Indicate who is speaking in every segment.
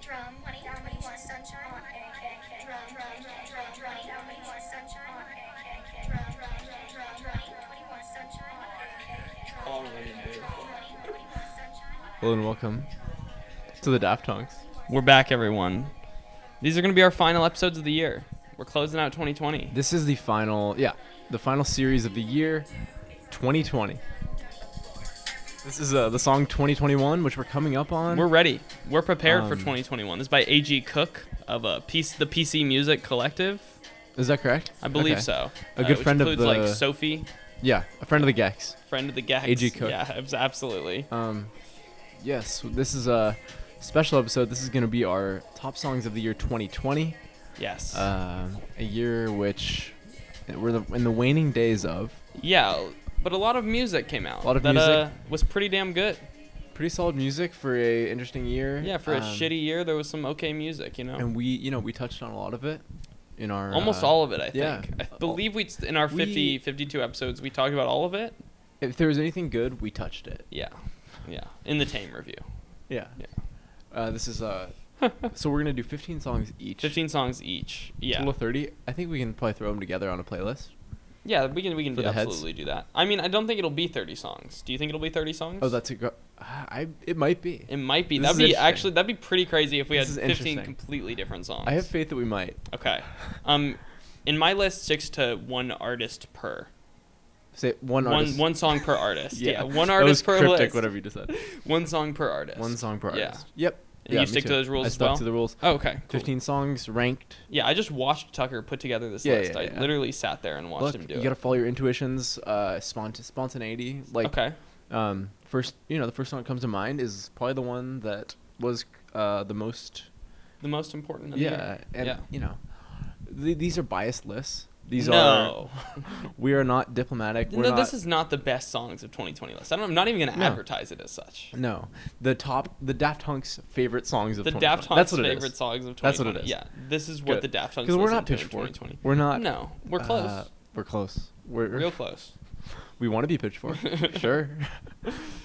Speaker 1: drum, money, down, money, more sunshine on AK, drum, drum, drum, drum, money, down, money, more sunshine on AK, drum, drum, drum, drum, money, twenty more sunshine on AK, drum,
Speaker 2: All really beautiful.
Speaker 1: money, twenty more sunshine on
Speaker 3: Hello and welcome to the Daft Punks.
Speaker 2: We're back, everyone. These are going to be our final episodes of the year. We're closing out 2020.
Speaker 3: This is the final, yeah, the final series of the year 2020. This is uh, the song 2021, which we're coming up on.
Speaker 2: We're ready. We're prepared for
Speaker 3: Um,
Speaker 2: 2021. This is by A.G. Cook of a piece, the PC Music Collective.
Speaker 3: is that correct?
Speaker 2: I believe
Speaker 3: Okay.
Speaker 2: so. Uh,
Speaker 3: A good
Speaker 2: which
Speaker 3: friend of
Speaker 2: includes, like
Speaker 3: the-
Speaker 2: Sophie,
Speaker 3: Yeah, a friend of the Gex.
Speaker 2: friend of the Gags.
Speaker 3: A.G. Cook.
Speaker 2: Yeah, abs- absolutely.
Speaker 3: Um, yes, this is a special episode. This is going to be our top songs of the year 2020,
Speaker 2: Yes.
Speaker 3: um, a year which we're the, in the waning days of.
Speaker 2: yeah, but a lot of music came out.
Speaker 3: A lot of
Speaker 2: that,
Speaker 3: music.
Speaker 2: Uh, was pretty damn good.
Speaker 3: Pretty solid music for a interesting year.
Speaker 2: Yeah, for a
Speaker 3: um,
Speaker 2: shitty year, there was some okay music, you know?
Speaker 3: And we, you know, we touched on a lot of it in our
Speaker 2: Oh. Almost
Speaker 3: uh,
Speaker 2: all of it, I think.
Speaker 3: yeah.
Speaker 2: I believe we in our 50,
Speaker 3: We-
Speaker 2: 52 episodes, we talked about all of it.
Speaker 3: If there was anything good, we touched it.
Speaker 2: Yeah, yeah. In the Tame review,
Speaker 3: Yeah.
Speaker 2: Yeah.
Speaker 3: Uh, this is uh, so we're gonna do 15 songs each.
Speaker 2: fifteen songs each. Yeah,
Speaker 3: Total 30. I think we can probably throw them together on a playlist.
Speaker 2: yeah. We can we can
Speaker 3: For
Speaker 2: do-
Speaker 3: the heads?
Speaker 2: absolutely do that. I mean, I don't think it'll be thirty songs. Do you think it'll be thirty songs?
Speaker 3: Oh, that's a gr- I it might be.
Speaker 2: It might be.
Speaker 3: This
Speaker 2: That'd
Speaker 3: is
Speaker 2: be
Speaker 3: interesting.
Speaker 2: actually that'd be pretty crazy if we
Speaker 3: This is
Speaker 2: had fifteen
Speaker 3: interesting.
Speaker 2: completely different songs.
Speaker 3: I have faith that we might.
Speaker 2: Okay. Um, in my list, six to one artist per.
Speaker 3: Say one
Speaker 2: One
Speaker 3: artist.
Speaker 2: one song per artist. yeah. one
Speaker 3: That was
Speaker 2: artist per
Speaker 3: cryptic,
Speaker 2: list.
Speaker 3: whatever you just said.
Speaker 2: One song per artist.
Speaker 3: One song per
Speaker 2: Yeah.
Speaker 3: artist. Yep.
Speaker 2: And you
Speaker 3: me
Speaker 2: stick to
Speaker 3: too.
Speaker 2: those rules
Speaker 3: I
Speaker 2: as
Speaker 3: stuck
Speaker 2: well?
Speaker 3: to the rules.
Speaker 2: Oh, okay. cool.
Speaker 3: 15 songs ranked.
Speaker 2: Yeah, I just watched Tucker put together this
Speaker 3: Yeah,
Speaker 2: list.
Speaker 3: yeah,
Speaker 2: I
Speaker 3: yeah.
Speaker 2: literally sat there and watched
Speaker 3: Look,
Speaker 2: him do
Speaker 3: you
Speaker 2: it.
Speaker 3: gotta follow your intuitions, uh, spont- spontaneity. Like,
Speaker 2: okay.
Speaker 3: um, first, you know, the first song that comes to mind is probably the one that was uh, the most
Speaker 2: The most important. Of the
Speaker 3: Yeah,
Speaker 2: year.
Speaker 3: and
Speaker 2: yeah.
Speaker 3: you know, th- these are biased lists. These
Speaker 2: no.
Speaker 3: are we are not diplomatic. We're
Speaker 2: no,
Speaker 3: not,
Speaker 2: this is not the best songs of 2020 list. I don't, I'm not even going to
Speaker 3: No.
Speaker 2: advertise it as such.
Speaker 3: no the top the Daft Punk's favorite songs of
Speaker 2: The
Speaker 3: 2020.
Speaker 2: Daft
Speaker 3: That's
Speaker 2: Punk's
Speaker 3: what it
Speaker 2: favorite
Speaker 3: is.
Speaker 2: songs of 2020.
Speaker 3: That's what it is.
Speaker 2: Yeah, this is what
Speaker 3: Good.
Speaker 2: the Daft Punk's
Speaker 3: Because we're
Speaker 2: listened
Speaker 3: not
Speaker 2: to in
Speaker 3: pitchfork.
Speaker 2: 2020.
Speaker 3: We're not.
Speaker 2: no, we're close.
Speaker 3: uh, we're close. We're
Speaker 2: Real close.
Speaker 3: we want to be pitchfork, sure,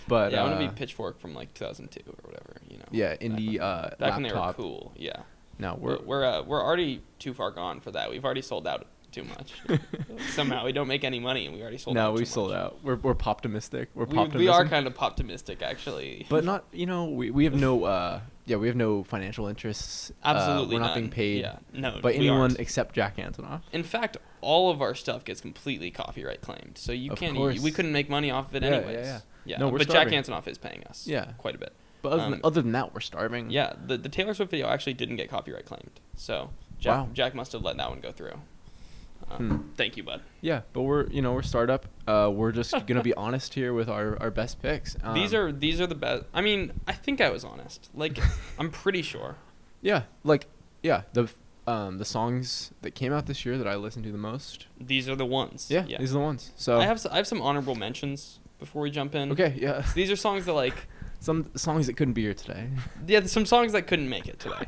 Speaker 3: but
Speaker 2: yeah, I want to
Speaker 3: uh,
Speaker 2: be Pitchfork from like 2002 or whatever, you know.
Speaker 3: Yeah,
Speaker 2: back
Speaker 3: indie
Speaker 2: when-
Speaker 3: uh,
Speaker 2: Back
Speaker 3: laptop.
Speaker 2: when they were cool, yeah.
Speaker 3: No,
Speaker 2: We're
Speaker 3: we're
Speaker 2: we're, uh, we're already too far gone for that. We've already sold out too much. Somehow we don't make any money, and we already sold.
Speaker 3: no,
Speaker 2: out
Speaker 3: we
Speaker 2: too
Speaker 3: sold
Speaker 2: much.
Speaker 3: out. We're we're optimistic. We're
Speaker 2: We,
Speaker 3: optimistic.
Speaker 2: we are kind of optimistic, actually.
Speaker 3: but not you know we, we have no uh yeah we have no financial interests. Uh,
Speaker 2: absolutely
Speaker 3: we're not being
Speaker 2: none.
Speaker 3: paid
Speaker 2: Yeah, no,
Speaker 3: by
Speaker 2: we
Speaker 3: anyone
Speaker 2: aren't.
Speaker 3: except Jack Antonoff.
Speaker 2: In fact, all of our stuff gets completely copyright claimed, so you
Speaker 3: Of
Speaker 2: can't. e-,
Speaker 3: course.
Speaker 2: We couldn't make money off of it
Speaker 3: Yeah, yeah,
Speaker 2: anyways.
Speaker 3: yeah. No,
Speaker 2: No,
Speaker 3: we're
Speaker 2: but Jack Antonoff is paying us.
Speaker 3: Yeah. Mm.
Speaker 2: quite a bit.
Speaker 3: But other, than,
Speaker 2: Um,
Speaker 3: other than that, we're starving.
Speaker 2: Yeah, the, the Taylor Swift video actually didn't get copyright claimed, so Jack,
Speaker 3: Wow.
Speaker 2: Jack must have let that one go through. Um,
Speaker 3: Hmm.
Speaker 2: Thank you, bud.
Speaker 3: Yeah, but we're you know we're startup. Uh, we're just gonna be honest here with our our best picks. Um,
Speaker 2: these are these are the best. I mean, I think I was honest. Like, I'm pretty sure.
Speaker 3: yeah, like yeah the um the songs that came out this year that I listened to the most.
Speaker 2: These are the ones.
Speaker 3: Yeah, these are the ones. So
Speaker 2: I have s- I have some honorable mentions before we jump in.
Speaker 3: okay, yeah,
Speaker 2: So these are songs that like
Speaker 3: some songs that couldn't be here today.
Speaker 2: yeah some songs that couldn't make it today.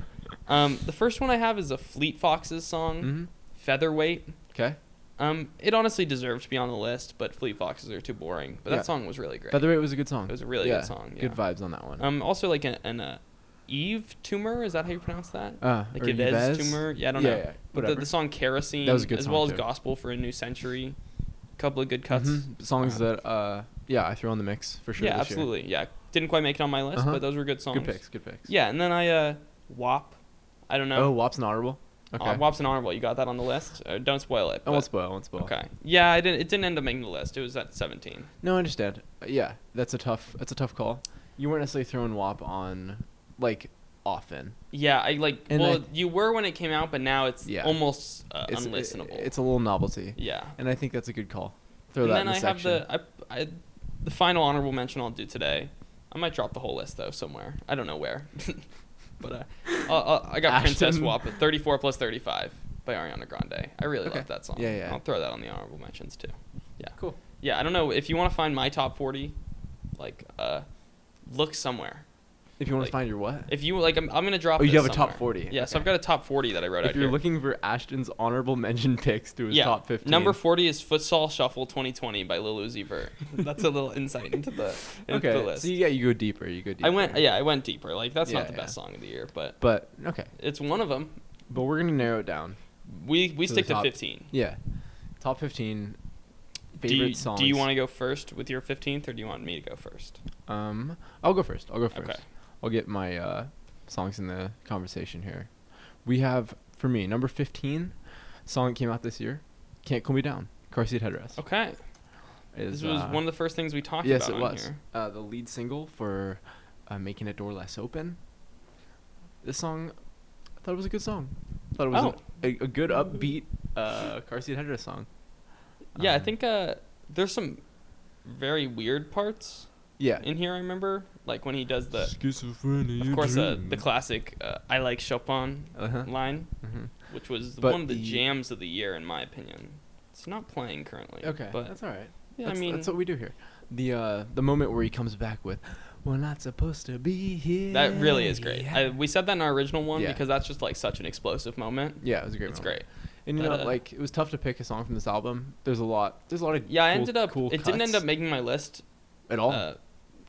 Speaker 2: Um, the first one I have is a Fleet Foxes song,
Speaker 3: mm-hmm.
Speaker 2: Featherweight.
Speaker 3: Okay,
Speaker 2: Um, it honestly deserved to be on the list, but Fleet Foxes are too boring. But
Speaker 3: Yeah.
Speaker 2: that song was really great.
Speaker 3: by the way, it was a good song.
Speaker 2: It was a really good
Speaker 3: yeah,
Speaker 2: song, yeah.
Speaker 3: Good vibes on that one.
Speaker 2: Um, also like an, an uh, Eve tumor is that how you pronounce that?
Speaker 3: uh,
Speaker 2: like
Speaker 3: or
Speaker 2: Yves
Speaker 3: Yves?
Speaker 2: tumor? Yeah, I don't
Speaker 3: yeah,
Speaker 2: know.
Speaker 3: Yeah,
Speaker 2: But
Speaker 3: whatever.
Speaker 2: the, the song Kerosene,
Speaker 3: That was a good
Speaker 2: as
Speaker 3: song,
Speaker 2: well as
Speaker 3: too.
Speaker 2: Gospel for a New Century. couple of good cuts.
Speaker 3: Mhm, Songs
Speaker 2: Uh,
Speaker 3: that uh yeah I threw on the mix for sure.
Speaker 2: yeah,
Speaker 3: this year.
Speaker 2: absolutely. Yeah, didn't quite make it on my list,
Speaker 3: Uh-huh.
Speaker 2: but those were good songs.
Speaker 3: Good picks. Good picks.
Speaker 2: Yeah, and then I uh, WAP. I don't
Speaker 3: Oh,
Speaker 2: know.
Speaker 3: WAP's an honorable. Okay.
Speaker 2: Uh, WAP's an honorable. You got that on the list. Uh, don't spoil it.
Speaker 3: I
Speaker 2: but-
Speaker 3: won't spoil. I won't spoil.
Speaker 2: Okay. Yeah, I didn't. It didn't end up making the list. It was at 17.
Speaker 3: No, I understand. Uh, Yeah, that's a tough. That's a tough call. You weren't necessarily throwing WAP on like often.
Speaker 2: Yeah, I like.
Speaker 3: And
Speaker 2: well,
Speaker 3: I-
Speaker 2: you were when it came out, but now it's
Speaker 3: Yeah.
Speaker 2: almost uh,
Speaker 3: It's,
Speaker 2: unlistenable.
Speaker 3: It's a little novelty,
Speaker 2: yeah.
Speaker 3: and I think that's a good call. Throw
Speaker 2: and
Speaker 3: that
Speaker 2: then I
Speaker 3: in the section.
Speaker 2: have the I, I, the final honorable mention I'll do today. I might drop the whole list though somewhere. I don't know where, but uh, I'll, I'll, I got Princess
Speaker 3: Ashton.
Speaker 2: WAP at 34 plus 35 by Ariana Grande. I really
Speaker 3: Okay.
Speaker 2: love that song.
Speaker 3: Yeah, yeah.
Speaker 2: I'll throw that on the honorable mentions too. Yeah.
Speaker 3: Cool.
Speaker 2: Yeah, I don't know if you want to find my top 40, like uh, look uh, somewhere.
Speaker 3: If you want
Speaker 2: Like-
Speaker 3: to find your what?
Speaker 2: If you like, I'm, I'm gonna drop.
Speaker 3: Oh, you
Speaker 2: this
Speaker 3: have a top
Speaker 2: somewhere.
Speaker 3: 40.
Speaker 2: Yeah, so I've
Speaker 3: Okay.
Speaker 2: got a top 40 that I wrote out
Speaker 3: If you're
Speaker 2: here.
Speaker 3: looking for Ashton's honorable mention picks to his
Speaker 2: yeah.
Speaker 3: top 15.
Speaker 2: Number 40 is Futsal Shuffle 2020 by Lil Uzi Vert. That's a little insight into the into
Speaker 3: Okay.
Speaker 2: the list.
Speaker 3: So you, yeah, you go deeper. You go deeper.
Speaker 2: I went yeah, I went deeper. Like that's
Speaker 3: Yeah,
Speaker 2: not the best
Speaker 3: yeah.
Speaker 2: song of the year, but
Speaker 3: But okay.
Speaker 2: it's one of them.
Speaker 3: But we're gonna narrow it down.
Speaker 2: We we
Speaker 3: To the
Speaker 2: stick to
Speaker 3: top
Speaker 2: 15.
Speaker 3: Yeah. Top 15
Speaker 2: Do
Speaker 3: favorite
Speaker 2: you,
Speaker 3: songs.
Speaker 2: do you want to go first with your 15th or do you want me to go first?
Speaker 3: to? Um, I'll go first. I'll go
Speaker 2: Okay.
Speaker 3: first. I'll get my uh, songs in the conversation here. We have for me number 15 song that came out this year. Can't cool me down. Car seat headrest.
Speaker 2: Okay.
Speaker 3: Is,
Speaker 2: this was
Speaker 3: uh,
Speaker 2: one of the first things we talked
Speaker 3: yes,
Speaker 2: about
Speaker 3: it
Speaker 2: on
Speaker 3: was
Speaker 2: here.
Speaker 3: Uh, the lead single for uh, "Making a Door Less Open." This song, I thought it was a good song. I thought it was
Speaker 2: Oh.
Speaker 3: an, a, a good upbeat uh, car seat headrest song.
Speaker 2: Yeah, I
Speaker 3: Um,
Speaker 2: think uh there's some very weird parts
Speaker 3: Yeah,
Speaker 2: in here I remember, like when he does the
Speaker 3: schizophrenia.
Speaker 2: of course uh, the classic uh, I like Chopin
Speaker 3: Uh-huh.
Speaker 2: line,
Speaker 3: hmm
Speaker 2: which was
Speaker 3: But
Speaker 2: one of the,
Speaker 3: the-
Speaker 2: jams of the year in my opinion. It's not playing currently.
Speaker 3: Okay,
Speaker 2: But
Speaker 3: that's all right.
Speaker 2: yeah,
Speaker 3: that's,
Speaker 2: I mean
Speaker 3: that's what we do here. The uh, the moment where he comes back with, "We're not supposed to be here."
Speaker 2: That really is great. I,
Speaker 3: yeah."
Speaker 2: we said that in our original one
Speaker 3: Yeah.
Speaker 2: because that's just like such an explosive moment.
Speaker 3: yeah, it was a great.
Speaker 2: It's
Speaker 3: moment.
Speaker 2: great.
Speaker 3: And you know,
Speaker 2: But, uh,
Speaker 3: like it was tough to pick a song from this album. There's a lot. There's a lot of
Speaker 2: Yeah, I
Speaker 3: cool-
Speaker 2: ended up.
Speaker 3: Cool
Speaker 2: it didn't end
Speaker 3: cuts
Speaker 2: up making my list.
Speaker 3: at all.
Speaker 2: Uh,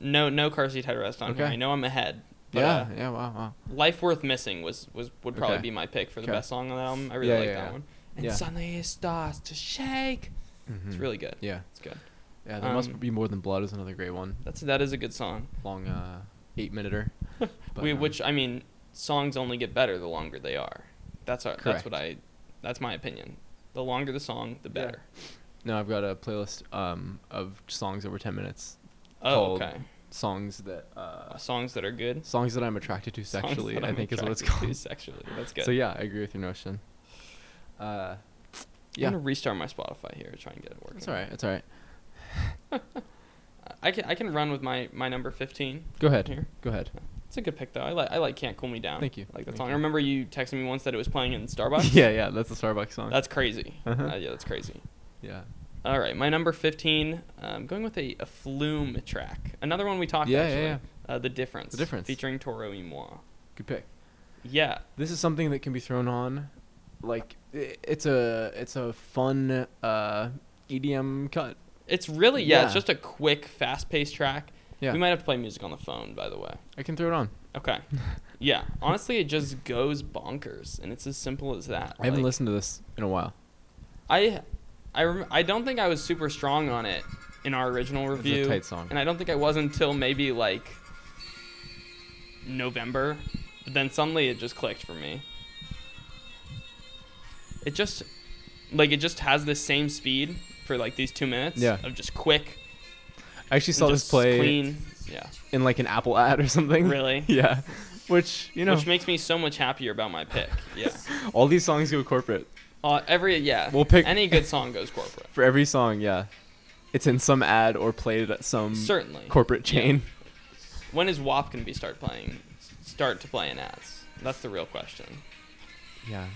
Speaker 2: no, no car seat headrest on here.
Speaker 3: Okay.
Speaker 2: I know I'm ahead. But,
Speaker 3: yeah,
Speaker 2: uh,
Speaker 3: yeah, wow, wow.
Speaker 2: Life worth missing was was would probably
Speaker 3: Okay.
Speaker 2: be my pick for the
Speaker 3: Okay.
Speaker 2: best song on that album. I really
Speaker 3: Yeah,
Speaker 2: like
Speaker 3: yeah,
Speaker 2: that
Speaker 3: yeah.
Speaker 2: one. And
Speaker 3: Yeah.
Speaker 2: suddenly it starts to shake.
Speaker 3: Mm-hmm.
Speaker 2: It's really good.
Speaker 3: Yeah,
Speaker 2: It's good.
Speaker 3: yeah. There must
Speaker 2: Um,
Speaker 3: be more than blood is another great one.
Speaker 2: That's that is a good song.
Speaker 3: Long, uh, eight minuter. But,
Speaker 2: we,
Speaker 3: um,
Speaker 2: which I mean, songs only get better the longer they are. That's our, that's what I. That's my opinion. The longer the song, the
Speaker 3: Yeah.
Speaker 2: better.
Speaker 3: No, I've got a playlist um of songs over ten minutes.
Speaker 2: Oh,
Speaker 3: Called-
Speaker 2: okay.
Speaker 3: Songs that uh,
Speaker 2: Songs that are good.
Speaker 3: songs that I'm attracted to
Speaker 2: Songs
Speaker 3: sexually.
Speaker 2: that
Speaker 3: I
Speaker 2: I'm
Speaker 3: think is what it's
Speaker 2: attracted to
Speaker 3: called.
Speaker 2: Sexually, that's good.
Speaker 3: So yeah, I agree with your notion. Uh, yeah,
Speaker 2: I'm gonna restart my Spotify here, to try and get it working.
Speaker 3: it's all right. It's all right.
Speaker 2: I can I can run with my my number 15
Speaker 3: Go ahead.
Speaker 2: here.
Speaker 3: Go ahead.
Speaker 2: It's a good pick though. I like I like Can't Cool Me Down.
Speaker 3: Thank you.
Speaker 2: I like that
Speaker 3: Thank
Speaker 2: song. I
Speaker 3: you.
Speaker 2: remember you texting me once that it was playing in Starbucks.
Speaker 3: Yeah, yeah. That's a Starbucks song.
Speaker 2: That's crazy.
Speaker 3: Uh-huh.
Speaker 2: Uh, yeah, that's crazy.
Speaker 3: yeah.
Speaker 2: All right, my number 15. I'm going with a, a Flume track. Another one we talked
Speaker 3: Yeah, yeah,
Speaker 2: actually.
Speaker 3: yeah.
Speaker 2: Uh, the difference.
Speaker 3: The Difference.
Speaker 2: Featuring Toro y Moi.
Speaker 3: Good pick.
Speaker 2: Yeah.
Speaker 3: this is something that can be thrown on like i- it's a it's a fun uh EDM cut.
Speaker 2: It's really yeah, It's
Speaker 3: Yeah.
Speaker 2: just a quick, fast-paced track.
Speaker 3: Yeah.
Speaker 2: We might have to play music on the phone, by the way.
Speaker 3: I can throw it on.
Speaker 2: Okay. Yeah. Honestly, it just goes bonkers, and it's as simple as that.
Speaker 3: I haven't
Speaker 2: Like,
Speaker 3: listened to this in a while.
Speaker 2: I, I, rem- I don't think I was super strong on it in our original
Speaker 3: a
Speaker 2: review.
Speaker 3: tight song.
Speaker 2: And I don't think I was until maybe like November. But then suddenly it just clicked for me. It just, like, it just has the same speed for like these two minutes
Speaker 3: Yeah.
Speaker 2: of just quick.
Speaker 3: I actually saw
Speaker 2: and
Speaker 3: this
Speaker 2: just
Speaker 3: play
Speaker 2: clean. Yeah.
Speaker 3: in like an Apple ad or something.
Speaker 2: Really?
Speaker 3: yeah. Which you know,
Speaker 2: Which makes me so much happier about my pick. Yeah.
Speaker 3: all these songs go corporate
Speaker 2: Uh, every yeah.
Speaker 3: We'll pick-
Speaker 2: any good song goes corporate.
Speaker 3: for every song. Yeah, it's in some ad or played at some
Speaker 2: Certainly.
Speaker 3: corporate chain.
Speaker 2: When is WAP gonna be start playing? Start to play in ads. That's the real question.
Speaker 3: Yeah.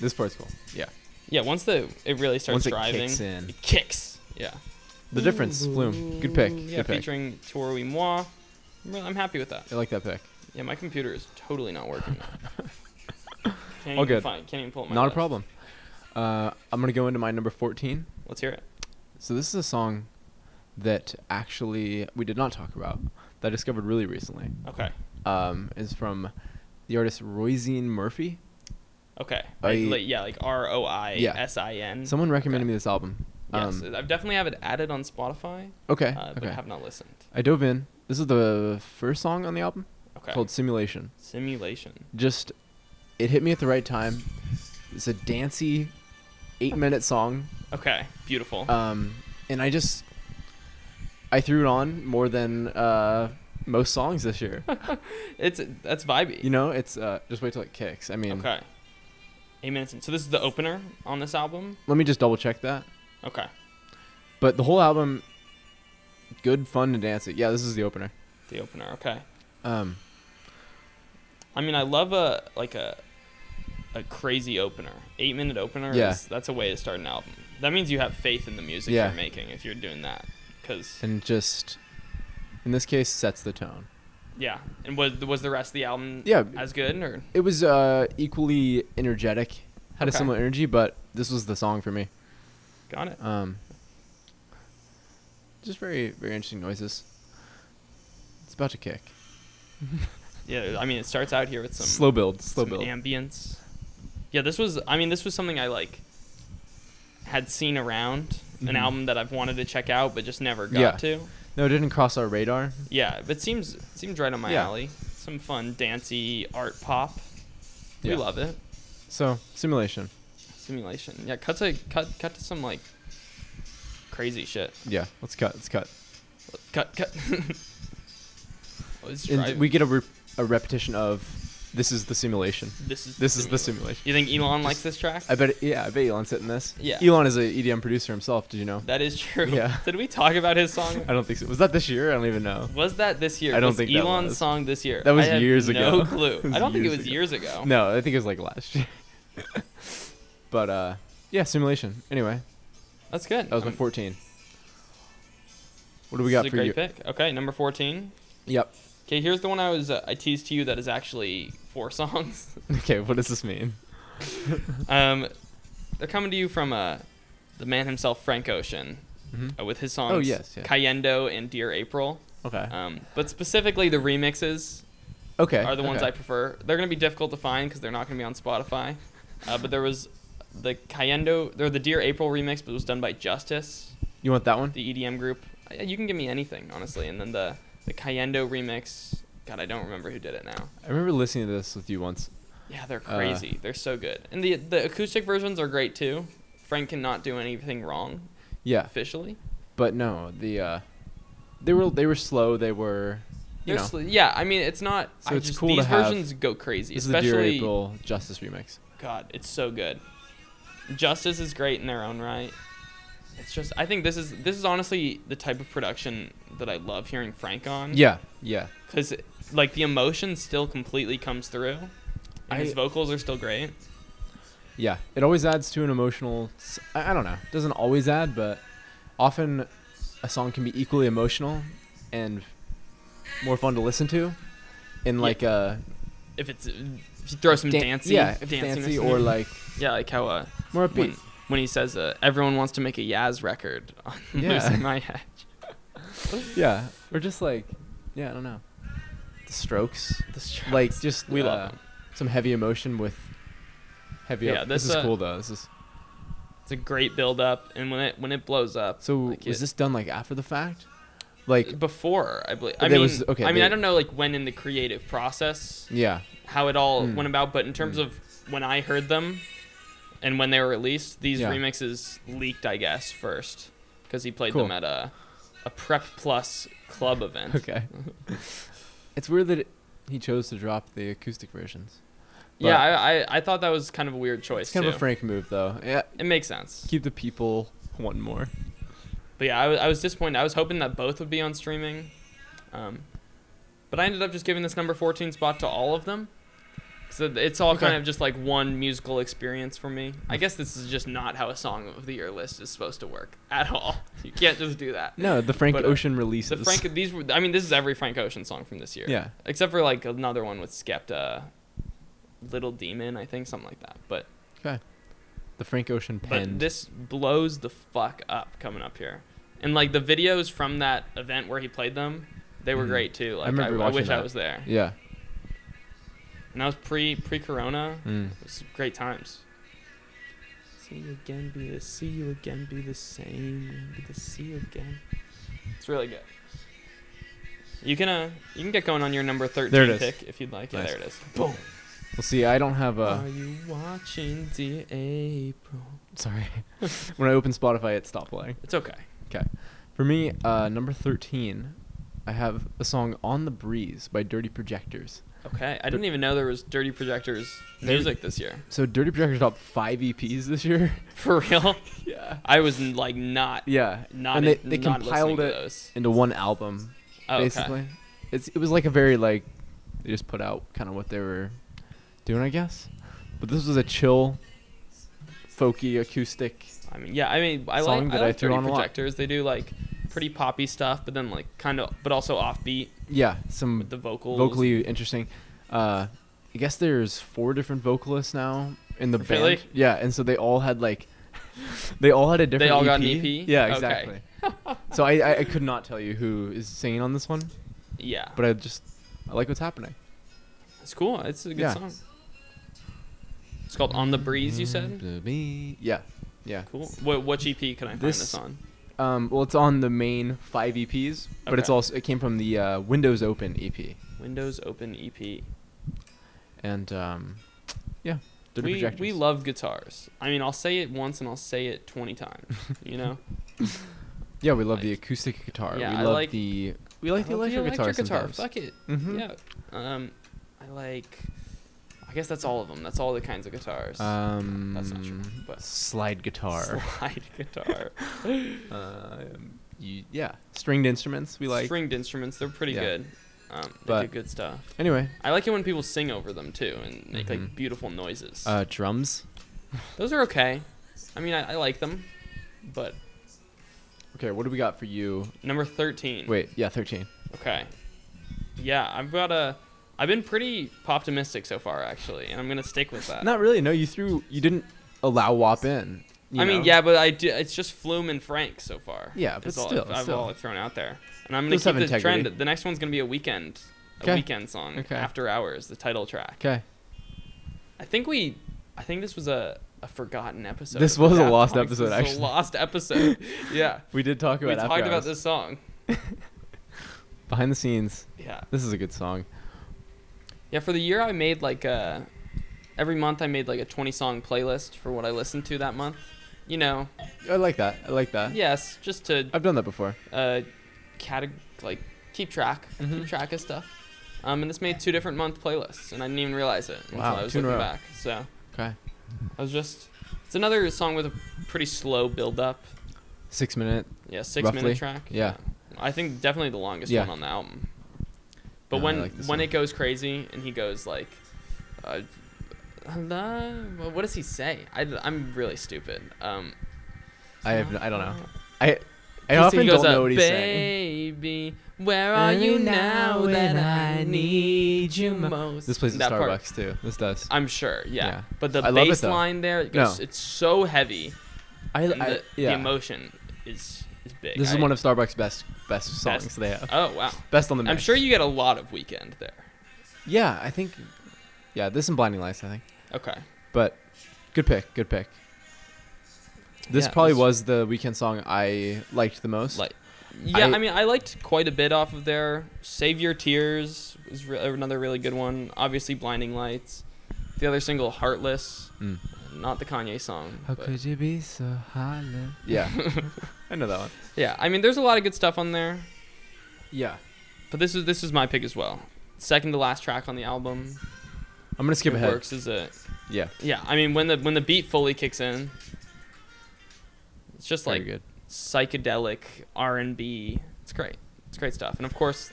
Speaker 3: This part's cool. Yeah.
Speaker 2: Yeah, once the it really starts
Speaker 3: Once it
Speaker 2: driving,
Speaker 3: kicks in.
Speaker 2: it kicks. Yeah.
Speaker 3: The difference, Flume. Good pick.
Speaker 2: Yeah,
Speaker 3: Good pick.
Speaker 2: featuring Tori Moi. I'm, really, I'm happy with that.
Speaker 3: I like that pick.
Speaker 2: Yeah, my computer is totally not working. now. can't
Speaker 3: All
Speaker 2: even
Speaker 3: good.
Speaker 2: Find, can't even pull up my
Speaker 3: Not a
Speaker 2: list.
Speaker 3: problem. Uh, I'm gonna go into my number 14.
Speaker 2: Let's hear it.
Speaker 3: So this is a song that actually we did not talk about that I discovered really recently.
Speaker 2: Okay.
Speaker 3: Um, is from the artist Roisin Murphi.
Speaker 2: Okay.
Speaker 3: I-
Speaker 2: Like, like- yeah, like R O I S I N.
Speaker 3: Someone recommended
Speaker 2: Mm-hmm. Okay.
Speaker 3: me this album.
Speaker 2: Yes,
Speaker 3: Um,
Speaker 2: I've definitely have it added on Spotify,
Speaker 3: okay.
Speaker 2: uh, but
Speaker 3: okay.
Speaker 2: I have not listened.
Speaker 3: I dove in. This is the first song on the album
Speaker 2: Okay.
Speaker 3: called Simulation.
Speaker 2: Simulation.
Speaker 3: Just it hit me at the right time. It's a dancey 8-minute song.
Speaker 2: Okay. Beautiful.
Speaker 3: Um, and I just I threw it on more than uh, most songs this year.
Speaker 2: it's that's vibey.
Speaker 3: You know, it's uh, just wait till it kicks. I mean,
Speaker 2: Okay. Eight minutes in. So this is the opener on this album.
Speaker 3: let me just double check that.
Speaker 2: Okay.
Speaker 3: But the whole album, good fun to dance it. Yeah, this is the opener.
Speaker 2: The opener. Okay.
Speaker 3: Um,
Speaker 2: I mean, I love a like a a crazy opener. Eight minute opener.
Speaker 3: Yeah.
Speaker 2: Is, that's a way to start an album. That means you have faith in the music
Speaker 3: Yeah.
Speaker 2: you're making if you're doing that. Because
Speaker 3: and just in this case sets the tone.
Speaker 2: Yeah, and was was the rest of the album
Speaker 3: Yeah.
Speaker 2: as good or
Speaker 3: It was uh, equally energetic, had
Speaker 2: Okay.
Speaker 3: a similar energy, but this was the song for me.
Speaker 2: got it?
Speaker 3: Um, just very, very interesting noises. It's about to kick.
Speaker 2: Yeah, I mean it starts out here with some
Speaker 3: slow build, slow
Speaker 2: some
Speaker 3: build.
Speaker 2: ambience. Yeah, this was. I mean, this was something I like had seen around an
Speaker 3: Mhm.
Speaker 2: album that I've wanted to check out but just never got
Speaker 3: Yeah.
Speaker 2: to.
Speaker 3: no, it didn't cross our radar.
Speaker 2: Yeah, but seems seems right on my
Speaker 3: Yeah.
Speaker 2: alley. Some fun dancey art pop. We
Speaker 3: Yeah.
Speaker 2: love it.
Speaker 3: So simulation.
Speaker 2: Simulation. Yeah, cut to cut cut to some like crazy shit.
Speaker 3: Yeah, let's cut. Let's cut.
Speaker 2: Cut cut. oh, this,
Speaker 3: And
Speaker 2: drive-
Speaker 3: we get a, re- a repetition of this is the simulation.
Speaker 2: this is
Speaker 3: This is the
Speaker 2: simulation.
Speaker 3: simulation.
Speaker 2: You think Elon likes this track?
Speaker 3: I bet. Yeah, I bet Elon's hitting this.
Speaker 2: Yeah.
Speaker 3: Elon is a EDM producer himself. Did you know?
Speaker 2: that is true.
Speaker 3: Yeah.
Speaker 2: Did we talk about his song?
Speaker 3: I don't think so. Was that this year? I don't even know.
Speaker 2: Was that this year?
Speaker 3: I don't
Speaker 2: was
Speaker 3: think that
Speaker 2: Elon's
Speaker 3: was.
Speaker 2: song this year.
Speaker 3: That was
Speaker 2: I have
Speaker 3: years ago.
Speaker 2: No clue.
Speaker 3: It was
Speaker 2: I don't think it
Speaker 3: years
Speaker 2: was
Speaker 3: ago.
Speaker 2: years ago.
Speaker 3: No, I think it was like last year. but uh, yeah, simulation. Anyway,
Speaker 2: that's good.
Speaker 3: that was my
Speaker 2: Um,
Speaker 3: 14. What do we
Speaker 2: this
Speaker 3: got
Speaker 2: is
Speaker 3: for
Speaker 2: a
Speaker 3: you?
Speaker 2: great pick. Okay, number fourteen.
Speaker 3: Yep.
Speaker 2: Okay, here's the one I was uh, I teased to you that is actually four songs.
Speaker 3: Okay. What does this mean?
Speaker 2: um, they're coming to you from uh, the man himself, Frank Ocean,
Speaker 3: hmm
Speaker 2: uh, with his songs
Speaker 3: yes, yeah.
Speaker 2: Cayendo and Dear April.
Speaker 3: Okay.
Speaker 2: Um, but specifically the remixes
Speaker 3: okay.
Speaker 2: are the ones
Speaker 3: okay.
Speaker 2: I prefer. They're gonna be difficult to find because they're not gonna be on Spotify. Uh, but there was the Cayendo, or the Dear April remix, but it was done by Justice.
Speaker 3: You want that one?
Speaker 2: the EDM group. I- You can give me anything, honestly. And then the the Cayendo remix. God, I don't remember who did it now.
Speaker 3: I remember listening to this with you once.
Speaker 2: Yeah, they're
Speaker 3: Uh,
Speaker 2: crazy. they're so good. And the the acoustic versions are great too. Frank cannot do anything wrong
Speaker 3: Yeah,
Speaker 2: officially.
Speaker 3: but no, the uh, they were they were slow. They were, you
Speaker 2: They're
Speaker 3: know,
Speaker 2: sl- yeah, I mean it's not.
Speaker 3: So
Speaker 2: I
Speaker 3: it's
Speaker 2: just-
Speaker 3: cool to
Speaker 2: These
Speaker 3: have-
Speaker 2: versions go crazy,
Speaker 3: this is the Dear
Speaker 2: especially.
Speaker 3: April Justice remix.
Speaker 2: God, it's so good. Justice is great in their own right. It's just I think this is this is honestly the type of production that I love hearing Frank on.
Speaker 3: Yeah, yeah,
Speaker 2: because like the emotion still completely comes through. And his
Speaker 3: I-
Speaker 2: vocals are still great.
Speaker 3: yeah. It always adds to an emotional. s- I, I don't know. It doesn't always add, but often a song can be equally emotional and more fun to listen to, in like a
Speaker 2: If it's if you throw some
Speaker 3: dan-
Speaker 2: dancing,
Speaker 3: yeah, if dancey or like
Speaker 2: yeah, like how uh,
Speaker 3: more upbeat.
Speaker 2: when, when he says uh, everyone wants to make a Yaz record on
Speaker 3: Yeah.
Speaker 2: losing my head.
Speaker 3: Yeah, or just like, yeah, I don't know. The Strokes.
Speaker 2: The Strokes.
Speaker 3: like just
Speaker 2: we
Speaker 3: uh,
Speaker 2: love him.
Speaker 3: some heavy emotion with heavy.
Speaker 2: Yeah,
Speaker 3: Yeah, this,
Speaker 2: this,
Speaker 3: is
Speaker 2: uh,
Speaker 3: cool though. This is
Speaker 2: It's a great build up, and when it when it blows up,
Speaker 3: so.
Speaker 2: like,
Speaker 3: was
Speaker 2: it- Uh,
Speaker 3: this done like after the fact? Like
Speaker 2: before? I believe. I
Speaker 3: There
Speaker 2: mean,
Speaker 3: was- okay,
Speaker 2: I mean,
Speaker 3: there-
Speaker 2: I don't know like when in the creative process
Speaker 3: yeah,
Speaker 2: how it all
Speaker 3: Mm.
Speaker 2: went about, but in terms
Speaker 3: Mm.
Speaker 2: of when I heard them and when they were released, these
Speaker 3: Yeah.
Speaker 2: remixes leaked, I guess, first because he played them
Speaker 3: Cool.
Speaker 2: at a a Prep Plus club event.
Speaker 3: okay. it's weird that it, he chose to drop the acoustic versions.
Speaker 2: Yeah,
Speaker 3: But-
Speaker 2: I, I I thought that was kind of a weird choice
Speaker 3: It's kind
Speaker 2: too.
Speaker 3: of a Frank move though. Yeah,
Speaker 2: it makes sense.
Speaker 3: keep the people wanting more.
Speaker 2: But yeah, I was, I was disappointed. I was hoping that both would be on streaming. Um, but I ended up just giving this number 14 spot to all of them. So it's all
Speaker 3: Okay. Mm.
Speaker 2: kind of just like one musical experience for me. I guess this is just not how a song of the year list is supposed to work at all. You can't just do that.
Speaker 3: No, the Frank
Speaker 2: But, uh,
Speaker 3: Ocean
Speaker 2: The
Speaker 3: releases.
Speaker 2: Frank, these were, I mean, this is every Frank Ocean song from this year.
Speaker 3: yeah,
Speaker 2: Except for like another one with Skepta, Little Demon, I think, something like that. But
Speaker 3: the Frank Ocean
Speaker 2: but
Speaker 3: pen.
Speaker 2: this blows the fuck up coming up here. And like the videos from that event where he played them, they were
Speaker 3: Mhm.
Speaker 2: great too. Like I,
Speaker 3: remember
Speaker 2: I,
Speaker 3: watching
Speaker 2: wish I
Speaker 3: that.
Speaker 2: was there.
Speaker 3: yeah.
Speaker 2: And that was pre pre Corona.
Speaker 3: Mm.
Speaker 2: It was great times. See you again, be the see you again, be the same, be the see you again. It's really good. You can uh you can get going on your number thirteen
Speaker 3: There it is.
Speaker 2: pick if you'd like. Yeah,
Speaker 3: Nice.
Speaker 2: there it is. Boom.
Speaker 3: Well, see, I don't have a.
Speaker 2: Are you watching, dear April?
Speaker 3: Sorry. when I open Spotify, it stopped playing.
Speaker 2: It's okay.
Speaker 3: For me, uh, number 13, I have a song On the Breeze by Dirty Projectors.
Speaker 2: Okay, I didn't even know there was Dirty Projectors
Speaker 3: They-
Speaker 2: music this year.
Speaker 3: So Dirty Projectors dropped five EPs this year.
Speaker 2: For real?
Speaker 3: Yeah.
Speaker 2: I was n- like not
Speaker 3: Yeah.
Speaker 2: not
Speaker 3: and they, they
Speaker 2: not
Speaker 3: compiled
Speaker 2: listening to
Speaker 3: it
Speaker 2: those.
Speaker 3: into one album,
Speaker 2: Oh, okay.
Speaker 3: basically. It's It was like a very, like, they just put out kind of what they were doing, I guess. But this was a chill, folky, acoustic.
Speaker 2: I mean, yeah, I mean, I
Speaker 3: Song
Speaker 2: like
Speaker 3: that
Speaker 2: I
Speaker 3: I
Speaker 2: like
Speaker 3: threw
Speaker 2: Dirty
Speaker 3: on a lot.
Speaker 2: Projectors. They do like pretty poppy stuff, but then like kind of, but also offbeat
Speaker 3: Yeah, some
Speaker 2: with the vocals.
Speaker 3: Mm. vocally interesting. Uh, I guess there's four different vocalists now in the
Speaker 2: Really?
Speaker 3: band. Yeah, and so they all had like, they all had a different.
Speaker 2: all
Speaker 3: EP.
Speaker 2: got an EP?
Speaker 3: Yeah,
Speaker 2: Okay.
Speaker 3: exactly. so I, I I could not tell you who is singing on this one,
Speaker 2: yeah,
Speaker 3: but I just I like what's happening.
Speaker 2: it's cool. It's a good
Speaker 3: Yeah.
Speaker 2: song. It's called "On the Breeze." You
Speaker 3: Mm.
Speaker 2: said.
Speaker 3: Yeah, yeah.
Speaker 2: Cool. What what GP can I find this,
Speaker 3: This-
Speaker 2: on?
Speaker 3: Um, well, it's on the main five EPs, but it's
Speaker 2: Okay.
Speaker 3: also it came from the uh, Windows Open EP,
Speaker 2: Windows Open E EP.
Speaker 3: and um, yeah, they're the
Speaker 2: We
Speaker 3: projectors.
Speaker 2: we love guitars. I mean, I'll say it once and I'll say it twenty times. You know.
Speaker 3: yeah, we love
Speaker 2: like-
Speaker 3: the acoustic guitar.
Speaker 2: Yeah,
Speaker 3: we
Speaker 2: I
Speaker 3: love
Speaker 2: like-
Speaker 3: the we like the
Speaker 2: I love
Speaker 3: electric, guitar. sometimes.
Speaker 2: Fuck it.
Speaker 3: Mhm.
Speaker 2: Yeah. Um, I like. I guess that's all of them. That's all the kinds of guitars.
Speaker 3: Um,
Speaker 2: That's not true, but-
Speaker 3: slide guitar.
Speaker 2: Slide guitar.
Speaker 3: Um, you, yeah, stringed instruments we like.
Speaker 2: Stringed instruments. They're pretty
Speaker 3: Yeah.
Speaker 2: good. Um, they do
Speaker 3: But-
Speaker 2: good stuff.
Speaker 3: anyway,
Speaker 2: I like it when people sing over them too and make like
Speaker 3: Mhm.
Speaker 2: beautiful noises.
Speaker 3: uh, drums.
Speaker 2: Those are okay. I mean, I, I like them, but
Speaker 3: Okay, what do we got for you?
Speaker 2: number thirteen.
Speaker 3: Wait, yeah, thirteen.
Speaker 2: Okay. Yeah, I've got a. I've been pretty optimistic so far, actually, and I'm gonna stick with that.
Speaker 3: Not really. No, you threw. You didn't allow WAP in. you
Speaker 2: I mean,
Speaker 3: know?
Speaker 2: yeah, but I do, it's just Flume and Frank so far.
Speaker 3: Yeah, but
Speaker 2: is all
Speaker 3: still,
Speaker 2: I've, I've
Speaker 3: still.
Speaker 2: all I've thrown out there, and I'm gonna
Speaker 3: Those have
Speaker 2: keep the
Speaker 3: integrity.
Speaker 2: trend. The next one's gonna be a weekend, a
Speaker 3: 'Kay.
Speaker 2: weekend song.
Speaker 3: Okay.
Speaker 2: After Hours, the title track.
Speaker 3: Okay.
Speaker 2: I think we, I think this was a, a forgotten episode.
Speaker 3: This
Speaker 2: of
Speaker 3: was a
Speaker 2: Daft
Speaker 3: lost
Speaker 2: Punk.
Speaker 3: episode,
Speaker 2: This is
Speaker 3: actually.
Speaker 2: a lost episode. yeah,
Speaker 3: We did talk
Speaker 2: we
Speaker 3: about.
Speaker 2: talked
Speaker 3: After
Speaker 2: about
Speaker 3: Hours.
Speaker 2: this song.
Speaker 3: behind the scenes.
Speaker 2: Yeah,
Speaker 3: This is a good song.
Speaker 2: yeah. For the year, I made like a, every month I made like a 20 song playlist for what I listened to that month. You know,
Speaker 3: I like that. I like that.
Speaker 2: yes, just to
Speaker 3: I've done that before.
Speaker 2: uh, categ- like keep track, keep
Speaker 3: Mhm.
Speaker 2: track of stuff. Um, and this made two different month playlists, and I didn't even realize it until
Speaker 3: Wow,
Speaker 2: I was
Speaker 3: two in a
Speaker 2: looking
Speaker 3: row.
Speaker 2: back. So
Speaker 3: Okay.
Speaker 2: I was just, it's another song with a pretty slow build up.
Speaker 3: Six minute.
Speaker 2: Yeah, six
Speaker 3: Roughly,
Speaker 2: minute track.
Speaker 3: yeah.
Speaker 2: I think definitely the longest
Speaker 3: Yeah.
Speaker 2: one on the album. But
Speaker 3: No, I
Speaker 2: when
Speaker 3: like this
Speaker 2: when
Speaker 3: one.
Speaker 2: it goes crazy and he goes like, uh, hello, well, what does he say? I, am really stupid. Um,
Speaker 3: I have. No, I don't know. I. I
Speaker 2: He
Speaker 3: often
Speaker 2: Uh, goes
Speaker 3: don't
Speaker 2: up,
Speaker 3: know what he's saying.
Speaker 2: Baby, where are you now that I need you most?
Speaker 3: This plays at
Speaker 2: That
Speaker 3: Starbucks
Speaker 2: part,
Speaker 3: too. This does.
Speaker 2: I'm sure, yeah.
Speaker 3: Yeah.
Speaker 2: But the
Speaker 3: I love it,
Speaker 2: bass
Speaker 3: though.
Speaker 2: line there, it goes,
Speaker 3: No.
Speaker 2: it's so heavy.
Speaker 3: I,
Speaker 2: and
Speaker 3: I
Speaker 2: the, the
Speaker 3: yeah.
Speaker 2: emotion is, is big.
Speaker 3: This is
Speaker 2: I-
Speaker 3: one of Starbucks' best best songs
Speaker 2: Best.
Speaker 3: they have.
Speaker 2: Oh, wow.
Speaker 3: Best on the.
Speaker 2: I'm
Speaker 3: mix.
Speaker 2: sure you get a lot of weekend there.
Speaker 3: Yeah, I think. Yeah, this and Blinding Lights, I think.
Speaker 2: Okay.
Speaker 3: But good pick, good pick. This
Speaker 2: Yeah,
Speaker 3: probably
Speaker 2: this-
Speaker 3: was the weekend song I liked the most.
Speaker 2: Like, yeah, I,
Speaker 3: I-
Speaker 2: mean, I liked quite a bit off of there. Save Your Tears is re- another really good one. Obviously, Blinding Lights. The other single, Heartless.
Speaker 3: Mm.
Speaker 2: Not the Kanye song. but-
Speaker 3: you be so hollow? Yeah, I know that one.
Speaker 2: Yeah, I mean, there's a lot of good stuff on there,
Speaker 3: Yeah,
Speaker 2: but this is this is my pick as well. Second to last track on the album.
Speaker 3: I'm gonna skip
Speaker 2: It
Speaker 3: ahead.
Speaker 2: Works is a
Speaker 3: Yeah,
Speaker 2: yeah. I mean, when the when the beat fully kicks in, it's just
Speaker 3: very
Speaker 2: like
Speaker 3: good.
Speaker 2: psychedelic R and B. It's great. It's great stuff. And of course,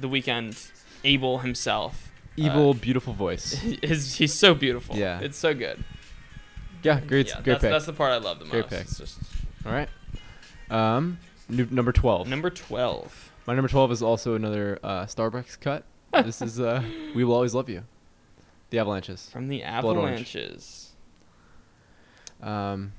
Speaker 2: the weekend, Abel himself. uh,
Speaker 3: Evil, beautiful voice.
Speaker 2: Is he's so beautiful.
Speaker 3: Yeah.
Speaker 2: it's so good.
Speaker 3: Yeah, great,
Speaker 2: yeah,
Speaker 3: great
Speaker 2: that's,
Speaker 3: pick.
Speaker 2: that's the part I love the most.
Speaker 3: Great pick.
Speaker 2: It's just
Speaker 3: All right. Um, nu- number twelve.
Speaker 2: number twelve.
Speaker 3: My number twelve is also another uh, Starbucks cut. this is uh, "We Will Always Love You," the Avalanches.
Speaker 2: From the
Speaker 3: Blood Orange.
Speaker 2: Avalanches.
Speaker 3: Um,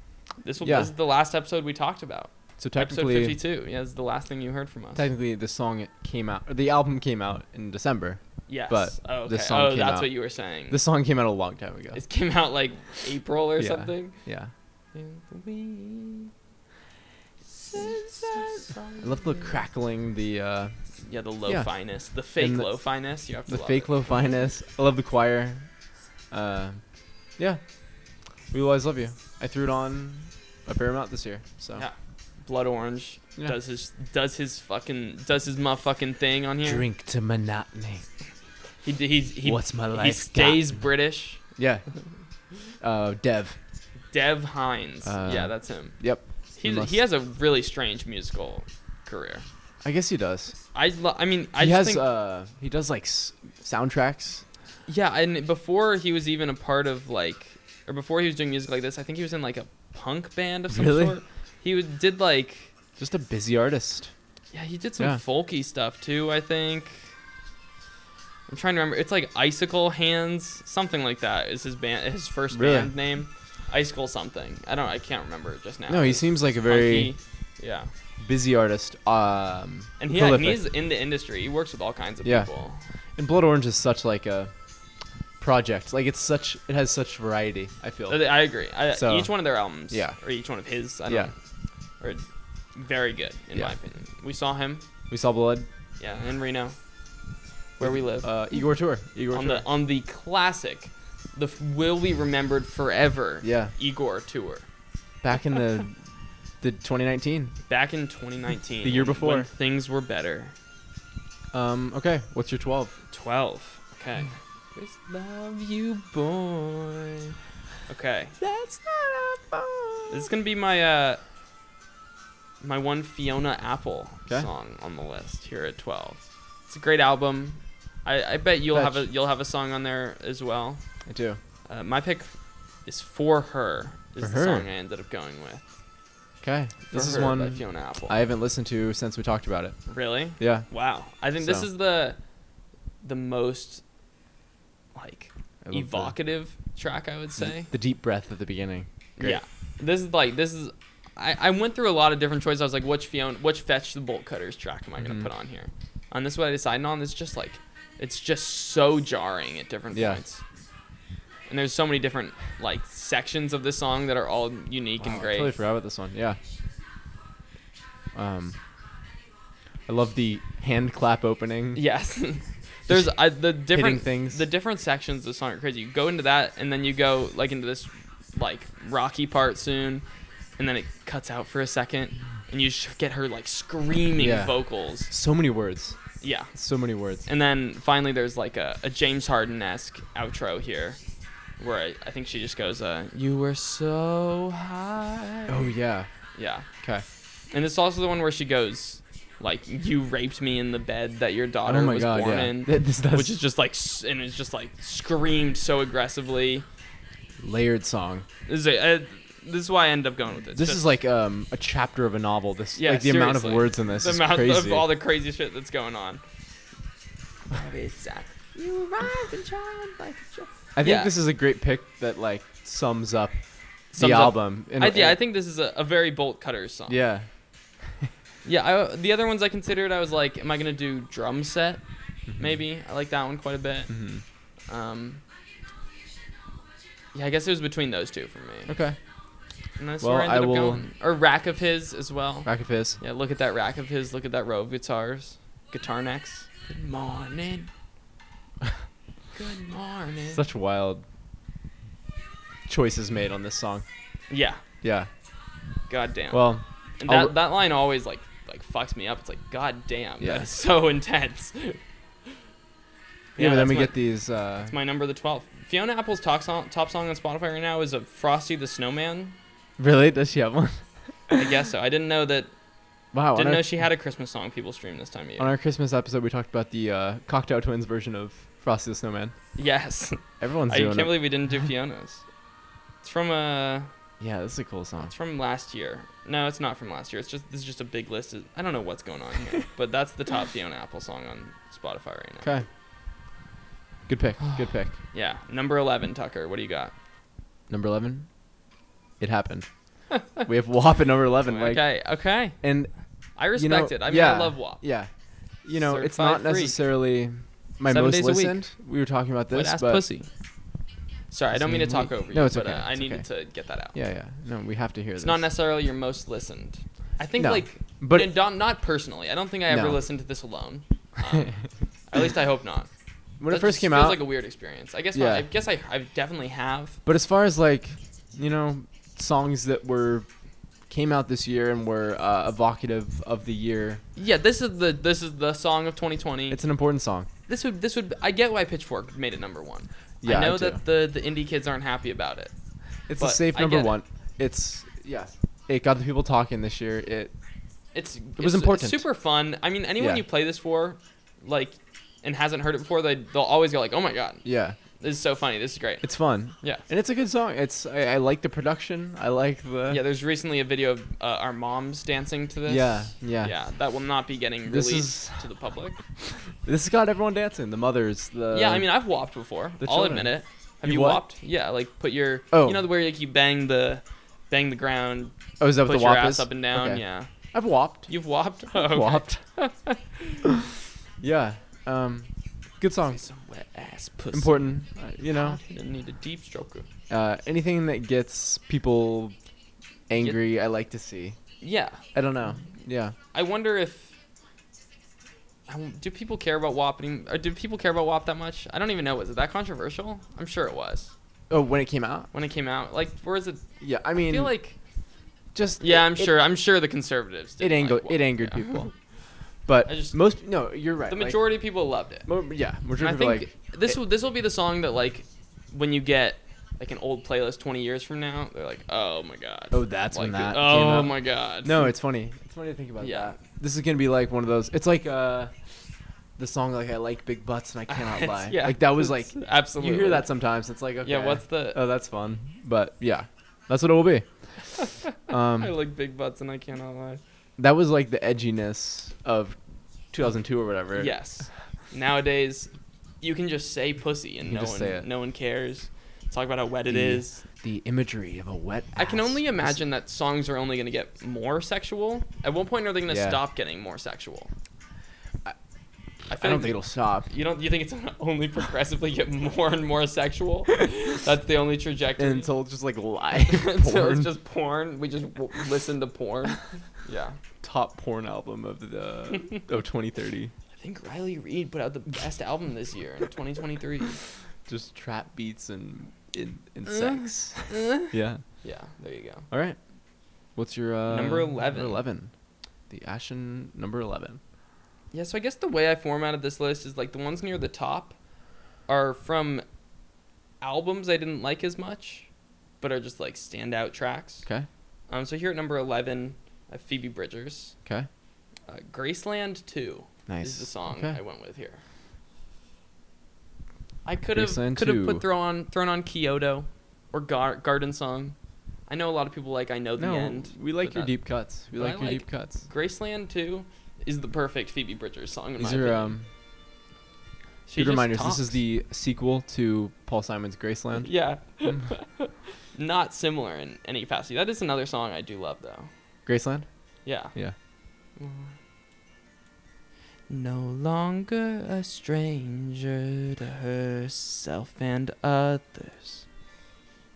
Speaker 2: This will
Speaker 3: Yeah.
Speaker 2: this is the last episode we talked about.
Speaker 3: so
Speaker 2: Episode
Speaker 3: technically,
Speaker 2: 52. Yeah, this is the last thing you heard from us.
Speaker 3: technically the song came out or the album came out in december
Speaker 2: Yes.
Speaker 3: but
Speaker 2: oh, okay.
Speaker 3: this song
Speaker 2: oh,
Speaker 3: came
Speaker 2: that's
Speaker 3: out-
Speaker 2: what you were saying.
Speaker 3: this song came out a long time ago
Speaker 2: it came out like April or
Speaker 3: Yeah.
Speaker 2: something.
Speaker 3: yeah
Speaker 2: I
Speaker 3: i love the crackling the uh
Speaker 2: Yeah, the low
Speaker 3: Yeah.
Speaker 2: finest, the fake
Speaker 3: And the-
Speaker 2: low finest. You have to
Speaker 3: the
Speaker 2: love
Speaker 3: fake
Speaker 2: it.
Speaker 3: low fineness i love the choir uh yeah we will always love you i threw it on a fair amount this year so
Speaker 2: Yeah. blood orange
Speaker 3: Yeah.
Speaker 2: does his does his fucking does his motherfucking thing on here.
Speaker 4: Drink to monotony.
Speaker 2: He d- he's, he
Speaker 4: What's my
Speaker 2: he
Speaker 4: life
Speaker 2: stays British.
Speaker 3: yeah uh dev
Speaker 2: Dev Hines.
Speaker 3: Uh,
Speaker 2: yeah, that's him.
Speaker 3: yep
Speaker 2: He
Speaker 3: must-
Speaker 2: he has a really strange musical career.
Speaker 3: i guess he does
Speaker 2: I lo- I mean I
Speaker 3: he
Speaker 2: just
Speaker 3: has
Speaker 2: think
Speaker 3: uh he does like s- soundtracks
Speaker 2: Yeah, and before he was even a part of like, or before he was doing music like this, I think he was in like a punk band of some
Speaker 3: Really?
Speaker 2: sort. He was, did like
Speaker 3: Just a busy artist.
Speaker 2: Yeah, he did some
Speaker 3: Yeah.
Speaker 2: folky stuff too, I think. I'm trying to remember. It's like Icicle Hands, something like that is his band his first
Speaker 3: Really?
Speaker 2: band name. Icicle something. I don't I can't remember it just now.
Speaker 3: No, he seems like a very
Speaker 2: Funky. Yeah.
Speaker 3: busy artist. Um,
Speaker 2: And he, and
Speaker 3: prolific.
Speaker 2: he's in the industry. He works with all kinds of
Speaker 3: Yeah.
Speaker 2: people.
Speaker 3: and Blood Orange is such like a project. Like it's such it has such variety. I feel.
Speaker 2: Oh, I I agree. I,
Speaker 3: So-
Speaker 2: each one of their albums,
Speaker 3: Yeah.
Speaker 2: or each one of his, I don't
Speaker 3: Yeah.
Speaker 2: know, are very good in
Speaker 3: Yeah.
Speaker 2: my opinion. We saw him,
Speaker 3: We saw Blood.
Speaker 2: yeah, in Reno, where we live,
Speaker 3: Uh, Igor tour. Igor
Speaker 2: on
Speaker 3: tour.
Speaker 2: the on the classic, the f- will be remembered forever.
Speaker 3: Yeah.
Speaker 2: Igor tour
Speaker 3: back in the the 2019.
Speaker 2: back in 2019,
Speaker 3: The year
Speaker 2: when-
Speaker 3: before.
Speaker 2: when things were better.
Speaker 3: Um, okay, what's your 12?
Speaker 2: 12. Okay.
Speaker 3: Hmm.
Speaker 2: Just love you, boy. Okay.
Speaker 3: That's not a phone.
Speaker 2: This is gonna be my uh my one Fiona Apple
Speaker 3: 'Kay.
Speaker 2: song on the list here at twelve. It's a great album. I, I bet you'll have a
Speaker 3: Fetch.
Speaker 2: you'll have a song on there as well.
Speaker 3: I do.
Speaker 2: Uh, my pick is for her. Is
Speaker 3: For
Speaker 2: the
Speaker 3: Her.
Speaker 2: song I ended up going with.
Speaker 3: Okay,
Speaker 2: For
Speaker 3: this is
Speaker 2: Her by
Speaker 3: one
Speaker 2: Fiona Apple.
Speaker 3: I haven't listened to since we talked about it.
Speaker 2: really?
Speaker 3: Yeah,
Speaker 2: Wow. I think this
Speaker 3: So.
Speaker 2: is the the most like
Speaker 3: I love the-
Speaker 2: evocative track I would say.
Speaker 3: the deep breath at the beginning. Great.
Speaker 2: Yeah. This is like this is I, I went through a lot of different choices. I was like, which Fiona which fetch the bolt cutters track am I gonna
Speaker 3: Mhm.
Speaker 2: put on here? And this is what I decided on. It's just like it's just so jarring at different
Speaker 3: Yeah.
Speaker 2: points. And there's so many different like sections of this song that are all unique
Speaker 3: Wow,
Speaker 2: and
Speaker 3: Oh, I
Speaker 2: great.
Speaker 3: totally forgot about this one. Yeah. Um, I love the hand clap opening.
Speaker 2: Yes. There's I, the different
Speaker 3: things.
Speaker 2: The different sections of the song are crazy. You go into that, and then you go like into this like rocky part soon, and then it cuts out for a second, and you sh- get her like screaming
Speaker 3: Yeah.
Speaker 2: vocals.
Speaker 3: So many words.
Speaker 2: Yeah.
Speaker 3: So many words.
Speaker 2: And then finally, there's like a, a James Harden esque outro here, where I, I think she just goes, uh, "You were so high."
Speaker 3: Oh yeah.
Speaker 2: Yeah.
Speaker 3: Okay.
Speaker 2: And it's also the one where she goes, like, "You raped me in the bed that your daughter
Speaker 3: Oh my
Speaker 2: was
Speaker 3: god.
Speaker 2: born
Speaker 3: Yeah.
Speaker 2: in."
Speaker 3: Th- This does
Speaker 2: which is just like s- and it's just like screamed so aggressively.
Speaker 3: layered song.
Speaker 2: This is, a, uh, this is why I ended up going with it.
Speaker 3: This is like um a chapter of a novel. This
Speaker 2: Yeah,
Speaker 3: like the amount of
Speaker 2: seriously.
Speaker 3: words in this
Speaker 2: the
Speaker 3: is
Speaker 2: amount
Speaker 3: crazy.
Speaker 2: of all the crazy shit that's going on. You rise and shine like a star.
Speaker 3: I think
Speaker 2: Yeah.
Speaker 3: this is a great pick that like sums up
Speaker 2: Sums
Speaker 3: the
Speaker 2: up-
Speaker 3: album. in
Speaker 2: I,
Speaker 3: a-
Speaker 2: yeah, I think this is a, a very bolt cutter song.
Speaker 3: yeah.
Speaker 2: yeah. I, the other ones I considered, I was like, am I gonna do drum set?
Speaker 3: Mm-hmm.
Speaker 2: Maybe I like that one quite a bit.
Speaker 3: Mhm.
Speaker 2: Um, yeah, I guess it was between those two for me.
Speaker 3: Okay.
Speaker 2: And that's
Speaker 3: Well,
Speaker 2: where I ended
Speaker 3: I
Speaker 2: up
Speaker 3: will-
Speaker 2: going. Or rack of his as well.
Speaker 3: Rack of Fizz.
Speaker 2: Yeah, look at that rack of his. Look at that row of guitars. Guitar necks. Good morning. Good morning.
Speaker 3: Such wild choices made on this song.
Speaker 2: yeah.
Speaker 3: Yeah.
Speaker 2: God damn.
Speaker 3: Well,
Speaker 2: and
Speaker 3: I'll-
Speaker 2: that, that line always like like fucks me up. It's like god damn.
Speaker 3: Yeah.
Speaker 2: That is so intense.
Speaker 3: yeah, but then
Speaker 2: that's
Speaker 3: we
Speaker 2: my,
Speaker 3: get these. Uh,
Speaker 2: that's my number the 12th. Fiona Apple's top song, top song on Spotify right now is a Frosty the Snowman.
Speaker 3: really? Does she have one?
Speaker 2: I guess so. I didn't know that
Speaker 3: Wow.
Speaker 2: didn't
Speaker 3: Oh, on,
Speaker 2: know
Speaker 3: our,
Speaker 2: she had a Christmas song people stream this time of year.
Speaker 3: on our Christmas episode, we talked about the uh, Cocktail Twins version of Frosty the Snowman.
Speaker 2: yes.
Speaker 3: Everyone's
Speaker 2: I
Speaker 3: doing
Speaker 2: can't
Speaker 3: it.
Speaker 2: believe we didn't do Fiona's. It's from uh
Speaker 3: yeah, this is a cool song.
Speaker 2: It's from last year. No, it's not from last year. It's just this is just a big list. Of, I don't know what's going on here, but that's the top Fiona Apple song on Spotify right now.
Speaker 3: Okay. Good pick. Good pick.
Speaker 2: Yeah, number eleven, Tucker. What do you got?
Speaker 3: Number eleven. It happened. we have WAP at number eleven. Like,
Speaker 2: okay, okay.
Speaker 3: and
Speaker 2: I
Speaker 3: you know,
Speaker 2: respect it. I mean,
Speaker 3: yeah,
Speaker 2: I love WAP.
Speaker 3: Yeah. You know, it's
Speaker 2: Certified
Speaker 3: not
Speaker 2: freak.
Speaker 3: necessily my
Speaker 2: Seven
Speaker 3: most
Speaker 2: days a week.
Speaker 3: listened. We were talking about
Speaker 2: Wet
Speaker 3: this,
Speaker 2: ass
Speaker 3: but
Speaker 2: pussy. Sorry, I don't mean to talk over you.
Speaker 3: No, it's
Speaker 2: but,
Speaker 3: okay,
Speaker 2: Uh, I
Speaker 3: it's
Speaker 2: needed to get that out.
Speaker 3: yeah, yeah. No, we have to hear
Speaker 2: It's
Speaker 3: this.
Speaker 2: not necessarily your most listened. I think
Speaker 3: No,
Speaker 2: like,
Speaker 3: but-
Speaker 2: but not not personally. I don't think I ever
Speaker 3: No.
Speaker 2: listened to this alone. Um, at least I hope not.
Speaker 3: when
Speaker 2: That
Speaker 3: it first
Speaker 2: just
Speaker 3: came
Speaker 2: feels
Speaker 3: out.
Speaker 2: like a weird experience. I guess.
Speaker 3: Yeah.
Speaker 2: I guess I, I definitely have.
Speaker 3: but as far as like, you know, songs that were came out this year and were uh, evocative of the year,
Speaker 2: Yeah, this is the this is the song of 2020.
Speaker 3: it's an important song.
Speaker 2: this would this would I get why Pitchfork made it number one.
Speaker 3: Yeah,
Speaker 2: I
Speaker 3: I
Speaker 2: know
Speaker 3: do.
Speaker 2: that the the indie kids aren't happy about it.
Speaker 3: It's
Speaker 2: But
Speaker 3: a safe
Speaker 2: I
Speaker 3: number
Speaker 2: get it.
Speaker 3: one. It's yeah. It got the people talking this year. It
Speaker 2: It's it
Speaker 3: was important.
Speaker 2: super fun. I mean, anyone
Speaker 3: Yeah.
Speaker 2: you play this for, like, and hasn't heard it before, they they'll always go like, oh my god,
Speaker 3: yeah.
Speaker 2: This is so funny. This is great.
Speaker 3: It's fun.
Speaker 2: Yeah.
Speaker 3: And it's a good song. It's I, I like the production. I like the
Speaker 2: Yeah, there's recently a video of uh, our moms dancing to this.
Speaker 3: Yeah, yeah.
Speaker 2: Yeah, that will not be getting
Speaker 3: This
Speaker 2: released
Speaker 3: is-
Speaker 2: to the public.
Speaker 3: This has got everyone dancing. The mothers. The
Speaker 2: yeah, I mean, I've whopped before.
Speaker 3: the
Speaker 2: I'll
Speaker 3: children.
Speaker 2: admit it. Have
Speaker 3: You
Speaker 2: you,
Speaker 3: what?
Speaker 2: whopped? Yeah, like put your
Speaker 3: Oh.
Speaker 2: you know the where like you bang the bang the ground,
Speaker 3: oh, is that
Speaker 2: put
Speaker 3: what the
Speaker 2: your
Speaker 3: wop
Speaker 2: ass
Speaker 3: is?
Speaker 2: up and down.
Speaker 3: Okay.
Speaker 2: Yeah,
Speaker 3: I've whopped.
Speaker 2: you've whopped. Oh, okay.
Speaker 3: Whopped. yeah. Um, good song.
Speaker 2: Some wet ass pussy.
Speaker 3: Important. Uh, you know,
Speaker 2: I need a deep stroker.
Speaker 3: uh, anything that gets people angry, I like to see.
Speaker 2: Yeah,
Speaker 3: I don't know. Yeah.
Speaker 2: I wonder if. I won- Do people care about WAP? any- Or did people care about WAP that much? I don't even know. Was it that controversial? I'm sure it was
Speaker 3: Oh, when it came out.
Speaker 2: when it came out. Like, where is it?
Speaker 3: Yeah. I
Speaker 2: I
Speaker 3: mean,
Speaker 2: feel like
Speaker 3: just
Speaker 2: yeah,
Speaker 3: it-
Speaker 2: I'm
Speaker 3: it-
Speaker 2: sure. I'm sure the conservatives.
Speaker 3: It
Speaker 2: Didn't
Speaker 3: angered.
Speaker 2: like WAP,
Speaker 3: it angered
Speaker 2: yeah.
Speaker 3: people. But
Speaker 2: I just-
Speaker 3: most no, you're right.
Speaker 2: the
Speaker 3: like,
Speaker 2: majority of people loved it.
Speaker 3: mo- yeah,
Speaker 2: And
Speaker 3: majority
Speaker 2: I
Speaker 3: of people
Speaker 2: think
Speaker 3: like
Speaker 2: this will this will be the song that like when you get like an old playlist 20 years from now, they're like, oh my god.
Speaker 3: Oh, that's when
Speaker 2: Like,
Speaker 3: that came
Speaker 2: Oh
Speaker 3: out.
Speaker 2: my god.
Speaker 3: No, it's funny. It's funny to think about
Speaker 2: Yeah.
Speaker 3: that. This is gonna be like one of those. It's like uh, the song like I like big butts and I cannot
Speaker 2: It's-
Speaker 3: lie.
Speaker 2: yeah,
Speaker 3: Like that was like
Speaker 2: it's- absolutely.
Speaker 3: you hear that sometimes. It's like okay.
Speaker 2: Yeah, what's the-
Speaker 3: Oh, that's fun. But yeah, that's what it will be.
Speaker 2: I
Speaker 3: Um,
Speaker 2: like big butts and I cannot lie.
Speaker 3: that was like the edginess of 2002 or whatever.
Speaker 2: Yes. Nowadays, you can just say pussy and
Speaker 3: You
Speaker 2: no
Speaker 3: just
Speaker 2: one
Speaker 3: say it.
Speaker 2: no one cares. Talk about how wet it
Speaker 3: The-
Speaker 2: is.
Speaker 3: The imagery of a wet.
Speaker 2: I can
Speaker 3: ass
Speaker 2: only
Speaker 3: is-
Speaker 2: imagine that songs are only going to get more sexual. At one point, are they going to
Speaker 3: Yeah.
Speaker 2: stop getting more sexual? feel
Speaker 3: I don't
Speaker 2: like
Speaker 3: think it'll stop.
Speaker 2: You don't. You think it's gonna only progressively get more and more sexual? That's the only trajectory.
Speaker 3: Until it's just like live
Speaker 2: Until
Speaker 3: porn.
Speaker 2: it's just porn. We just w- listen to porn. Yeah.
Speaker 3: top porn album of the of 2030.
Speaker 2: I think Riley Reid put out the best album this year in 2023.
Speaker 3: Just trap beats and in and
Speaker 2: Uh,
Speaker 3: sex.
Speaker 2: yeah.
Speaker 3: yeah.
Speaker 2: There you go.
Speaker 3: All right. What's your uh,
Speaker 2: Number 11.
Speaker 3: Eleven. The Ashen number eleven.
Speaker 2: Yeah. So I guess the way I formatted this list is like the ones near the top are from albums I didn't like as much, but are just like standout tracks.
Speaker 3: Okay.
Speaker 2: Um. So here at number 11, I have Phoebe Bridgers,
Speaker 3: Okay.
Speaker 2: uh, Graceland 2.
Speaker 3: Nice.
Speaker 2: is the song
Speaker 3: Okay.
Speaker 2: I went with here. I could have
Speaker 3: Graceland
Speaker 2: could have
Speaker 3: 2.
Speaker 2: put throw on thrown on Kyoto or gar- Garden Song. I know a lot of people like I know Oh, the
Speaker 3: no,
Speaker 2: end.
Speaker 3: we like
Speaker 2: but
Speaker 3: your
Speaker 2: that-
Speaker 3: deep cuts. We
Speaker 2: but I
Speaker 3: like your
Speaker 2: like-
Speaker 3: deep cuts.
Speaker 2: Graceland 2 is the perfect Phoebe Bridgers song in
Speaker 3: These
Speaker 2: my
Speaker 3: are
Speaker 2: opinion.
Speaker 3: um.
Speaker 2: She
Speaker 3: Good
Speaker 2: just
Speaker 3: reminders. This
Speaker 2: talks.
Speaker 3: is the uh, sequel to Paul Simon's Graceland.
Speaker 2: Yeah. Not similar in any capacity. That is another song I do love though.
Speaker 3: Graceland.
Speaker 2: Yeah.
Speaker 3: Yeah.
Speaker 2: No longer a stranger to herself and others.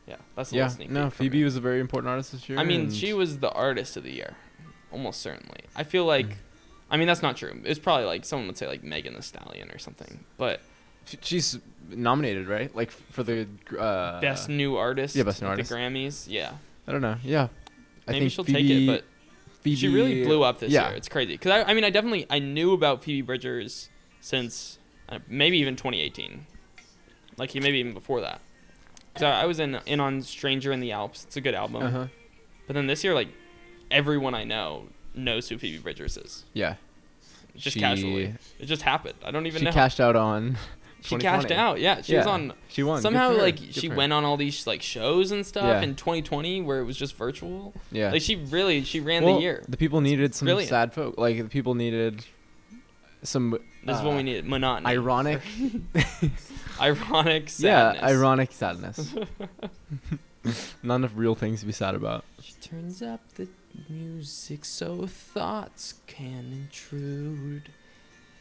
Speaker 2: Yeah, that's a
Speaker 3: Yeah.
Speaker 2: little sneak
Speaker 3: No,
Speaker 2: peek for
Speaker 3: Phoebe
Speaker 2: me.
Speaker 3: was a very important artist this year.
Speaker 2: I mean,
Speaker 3: and-
Speaker 2: she was the artist of the year, almost certainly. I feel
Speaker 3: Hmm.
Speaker 2: like, I mean, that's not true. It's probably like someone would say like Megan the Stallion or something, but
Speaker 3: She- She's nominated, right? Like f- for the uh,
Speaker 2: best new artist.
Speaker 3: yeah, best new
Speaker 2: at
Speaker 3: artist.
Speaker 2: The Grammys. Yeah,
Speaker 3: I don't know. Yeah. I
Speaker 2: maybe
Speaker 3: think
Speaker 2: she'll
Speaker 3: Phoebe-
Speaker 2: take it, but
Speaker 3: Phoebe,
Speaker 2: she really blew up this
Speaker 3: yeah.
Speaker 2: year. It's crazy because I, I mean, I definitely I knew about Phoebe Bridgers since uh, maybe even 2018, like he maybe even before that. Because I, I was in in on Stranger in the Alps. It's a good album,
Speaker 3: Uh huh.
Speaker 2: but then this year, like everyone I know knows who Phoebe Bridgers is.
Speaker 3: Yeah.
Speaker 2: just
Speaker 3: She-
Speaker 2: casually. It just happened. I don't even
Speaker 3: she
Speaker 2: know.
Speaker 3: cashed out on.
Speaker 2: she cashed
Speaker 3: 2020.
Speaker 2: out. Yeah, she was
Speaker 3: Yeah,
Speaker 2: on
Speaker 3: She won. Good
Speaker 2: somehow
Speaker 3: for her.
Speaker 2: like
Speaker 3: Good
Speaker 2: she
Speaker 3: for her.
Speaker 2: went on all these like shows and stuff
Speaker 3: Yeah.
Speaker 2: in 2020 where it was just virtual.
Speaker 3: Yeah.
Speaker 2: Like she really she ran
Speaker 3: Well,
Speaker 2: the year.
Speaker 3: The people needed some
Speaker 2: brilliant.
Speaker 3: sad folk. Like the people needed some.
Speaker 2: This is what we
Speaker 3: uh,
Speaker 2: needed. Monotony.
Speaker 3: Ironic.
Speaker 2: ironic
Speaker 3: yeah,
Speaker 2: sadness.
Speaker 3: ironic sadness. Not enough real things to be sad about.
Speaker 2: She turns up the music so thoughts can intrude.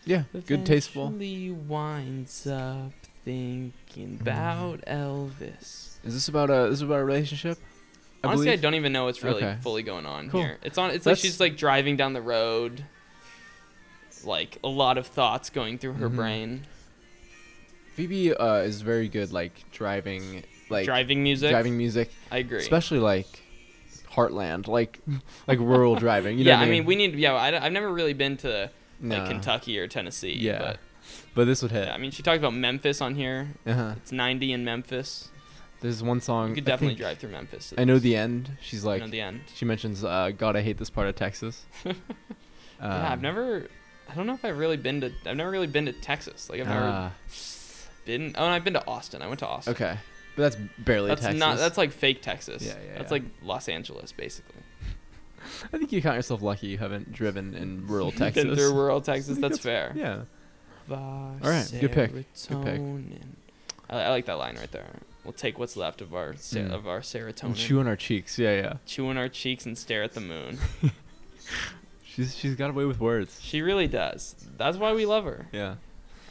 Speaker 3: Yeah, good, tasteful.
Speaker 2: Eventually winds up
Speaker 3: Hmm.
Speaker 2: thinking about Elvis.
Speaker 3: Is this about a? This is about a relationship? I
Speaker 2: Honestly, I
Speaker 3: believe?
Speaker 2: don't even know what's really
Speaker 3: Okay.
Speaker 2: fully going on
Speaker 3: Cool.
Speaker 2: here. It's on. It's like
Speaker 3: That's-
Speaker 2: she's like driving down the road, like a lot of thoughts going through her
Speaker 3: Mhm.
Speaker 2: brain.
Speaker 3: Phoebe uh, is very good, like driving, like
Speaker 2: driving music.
Speaker 3: driving music,
Speaker 2: I agree.
Speaker 3: especially like heartland, like like rural driving. You know
Speaker 2: yeah,
Speaker 3: what
Speaker 2: I mean, we need. Yeah, I, have never really been to like
Speaker 3: Nah.
Speaker 2: Kentucky or Tennessee.
Speaker 3: Yeah,
Speaker 2: but,
Speaker 3: but this would hit.
Speaker 2: yeah, I mean, she talked about Memphis on here.
Speaker 3: uh-huh.
Speaker 2: It's 90 in Memphis.
Speaker 3: There's one song.
Speaker 2: You could
Speaker 3: Um, I
Speaker 2: definitely
Speaker 3: think-
Speaker 2: drive through Memphis.
Speaker 3: I know the end. She's
Speaker 2: I
Speaker 3: like,
Speaker 2: know the end.
Speaker 3: she mentions, uh, God, I hate this part of Texas.
Speaker 2: yeah, I've
Speaker 3: Um,
Speaker 2: never. I don't know if I've really been to. I've never really been to Texas. Like I've never.
Speaker 3: ah.
Speaker 2: been. Oh, and I've been to Austin. I went to Austin.
Speaker 3: Okay, but that's barely
Speaker 2: That's
Speaker 3: Texas.
Speaker 2: not. That's like fake Texas.
Speaker 3: Yeah, yeah,
Speaker 2: That's
Speaker 3: yeah.
Speaker 2: like Los Angeles, basically.
Speaker 3: I think you count yourself lucky you haven't driven in rural Texas.
Speaker 2: Been through rural
Speaker 3: I
Speaker 2: Texas.
Speaker 3: think
Speaker 2: That's fair.
Speaker 3: Yeah.
Speaker 2: All
Speaker 3: right, good pick, good pick.
Speaker 2: I, I like that line right there. We'll take what's left of our ser-
Speaker 3: Mm.
Speaker 2: of our
Speaker 3: And
Speaker 2: serotonin,
Speaker 3: chew on our cheeks. Yeah, yeah.
Speaker 2: chew on our cheeks and stare at the moon.
Speaker 3: She's she's got away with words.
Speaker 2: she really does. That's why we love her.
Speaker 3: Yeah.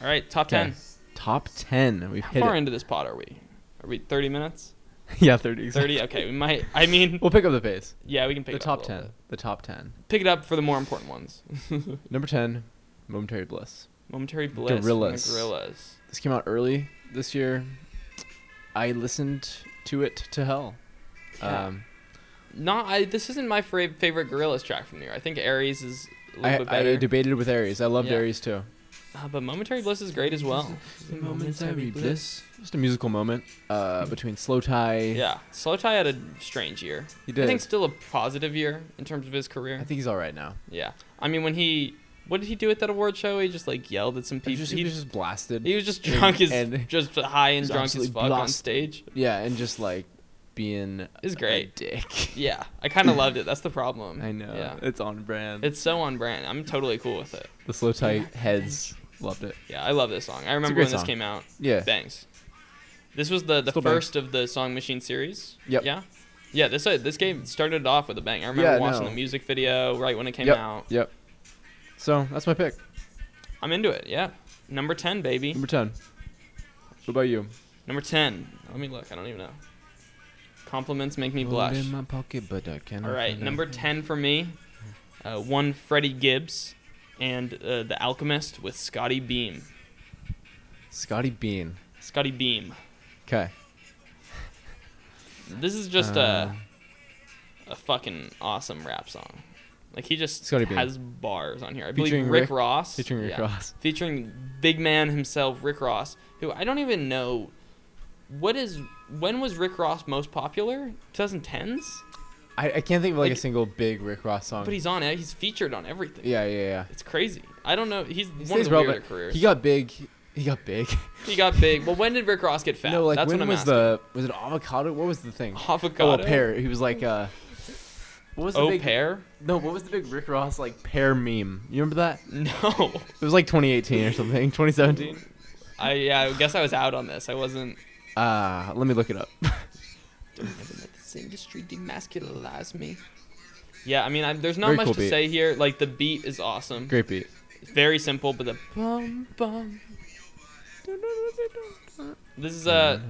Speaker 2: All right, top
Speaker 3: Okay.
Speaker 2: ten.
Speaker 3: Top ten. We've
Speaker 2: How
Speaker 3: hit
Speaker 2: far
Speaker 3: it.
Speaker 2: into this pod are we? Are we thirty minutes?
Speaker 3: yeah, thirty.
Speaker 2: Thirty. Okay, we might. I mean,
Speaker 3: We'll pick up the pace.
Speaker 2: yeah, we can pick
Speaker 3: the
Speaker 2: it up a
Speaker 3: top
Speaker 2: little
Speaker 3: ten.
Speaker 2: bit.
Speaker 3: The top ten.
Speaker 2: Pick it up for the more important ones.
Speaker 3: Number ten, momentary bliss.
Speaker 2: Momentary bliss. from the
Speaker 3: Gorillas.
Speaker 2: Gorillas.
Speaker 3: This came out early this year. I listened to it to hell.
Speaker 2: Yeah.
Speaker 3: Um,
Speaker 2: Not. I, this isn't my fra- favorite Gorillas track from the year. I think Aries is a little
Speaker 3: I,
Speaker 2: bit better.
Speaker 3: I debated with Aries. I loved
Speaker 2: Yeah.
Speaker 3: Aries too.
Speaker 2: Uh, but Momentary Bliss is great as well.
Speaker 3: Momentary bliss. Just a musical moment uh, between Slow Tie.
Speaker 2: Yeah, Slow Tie had a strange year.
Speaker 3: He
Speaker 2: I
Speaker 3: did.
Speaker 2: think still a positive year in terms of his career.
Speaker 3: I think he's all right now.
Speaker 2: yeah. I mean, when he, what did he do at that award show? He just like yelled at some
Speaker 3: He,
Speaker 2: people.
Speaker 3: just,
Speaker 2: he,
Speaker 3: he was just blasted.
Speaker 2: he was just drunk as,
Speaker 3: and-
Speaker 2: just high and
Speaker 3: He's
Speaker 2: drunk as
Speaker 3: absolutely
Speaker 2: fuck on
Speaker 3: blasted.
Speaker 2: stage.
Speaker 3: yeah, and just like being
Speaker 2: It's
Speaker 3: a
Speaker 2: great.
Speaker 3: dick.
Speaker 2: Yeah, I kind of loved it. That's the problem.
Speaker 3: I know.
Speaker 2: Yeah,
Speaker 3: It's on brand.
Speaker 2: it's so on brand. I'm totally cool with it.
Speaker 3: the Slow Tie heads loved it.
Speaker 2: Yeah, I love this song. I remember
Speaker 3: great
Speaker 2: when this
Speaker 3: song.
Speaker 2: came out.
Speaker 3: Yeah.
Speaker 2: Bangs. This was the the
Speaker 3: Still bangs.
Speaker 2: first of the Song Machine series.
Speaker 3: Yep.
Speaker 2: Yeah. Yeah. This uh, this game started it off with a bang. I remember
Speaker 3: Yeah,
Speaker 2: watching
Speaker 3: no.
Speaker 2: the music video right when it came
Speaker 3: yep.
Speaker 2: out.
Speaker 3: Yep. So that's my pick.
Speaker 2: I'm into it. Yeah. Number ten, baby.
Speaker 3: Number ten. What about you?
Speaker 2: Number ten. Let me look. I don't even know. Compliments make me blush.
Speaker 3: my pocket, but I cannot
Speaker 2: All right.
Speaker 3: find it.
Speaker 2: Number ten for me. Uh, one Freddie Gibbs, and uh, The Alchemist with Scotty Beam.
Speaker 3: Scotty Bean.
Speaker 2: Scotty Beam.
Speaker 3: Okay.
Speaker 2: This is just
Speaker 3: Uh.
Speaker 2: a a fucking awesome rap song. Like he just
Speaker 3: It's gotta be.
Speaker 2: has bars on here. I believe
Speaker 3: Featuring
Speaker 2: Rick,
Speaker 3: Rick-
Speaker 2: Ross.
Speaker 3: featuring Rick
Speaker 2: yeah,
Speaker 3: Ross.
Speaker 2: Featuring big man himself, Rick Ross, who I don't even know what is when was Rick Ross most popular? 2010s?
Speaker 3: I, I can't think of like,
Speaker 2: Like-
Speaker 3: a single big Rick Ross song.
Speaker 2: But he's on it. He's featured on everything.
Speaker 3: Um, yeah, yeah, yeah.
Speaker 2: It's crazy. I don't know. He's
Speaker 3: He
Speaker 2: one of
Speaker 3: stays
Speaker 2: the
Speaker 3: relevant.
Speaker 2: weirder careers.
Speaker 3: He got big. He got big.
Speaker 2: He got big. Well, when did Rick Ross get fat?
Speaker 3: No, like
Speaker 2: That's
Speaker 3: when
Speaker 2: what I'm
Speaker 3: was
Speaker 2: asking.
Speaker 3: the was it avocado? What was the thing?
Speaker 2: avocado?
Speaker 3: Oh, a pear. He was like uh. What was the
Speaker 2: Oh,
Speaker 3: big
Speaker 2: pear?
Speaker 3: No, what was the big Rick Ross like pear meme? You remember that?
Speaker 2: No.
Speaker 3: It was like 2018 or something, 2017.
Speaker 2: I yeah, I guess I was out on this. I wasn't
Speaker 3: Uh, let me look it up.
Speaker 2: Don't ever let this industry demasculinize me. Yeah, I mean, I, there's not
Speaker 3: Very
Speaker 2: much
Speaker 3: cool
Speaker 2: to
Speaker 3: beat.
Speaker 2: say here. Like the beat is awesome.
Speaker 3: Great beat.
Speaker 2: It's very simple, but the bum bum. This is a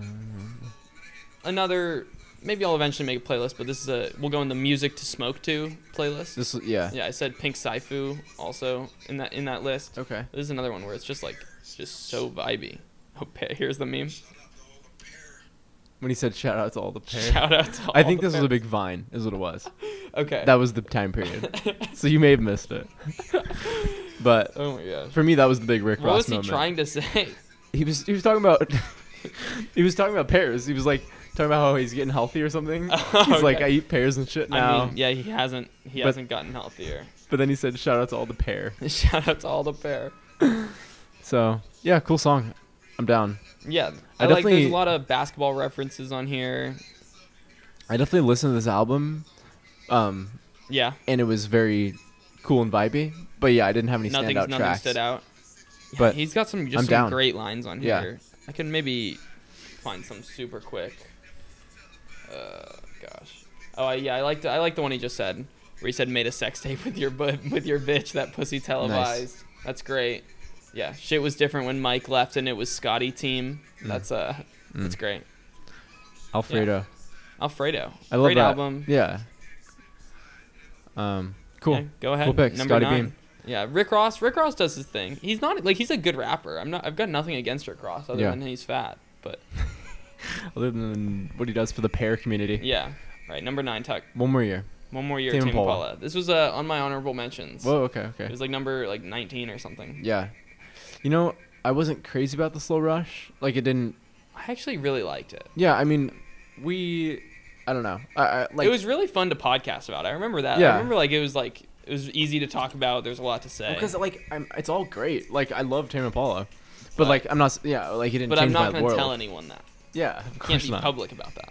Speaker 2: another. Maybe I'll eventually make a playlist, but this is a we'll go in the music to smoke to playlist.
Speaker 3: This yeah.
Speaker 2: yeah, I said Pink Saifu also in that in that list.
Speaker 3: Okay.
Speaker 2: This is another one where it's just like it's just so vibey. Oh, pa- here's the meme.
Speaker 3: When he said shout out to all the pear.
Speaker 2: Shout out to.
Speaker 3: I
Speaker 2: all
Speaker 3: think
Speaker 2: the
Speaker 3: this was
Speaker 2: pa-
Speaker 3: a big vine, is what it was.
Speaker 2: Okay.
Speaker 3: That was the time period. so you may have missed it. but
Speaker 2: oh my gosh.
Speaker 3: for me, that was the big Rick
Speaker 2: What
Speaker 3: Ross
Speaker 2: was he
Speaker 3: moment.
Speaker 2: trying to say?
Speaker 3: He was he was talking about he was talking about pears. He was like talking about how he's getting healthy or something.
Speaker 2: Oh,
Speaker 3: He's like,
Speaker 2: okay.
Speaker 3: I eat pears and shit now.
Speaker 2: I mean, yeah, he hasn't he
Speaker 3: But-
Speaker 2: hasn't gotten healthier.
Speaker 3: But then he said shout out to all the pear.
Speaker 2: Shout out to all the pair.
Speaker 3: So yeah, cool song. I'm down.
Speaker 2: Yeah, I,
Speaker 3: I
Speaker 2: like. There's
Speaker 3: definitely-
Speaker 2: a lot of basketball references on here.
Speaker 3: I definitely listened to this album, um,
Speaker 2: Yeah,
Speaker 3: and it was very cool and vibey. But yeah, I didn't have any
Speaker 2: nothing's
Speaker 3: standout
Speaker 2: nothing
Speaker 3: tracks.
Speaker 2: stood out. Yeah,
Speaker 3: But
Speaker 2: he's got some just
Speaker 3: I'm
Speaker 2: some
Speaker 3: down.
Speaker 2: great lines on
Speaker 3: Yeah.
Speaker 2: here. I can maybe find some super quick. Uh, gosh. Oh, I, yeah, I liked I like the one he just said where he said made a sex tape with your bu- with your bitch that pussy televised. That's great. Yeah, shit was different when Mike left and it was Scotty team.
Speaker 3: Mm.
Speaker 2: That's uh, that's great.
Speaker 3: Alfredo,
Speaker 2: Alfredo.
Speaker 3: I love
Speaker 2: Great
Speaker 3: that
Speaker 2: album.
Speaker 3: Yeah. Um, cool.
Speaker 2: Yeah, go ahead.
Speaker 3: Cool pick.
Speaker 2: Number
Speaker 3: Scotty
Speaker 2: nine.
Speaker 3: Beam.
Speaker 2: Yeah, Rick Ross. Rick Ross does his thing. He's not like he's a good rapper. I'm not. I've got nothing against Rick Ross other
Speaker 3: Yeah.
Speaker 2: than he's fat. But
Speaker 3: Other than what he does for the pear community.
Speaker 2: yeah, right. Number nine, Tuck.
Speaker 3: One more year.
Speaker 2: One more year,
Speaker 3: Tame
Speaker 2: Tame
Speaker 3: Impala.
Speaker 2: Impala. This was uh, on my honorable mentions.
Speaker 3: Whoa. Okay.
Speaker 2: It
Speaker 3: Okay.
Speaker 2: was like number like 19 or something.
Speaker 3: Yeah. You know, I wasn't crazy about the slow rush. Like it didn't.
Speaker 2: I actually really liked it.
Speaker 3: Yeah. I mean, we. I don't know. I, I like.
Speaker 2: it was really fun to podcast about. I remember that. I
Speaker 3: Yeah.
Speaker 2: remember like it was like it was easy to talk about. There's a lot to say.
Speaker 3: because like I'm, it's all great. Like I love Tame Impala, But like I'm not s- yeah like it didn't
Speaker 2: But I'm
Speaker 3: change
Speaker 2: not
Speaker 3: my
Speaker 2: gonna
Speaker 3: world.
Speaker 2: tell anyone that.
Speaker 3: Yeah, of course
Speaker 2: Can't be
Speaker 3: not.
Speaker 2: public about that.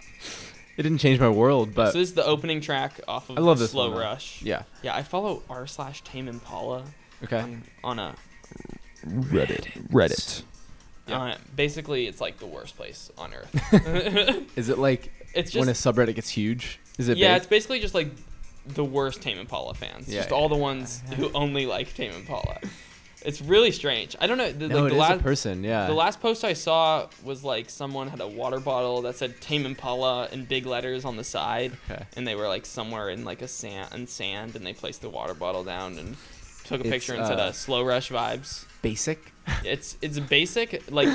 Speaker 3: It didn't change my world, but
Speaker 2: so this is the opening track off of
Speaker 3: I love this
Speaker 2: Slow
Speaker 3: one, though.
Speaker 2: Rush.
Speaker 3: yeah.
Speaker 2: Yeah, I follow r slash Tame Impala
Speaker 3: Okay.
Speaker 2: on, on a
Speaker 4: Reddit. Reddit.
Speaker 3: Yeah.
Speaker 2: on a, basically it's like the worst place on earth.
Speaker 3: Is it like
Speaker 2: it's just
Speaker 3: when a subreddit gets huge? Is it
Speaker 2: yeah,
Speaker 3: big?
Speaker 2: it's basically just like the worst Tame Impala fans.
Speaker 3: Yeah,
Speaker 2: just
Speaker 3: yeah,
Speaker 2: all the ones who only like Tame Impala. It's really strange. I don't know. The,
Speaker 3: no,
Speaker 2: like,
Speaker 3: it
Speaker 2: the
Speaker 3: is
Speaker 2: last
Speaker 3: a person. Yeah.
Speaker 2: the last post I saw was like someone had a water bottle that said Tame Impala in big letters on the side,
Speaker 3: Okay.
Speaker 2: and they were like somewhere in like a sand and sand, and they placed the water bottle down and took a
Speaker 3: It's,
Speaker 2: picture and said
Speaker 3: uh,
Speaker 2: uh, "Slow Rush vibes."
Speaker 3: Basic.
Speaker 2: It's it's basic. Like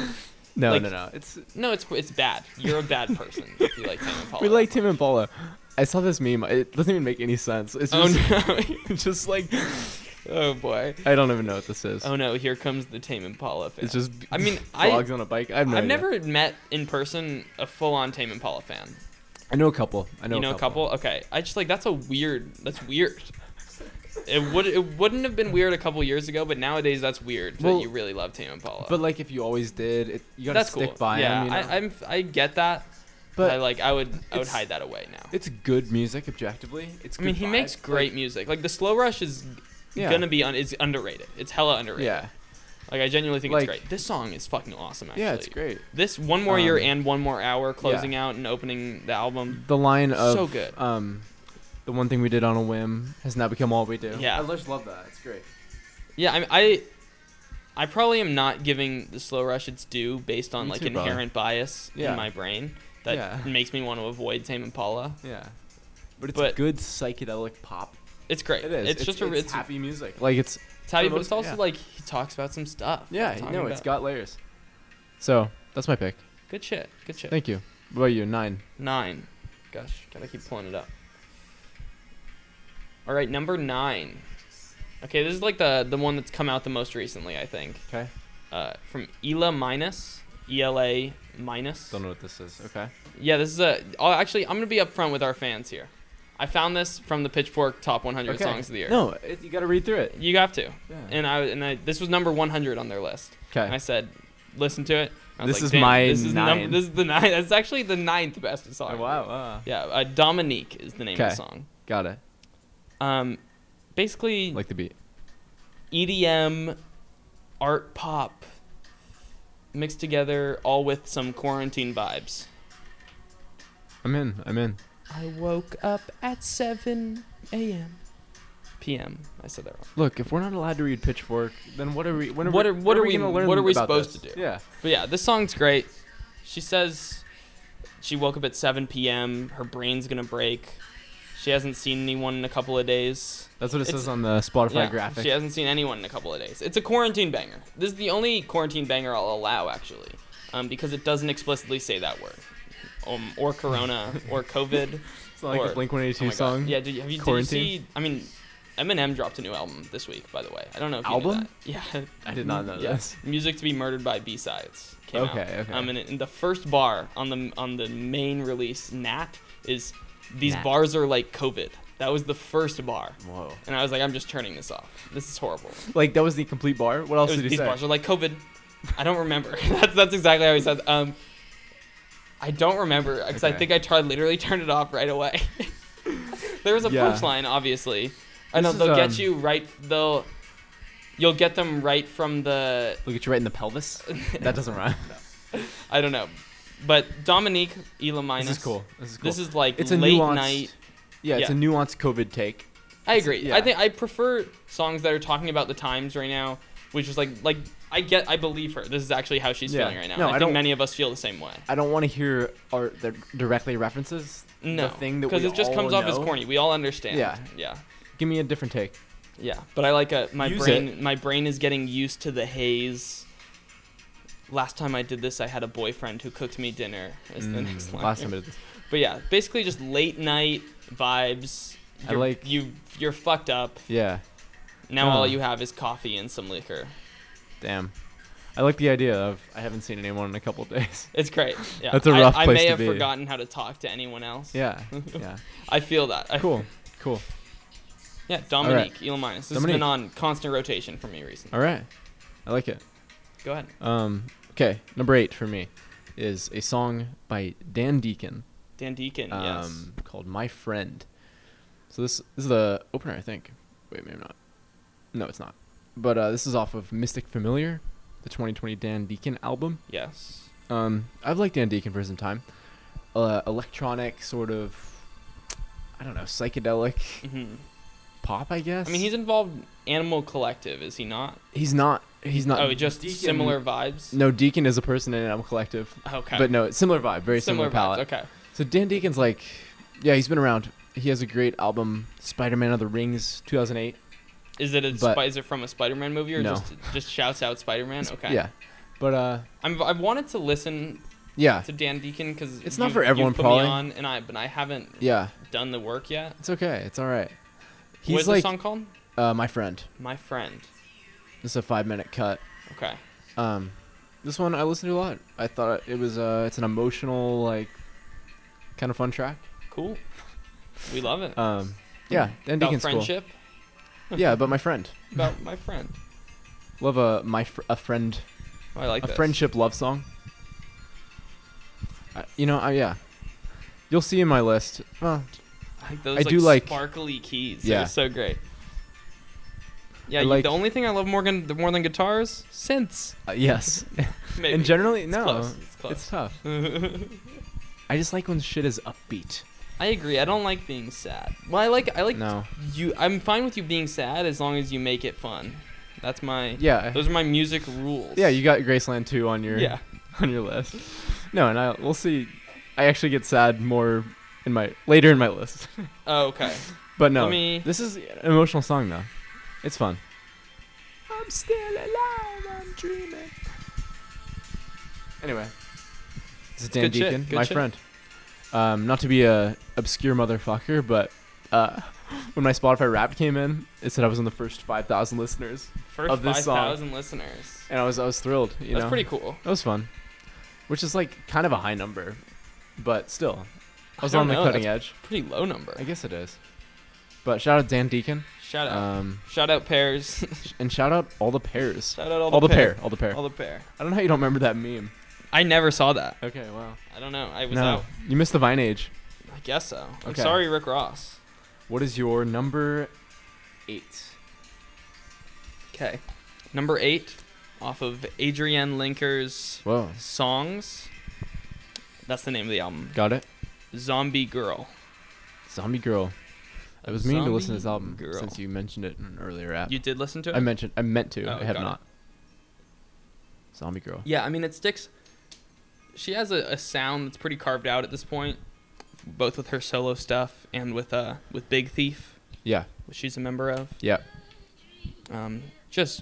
Speaker 3: No,
Speaker 2: Like-
Speaker 3: no, no. It's
Speaker 2: no, it's it's bad. You're a bad person if you like Tame Impala.
Speaker 3: we like Tim and Paula. I saw this meme. It doesn't even make any sense. It's
Speaker 2: Oh
Speaker 3: just,
Speaker 2: no!
Speaker 3: it's just like
Speaker 2: oh boy!
Speaker 3: I don't even know what this is.
Speaker 2: Oh no! Here comes the Tame Impala fan.
Speaker 3: It's just
Speaker 2: I mean, I-
Speaker 3: frogs on a bike. I have no
Speaker 2: I've
Speaker 3: idea.
Speaker 2: never met in person a full-on Tame Impala fan.
Speaker 3: I know a couple. I know.
Speaker 2: you know a couple. Okay, I just like that's a weird. That's weird. It would it wouldn't have been weird a couple years ago, but nowadays that's weird
Speaker 3: Well,
Speaker 2: that you really love Tame Impala.
Speaker 3: But like, if you always did, it, you gotta
Speaker 2: that's
Speaker 3: stick
Speaker 2: cool.
Speaker 3: by 'em,
Speaker 2: yeah,
Speaker 3: you know?
Speaker 2: I, I'm I get that, but,
Speaker 3: but
Speaker 2: I like I would I would
Speaker 3: it's-
Speaker 2: hide that away now.
Speaker 3: it's good music objectively. It's.
Speaker 2: I mean,
Speaker 3: good
Speaker 2: he makes
Speaker 3: vibes,
Speaker 2: great
Speaker 3: like-
Speaker 2: music. Like the Slow Rush is
Speaker 3: Yeah.
Speaker 2: gonna be un- is underrated. It's hella underrated.
Speaker 3: yeah.
Speaker 2: Like I genuinely think
Speaker 3: Like-
Speaker 2: it's great. This song is fucking awesome. Actually.
Speaker 3: Yeah, it's great.
Speaker 2: This one more year
Speaker 3: Um,
Speaker 2: and one more hour closing out and opening the album.
Speaker 3: The line of
Speaker 2: So good.
Speaker 3: Um, the one thing we did on a whim has now become all we do.
Speaker 2: Yeah.
Speaker 3: I just love that. It's great.
Speaker 2: Yeah, I, I, I probably am not giving the slow rush its due based on
Speaker 3: Me
Speaker 2: like
Speaker 3: too, brother.
Speaker 2: inherent bias
Speaker 3: Yeah.
Speaker 2: in my brain that
Speaker 3: Yeah.
Speaker 2: makes me want to avoid Tame Impala.
Speaker 3: Yeah. But it's
Speaker 2: But-
Speaker 3: good psychedelic pop.
Speaker 2: It's great.
Speaker 3: It is.
Speaker 2: It's, just a it's,
Speaker 3: happy music. Like it's
Speaker 2: it's happy,
Speaker 3: for the
Speaker 2: but it's
Speaker 3: most-
Speaker 2: also
Speaker 3: yeah.
Speaker 2: like he talks about some stuff.
Speaker 3: yeah,
Speaker 2: Talking
Speaker 3: no, it's
Speaker 2: about-
Speaker 3: got layers. So that's my pick.
Speaker 2: good shit. Good shit.
Speaker 3: Thank you. What about you? Nine.
Speaker 2: Nine. Gosh, gotta keep pulling it up. All right, number nine. Okay, this is like the the one that's come out the most recently, I think.
Speaker 3: Okay.
Speaker 2: Uh, from Ela minus, E L A minus.
Speaker 3: Don't know what this is. Okay.
Speaker 2: Yeah, this is a. Oh, actually, I'm gonna be upfront with our fans here. I found this from the Pitchfork Top 100
Speaker 3: okay.
Speaker 2: Songs of the Year.
Speaker 3: No, it, you got to read through it.
Speaker 2: you have to.
Speaker 3: Yeah.
Speaker 2: And I and I this was number 100 on their list.
Speaker 3: Okay.
Speaker 2: And I said, listen to it. I was
Speaker 3: This
Speaker 2: like,
Speaker 3: is
Speaker 2: "Damn,
Speaker 3: my
Speaker 2: this is num-
Speaker 3: nine."
Speaker 2: this is the nine. That's actually the ninth best song.
Speaker 3: wow. wow.
Speaker 2: Yeah, uh, Dominique is the name of
Speaker 3: Okay.
Speaker 2: the song.
Speaker 3: Got it.
Speaker 2: Um, basically
Speaker 3: Like the beat.
Speaker 2: EDM, art pop, mixed together, all with some quarantine vibes.
Speaker 3: I'm in. I'm in.
Speaker 2: I woke up at 7 a.m. p.m. I said that wrong.
Speaker 3: Look, if we're not allowed to read Pitchfork, then what are we? When are
Speaker 2: What
Speaker 3: we,
Speaker 2: are- what are we-
Speaker 3: gonna learn
Speaker 2: what are we
Speaker 3: about
Speaker 2: supposed
Speaker 3: this?
Speaker 2: to do?
Speaker 3: Yeah.
Speaker 2: But yeah, this song's great. She says she woke up at 7 p.m. Her brain's gonna break. She hasn't seen anyone in a couple of days.
Speaker 3: That's what it
Speaker 2: It's-
Speaker 3: says on the Spotify
Speaker 2: Yeah,
Speaker 3: graphic.
Speaker 2: She hasn't seen anyone in a couple of days. It's a quarantine banger. This is the only quarantine banger I'll allow, actually, um, because it doesn't explicitly say that word, um, or Corona, or COVID.
Speaker 3: It's not like
Speaker 2: or-
Speaker 3: the Blink
Speaker 2: Oh my
Speaker 3: 182
Speaker 2: God.
Speaker 3: song.
Speaker 2: Yeah, did you, have you, did you
Speaker 3: Quarantine?
Speaker 2: see? I mean, Eminem dropped a new album this week, by the way. I don't know if you
Speaker 3: Album?
Speaker 2: Knew that. Yeah.
Speaker 3: I did not know
Speaker 2: Yes.
Speaker 3: this.
Speaker 2: Music to be murdered by B sides. Came out.
Speaker 3: Okay, okay.
Speaker 2: Um, and in the first bar on the on the main release, Nat is these
Speaker 3: Nat.
Speaker 2: bars are like COVID. That was the first bar.
Speaker 3: Whoa.
Speaker 2: And I was like, I'm just turning this off. This is horrible.
Speaker 3: Like that was the complete bar. What
Speaker 2: It
Speaker 3: else
Speaker 2: was,
Speaker 3: did he
Speaker 2: these
Speaker 3: say?
Speaker 2: bars are like COVID. I don't remember. that's that's exactly how he said. Um, I don't remember because I
Speaker 3: Okay.
Speaker 2: think I tried literally turned it off right away. there was a
Speaker 3: Yeah.
Speaker 2: punchline, obviously. I know
Speaker 3: This is,
Speaker 2: they'll
Speaker 3: um,
Speaker 2: get you right. They'll you'll get them right from the.
Speaker 3: Look at you right in the pelvis. that doesn't rhyme.
Speaker 2: I don't know, but Dominique Elaminus.
Speaker 3: This is cool. This is cool.
Speaker 2: This is like
Speaker 3: it's a
Speaker 2: late
Speaker 3: nuanced.
Speaker 2: night.
Speaker 3: Yeah, it's
Speaker 2: yeah.
Speaker 3: a nuanced COVID take.
Speaker 2: I agree.
Speaker 3: yeah.
Speaker 2: I think I prefer songs that are talking about the times right now, which is like like I get I believe her. This is actually how she's
Speaker 3: Yeah.
Speaker 2: feeling right now.
Speaker 3: No,
Speaker 2: I,
Speaker 3: I
Speaker 2: think
Speaker 3: don't-
Speaker 2: many of us feel the same way.
Speaker 3: I don't want to hear art that directly references
Speaker 2: No,
Speaker 3: the thing that
Speaker 2: because
Speaker 3: we
Speaker 2: it just
Speaker 3: all
Speaker 2: comes off as
Speaker 3: know.
Speaker 2: corny. We all understand.
Speaker 3: Yeah.
Speaker 2: yeah,
Speaker 3: Give me a different take.
Speaker 2: yeah. But I like a my
Speaker 3: Use
Speaker 2: brain. My brain is getting used to the haze. Last time I did this, I had a boyfriend who cooked me dinner. Is the
Speaker 3: Mm,
Speaker 2: next line.
Speaker 3: Last time it,
Speaker 2: But yeah, basically just late night vibes.
Speaker 3: I
Speaker 2: You're-
Speaker 3: like-
Speaker 2: you. You're fucked up.
Speaker 3: yeah,
Speaker 2: Now
Speaker 3: Oh.
Speaker 2: all you have is coffee and some liquor.
Speaker 3: damn. I like the idea of I haven't seen anyone in a couple days.
Speaker 2: It's great. Yeah.
Speaker 3: That's a
Speaker 2: I-
Speaker 3: rough
Speaker 2: I,
Speaker 3: place
Speaker 2: may
Speaker 3: to
Speaker 2: have
Speaker 3: be.
Speaker 2: forgotten how to talk to anyone else.
Speaker 3: Yeah, yeah.
Speaker 2: I feel that. I,
Speaker 3: Cool, cool.
Speaker 2: Yeah, Dominique, Elon Minus. This has
Speaker 3: Dominique.
Speaker 2: been on constant rotation for me recently.
Speaker 3: All right, I like it.
Speaker 2: Go ahead.
Speaker 3: Um, okay, number eight for me is a song by Dan Deacon
Speaker 2: Dan Deacon,
Speaker 3: um,
Speaker 2: yes.
Speaker 3: called My Friend. So this, this is the opener, I think. Wait, maybe not. No, it's not. But uh, this is off of Mystic Familiar, the 2020 Dan Deacon album.
Speaker 2: Yes.
Speaker 3: Um, I've liked Dan Deacon for some time. Uh, electronic sort of, I don't know, psychedelic
Speaker 2: hmm
Speaker 3: pop, I guess.
Speaker 2: I mean, he's involved Animal Collective, is he not?
Speaker 3: he's not he's not.
Speaker 2: oh, just
Speaker 3: Deacon-
Speaker 2: similar vibes.
Speaker 3: No, Deacon is a person in Animal Collective,
Speaker 2: Okay.
Speaker 3: but no, similar vibe, very similar,
Speaker 2: vibes,
Speaker 3: palette.
Speaker 2: Okay.
Speaker 3: So Dan Deacon's like, yeah, he's been around. He has a great album, Spider-Man of the Rings, 2008.
Speaker 2: Is it a
Speaker 3: But-
Speaker 2: spi- is it from a Spider-Man movie or
Speaker 3: No.
Speaker 2: just just shouts out Spider-Man? Okay.
Speaker 3: Yeah, but uh,
Speaker 2: I'm, I wanted to listen
Speaker 3: yeah,
Speaker 2: to Dan Deacon because
Speaker 3: It's not for everyone,
Speaker 2: put
Speaker 3: probably.
Speaker 2: Me on and I, but I haven't
Speaker 3: yeah,
Speaker 2: done the work yet.
Speaker 3: it's okay, it's all right. He's
Speaker 2: What's
Speaker 3: like
Speaker 2: the song called?
Speaker 3: Uh, my friend.
Speaker 2: My friend.
Speaker 3: It's a five-minute cut.
Speaker 2: Okay.
Speaker 3: Um, this one I listened to a lot. I thought it was uh, it's an emotional like, kind of fun track.
Speaker 2: Cool. We love it.
Speaker 3: Um, yeah, Dan
Speaker 2: About
Speaker 3: Deacon's cool.
Speaker 2: friendship.
Speaker 3: Yeah, but my friend.
Speaker 2: About my friend.
Speaker 3: Love a my fr- a friend
Speaker 2: Oh, I like
Speaker 3: a
Speaker 2: this.
Speaker 3: friendship love song. I, you know, I, yeah. You'll see in my list. Well,
Speaker 2: Like those,
Speaker 3: I do like-
Speaker 2: sparkly keys.
Speaker 3: Yeah.
Speaker 2: They're so great. Yeah,
Speaker 3: I
Speaker 2: you-
Speaker 3: like-
Speaker 2: the only thing I love more than, more than guitars, synths.
Speaker 3: uh, yes.
Speaker 2: Maybe.
Speaker 3: and generally,
Speaker 2: It's
Speaker 3: no,
Speaker 2: close, it's
Speaker 3: it's,
Speaker 2: close.
Speaker 3: tough. I just like when shit is upbeat.
Speaker 2: I agree. I don't like being sad. Well, I like I like
Speaker 3: No.
Speaker 2: you. I'm fine with you being sad as long as you make it fun. That's my
Speaker 3: Yeah.
Speaker 2: Those are my music rules.
Speaker 3: Yeah, you got Graceland 2 on your
Speaker 2: Yeah.
Speaker 3: on your list. No, and I we'll see. I actually get sad more in my later in my list.
Speaker 2: Oh, okay.
Speaker 3: But no,
Speaker 2: Let me-
Speaker 3: this is an emotional song though. It's fun. I'm still alive. I'm dreaming. Anyway, this is Dan
Speaker 2: good shit,
Speaker 3: Deacon,
Speaker 2: good
Speaker 3: my
Speaker 2: shit.
Speaker 3: friend. Um, not to be a obscure motherfucker, but uh, when my Spotify rap came in, it said I was on the first five thousand listeners,
Speaker 2: First
Speaker 3: Of this
Speaker 2: five
Speaker 3: song.
Speaker 2: thousand listeners.
Speaker 3: and I was I was thrilled. You
Speaker 2: That's
Speaker 3: know,
Speaker 2: pretty cool.
Speaker 3: That was fun, which is like kind of a high number, but still, I
Speaker 2: I
Speaker 3: was
Speaker 2: don't
Speaker 3: on the
Speaker 2: know,
Speaker 3: cutting
Speaker 2: that's
Speaker 3: edge.
Speaker 2: Pretty low number.
Speaker 3: I guess it is. But shout out Dan Deacon.
Speaker 2: Shout out.
Speaker 3: Um,
Speaker 2: Shout out pairs.
Speaker 3: And shout out all the pairs.
Speaker 2: Shout out all,
Speaker 3: All the
Speaker 2: pair.
Speaker 3: pair. All the pair.
Speaker 2: All the pair.
Speaker 3: I don't know how you don't remember that meme.
Speaker 2: I never saw that.
Speaker 3: Okay, wow.
Speaker 2: I don't know. I was
Speaker 3: No,
Speaker 2: out.
Speaker 3: you missed the Vine Age.
Speaker 2: I guess so. I'm
Speaker 3: Okay.
Speaker 2: sorry, Rick Ross.
Speaker 3: What is your number eight?
Speaker 2: Okay. Number eight, off of Adrienne Linker's
Speaker 3: Whoa.
Speaker 2: songs. That's the name of the album.
Speaker 3: Got it.
Speaker 2: Zombie Girl.
Speaker 3: Zombie Girl. I was meaning to listen to this album
Speaker 2: Zombie Girl.
Speaker 3: since you mentioned it in an earlier app.
Speaker 2: You did listen to it.
Speaker 3: I mentioned. I meant to.
Speaker 2: Oh,
Speaker 3: I have
Speaker 2: got it.
Speaker 3: not. Zombie Girl.
Speaker 2: Yeah, I mean it sticks. She has a, a sound that's pretty carved out at this point, both with her solo stuff and with uh with Big Thief,
Speaker 3: Yeah.
Speaker 2: which she's a member of.
Speaker 3: Yeah.
Speaker 2: Um, just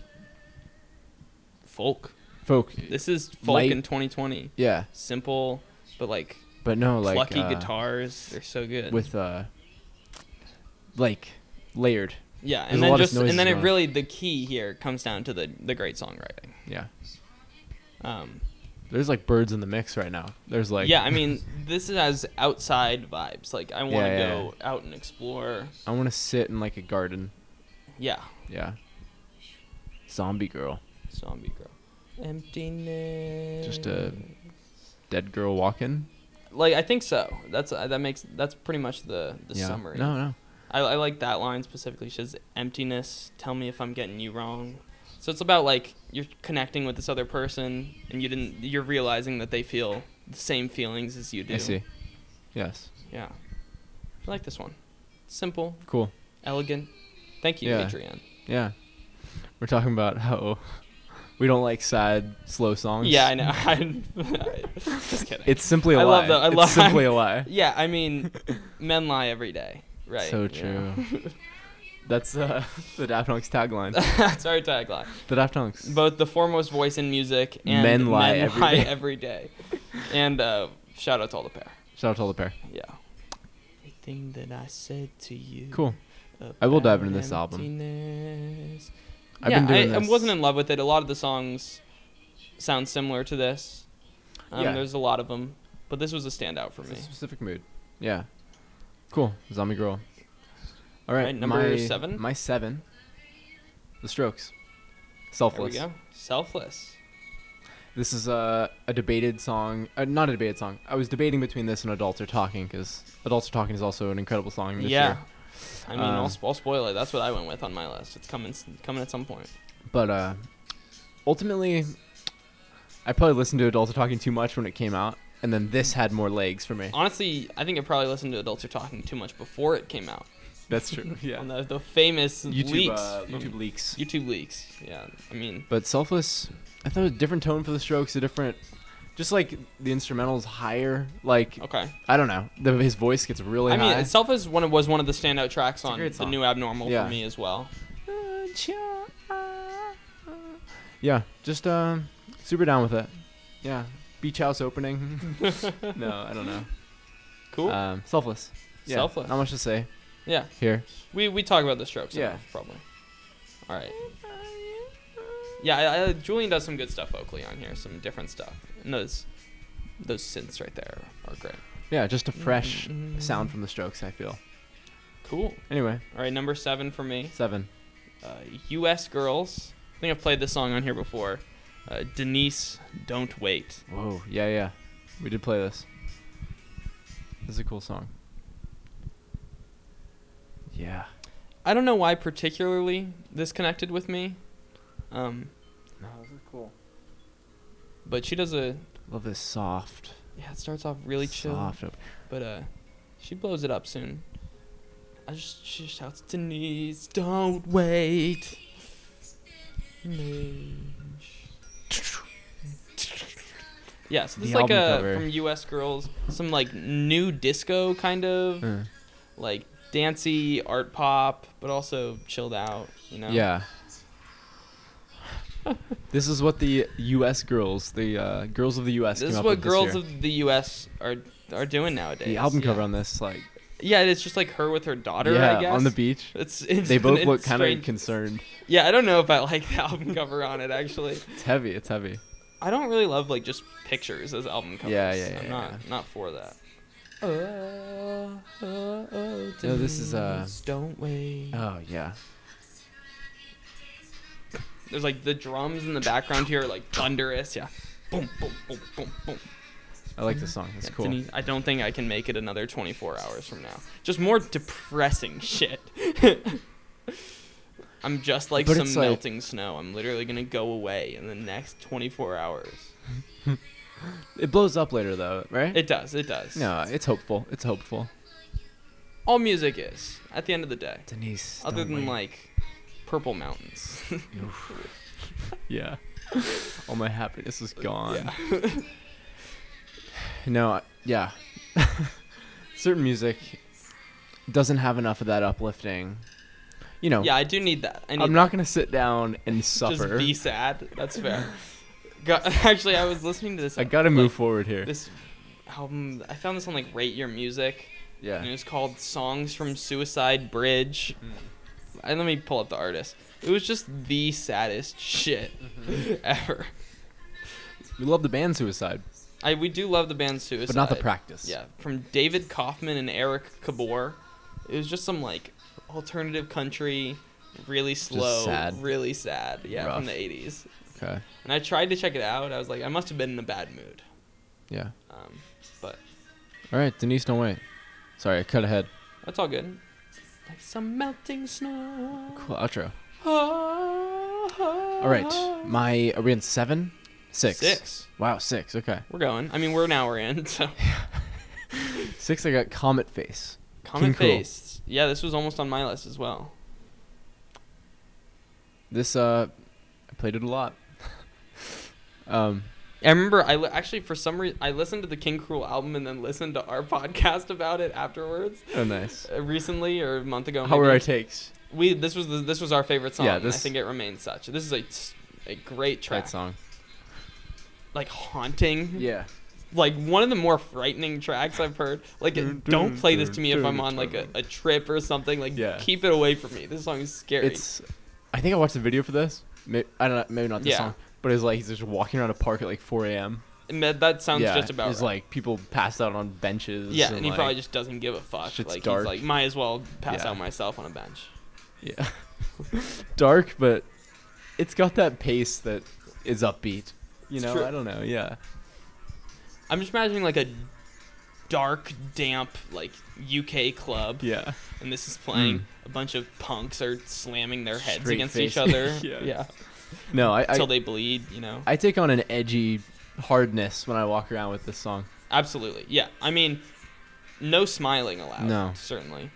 Speaker 2: folk.
Speaker 3: Folk.
Speaker 2: This is folk
Speaker 3: Light.
Speaker 2: in 2020.
Speaker 3: Yeah.
Speaker 2: Simple, but like,
Speaker 3: But no, like
Speaker 2: plucky
Speaker 3: uh,
Speaker 2: guitars. They're so good.
Speaker 3: with uh, like layered.
Speaker 2: yeah,
Speaker 3: there's a
Speaker 2: and then
Speaker 3: lot of
Speaker 2: just and
Speaker 3: noises
Speaker 2: then it
Speaker 3: going on.
Speaker 2: really the key here comes down to the the great songwriting.
Speaker 3: Yeah.
Speaker 2: Um,
Speaker 3: There's like birds in the mix right now. There's like
Speaker 2: yeah, I mean this has outside vibes. Like I want to
Speaker 3: Yeah, yeah,
Speaker 2: go out and explore.
Speaker 3: I want to sit in like a garden.
Speaker 2: Yeah.
Speaker 3: Yeah. Zombie girl.
Speaker 2: Zombie girl. Emptiness.
Speaker 3: Just uh, a- Dead girl walking.
Speaker 2: like I think so. That's uh, that makes that's pretty much the the
Speaker 3: yeah.
Speaker 2: summary.
Speaker 3: No, no.
Speaker 2: I, I like that line specifically. She says emptiness. Tell me if I'm getting you wrong. So it's about like you're connecting with this other person and you didn't you're realizing that they feel the same feelings as you do.
Speaker 3: I see. Yes.
Speaker 2: Yeah. I like this one. Simple,
Speaker 3: Cool.
Speaker 2: elegant. Thank you,
Speaker 3: Yeah.
Speaker 2: Adrian.
Speaker 3: Yeah. We're talking about how we don't like sad, slow songs.
Speaker 2: Yeah, I know. I, just kidding.
Speaker 3: It's simply a
Speaker 2: I
Speaker 3: lie.
Speaker 2: love that- I love-
Speaker 3: It's simply a lie.
Speaker 2: yeah, I mean, men lie every day, right?
Speaker 3: So
Speaker 2: you know?
Speaker 3: That's uh, the Daft Punk's tagline.
Speaker 2: That's our tagline.
Speaker 3: the Daft Punk's.
Speaker 2: Both the foremost voice in music and
Speaker 3: Men lie every
Speaker 2: lie
Speaker 3: day.
Speaker 2: every day. And uh, shout out to all the pair.
Speaker 3: Shout out to all the pair.
Speaker 2: Yeah. Everything that I said to you.
Speaker 3: Cool. I will dive into this album. I've
Speaker 2: yeah,
Speaker 3: been doing
Speaker 2: I,
Speaker 3: this.
Speaker 2: I wasn't in love with it. A lot of the songs sound similar to this. Um,
Speaker 3: Yeah.
Speaker 2: There's a lot of them, but this was a standout for
Speaker 3: It's
Speaker 2: me.
Speaker 3: a specific mood. Yeah. Cool. Zombie girl. All right.
Speaker 2: Alright, number
Speaker 3: my-
Speaker 2: seven?
Speaker 3: My seven. The Strokes.
Speaker 2: There we
Speaker 3: Selfless.
Speaker 2: go. Selfless.
Speaker 3: This is a, a debated song, uh, not a debated song. I was debating between this and Adults Are Talking because Adults Are Talking is also an incredible song this
Speaker 2: yeah.
Speaker 3: year.
Speaker 2: I mean,
Speaker 3: Um,
Speaker 2: I'll, sp- I'll spoil it. That's what I went with on my list. It's coming s- coming at some point.
Speaker 3: But uh, ultimately, I probably listened to Adults Are Talking too much when it came out, and then this had more legs for me.
Speaker 2: Honestly, I think I probably listened to Adults Are Talking too much before it came out.
Speaker 3: That's true.
Speaker 2: On
Speaker 3: Yeah.
Speaker 2: the, the famous
Speaker 3: YouTube
Speaker 2: leaks.
Speaker 3: Uh,
Speaker 2: from-
Speaker 3: YouTube leaks.
Speaker 2: YouTube leaks. Yeah. I mean,
Speaker 3: But Selfless, I thought it was a different tone for the Strokes, a different, just like the instrumentals higher. Like
Speaker 2: okay.
Speaker 3: I don't know, the, his voice gets really
Speaker 2: I mean,
Speaker 3: high.
Speaker 2: Self is one of, was one of the standout tracks on
Speaker 3: great
Speaker 2: the
Speaker 3: song.
Speaker 2: new Abnormal
Speaker 3: Yeah.
Speaker 2: for me as well.
Speaker 3: yeah, just um, super down with it. Yeah, Beach House opening. no, I don't know.
Speaker 2: Cool.
Speaker 3: Um, selfless. Yeah,
Speaker 2: Selfless.
Speaker 3: Not much to say
Speaker 2: yeah.
Speaker 3: here.
Speaker 2: We we talk about the Strokes.
Speaker 3: Yeah.
Speaker 2: Yeah. probably. All right. Yeah, I, I, Julian does some good stuff vocally on here. Some different stuff. And those those synths right there are great.
Speaker 3: Yeah, just a fresh sound from the Strokes. I feel.
Speaker 2: Cool.
Speaker 3: Anyway,
Speaker 2: All right, number seven for me.
Speaker 3: seven.
Speaker 2: Uh, U.S. Girls. I think I've played this song on here before. Uh, Denise, don't wait.
Speaker 3: Whoa. Yeah, yeah. We did play this. This is a cool song. Yeah.
Speaker 2: I don't know why particularly this connected with me, um,
Speaker 3: No, this is cool.
Speaker 2: but she does a
Speaker 3: Love this soft,
Speaker 2: yeah. It starts off really chill,
Speaker 3: soft. Up.
Speaker 2: but uh, she blows it up soon. I just she just shouts Denise, don't wait. Yeah, so this is
Speaker 3: The
Speaker 2: like
Speaker 3: album
Speaker 2: a
Speaker 3: cover.
Speaker 2: from U.S. Girls, some like new disco kind of.
Speaker 3: Uh,
Speaker 2: like dancey art pop, but also chilled out. You know.
Speaker 3: Yeah. this is what the U.S. girls, the uh, girls of the U.S.
Speaker 2: This
Speaker 3: came
Speaker 2: is
Speaker 3: up
Speaker 2: what
Speaker 3: with this
Speaker 2: girls
Speaker 3: year.
Speaker 2: of the U.S. are are doing nowadays.
Speaker 3: the album
Speaker 2: yeah.
Speaker 3: cover on this, like
Speaker 2: Yeah, it's just like her with her daughter. I
Speaker 3: yeah,
Speaker 2: guess.
Speaker 3: on the beach.
Speaker 2: It's, it's
Speaker 3: They both
Speaker 2: it's
Speaker 3: look kind of
Speaker 2: strange.
Speaker 3: concerned.
Speaker 2: Yeah, I don't know if I like the album cover on it actually.
Speaker 3: It's heavy. It's heavy.
Speaker 2: I don't really love like just pictures as album covers.
Speaker 3: Yeah, yeah, yeah,
Speaker 2: I'm not not for that. Oh, oh, oh,
Speaker 3: No, this is, uh,
Speaker 2: Denise, Don't wait.
Speaker 3: Oh yeah.
Speaker 2: There's like the drums in the background here, are, like thunderous. Yeah. Boom, boom, boom, boom, boom.
Speaker 3: I like this song. It's
Speaker 2: Yeah,
Speaker 3: cool.
Speaker 2: Denise, I don't think I can make it another 24 hours from now. Just more depressing shit. I'm just like
Speaker 3: But
Speaker 2: some
Speaker 3: it's like-
Speaker 2: melting snow. I'm literally going to go away in the next 24 hours.
Speaker 3: It blows up later though, right?
Speaker 2: It does. It does.
Speaker 3: no, it's hopeful. It's hopeful.
Speaker 2: All music is at the end of the day.
Speaker 3: Denise.
Speaker 2: Other
Speaker 3: don't
Speaker 2: than
Speaker 3: wait.
Speaker 2: like Purple Mountains.
Speaker 3: Yeah. All my happiness is gone.
Speaker 2: Yeah.
Speaker 3: No, I- yeah. Certain music doesn't have enough of that uplifting. You know,
Speaker 2: yeah, I do need that. I need
Speaker 3: I'm not going to sit down and
Speaker 2: that. just
Speaker 3: suffer.
Speaker 2: be sad. That's fair. Go- Actually, I was listening to this.
Speaker 3: I got to
Speaker 2: like,
Speaker 3: move forward here.
Speaker 2: This album, I found this on like Rate Your Music.
Speaker 3: yeah.
Speaker 2: and it was called Songs from Suicide Bridge.
Speaker 3: Hmm.
Speaker 2: And let me pull up the artist. It was just the saddest shit
Speaker 3: Mm-hmm.
Speaker 2: ever.
Speaker 3: We love the band Suicide,
Speaker 2: I we do love the band Suicide,
Speaker 3: but not the practice.
Speaker 2: Yeah, from David Kaufman and Eric Kabor. It was just some like alternative country, really slow,
Speaker 3: sad.
Speaker 2: really sad. Yeah,
Speaker 3: Rough.
Speaker 2: from the '80s.
Speaker 3: Okay.
Speaker 2: And I tried to check it out. I was like, I must have been in a bad mood.
Speaker 3: Yeah.
Speaker 2: Um, but
Speaker 3: All right, Denise, don't wait. Sorry, I cut ahead.
Speaker 2: that's all good. Like some melting snow. Ah,
Speaker 3: Cool outro.
Speaker 2: All
Speaker 3: All right, my are we in seven, six?
Speaker 2: ah. Six.
Speaker 3: Wow, six. Okay.
Speaker 2: We're going. I mean, we're an hour in. So
Speaker 3: Six. I got Comet Face.
Speaker 2: common
Speaker 3: Cool.
Speaker 2: face. Yeah, this was almost on my list as well.
Speaker 3: This uh, I played it a lot. um,
Speaker 2: I remember. I li- actually, for some reason, I listened to the King Cruel album and then listened to our podcast about it afterwards.
Speaker 3: oh nice.
Speaker 2: uh, Recently or a month ago.
Speaker 3: How were our
Speaker 2: maybe.
Speaker 3: takes?
Speaker 2: we this was the, this was our favorite song.
Speaker 3: Yeah,
Speaker 2: and I
Speaker 3: this-
Speaker 2: think it remains such. This is a a great track.
Speaker 3: That song.
Speaker 2: Like haunting.
Speaker 3: Yeah.
Speaker 2: like one of the more frightening tracks I've heard. Like,
Speaker 3: Dun,
Speaker 2: don't
Speaker 3: dun,
Speaker 2: play this to
Speaker 3: dun,
Speaker 2: me if
Speaker 3: dun,
Speaker 2: I'm on like a, a trip or something. Like,
Speaker 3: Yeah.
Speaker 2: keep it away from me. This song is scary.
Speaker 3: It's. I think I watched a video for this. May I don't know. Maybe not this
Speaker 2: Yeah.
Speaker 3: song, but it's like he's just walking around a park at like 4 a.m.
Speaker 2: and that, that sounds
Speaker 3: yeah.
Speaker 2: just about
Speaker 3: It's
Speaker 2: right.
Speaker 3: like people passed out on benches.
Speaker 2: yeah, and, he
Speaker 3: like-
Speaker 2: probably just doesn't give a fuck.
Speaker 3: shit's
Speaker 2: Like,
Speaker 3: dark.
Speaker 2: he's like, might as well pass
Speaker 3: Yeah.
Speaker 2: out myself on a bench.
Speaker 3: Yeah. Dark, but it's got that pace that is upbeat. You
Speaker 2: It's
Speaker 3: know,
Speaker 2: true.
Speaker 3: I don't know. Yeah.
Speaker 2: I'm just imagining like a dark, damp, like UK club,
Speaker 3: Yeah.
Speaker 2: and this is playing.
Speaker 3: Mm.
Speaker 2: A bunch of punks are slamming their heads
Speaker 3: Straight
Speaker 2: against
Speaker 3: face.
Speaker 2: each other.
Speaker 3: Yeah.
Speaker 2: yeah.
Speaker 3: No, I
Speaker 2: Till
Speaker 3: I,
Speaker 2: they bleed, you know.
Speaker 3: I take on an edgy hardness when I walk around with this song.
Speaker 2: Absolutely. Yeah. I mean, no smiling allowed.
Speaker 3: No.
Speaker 2: Certainly.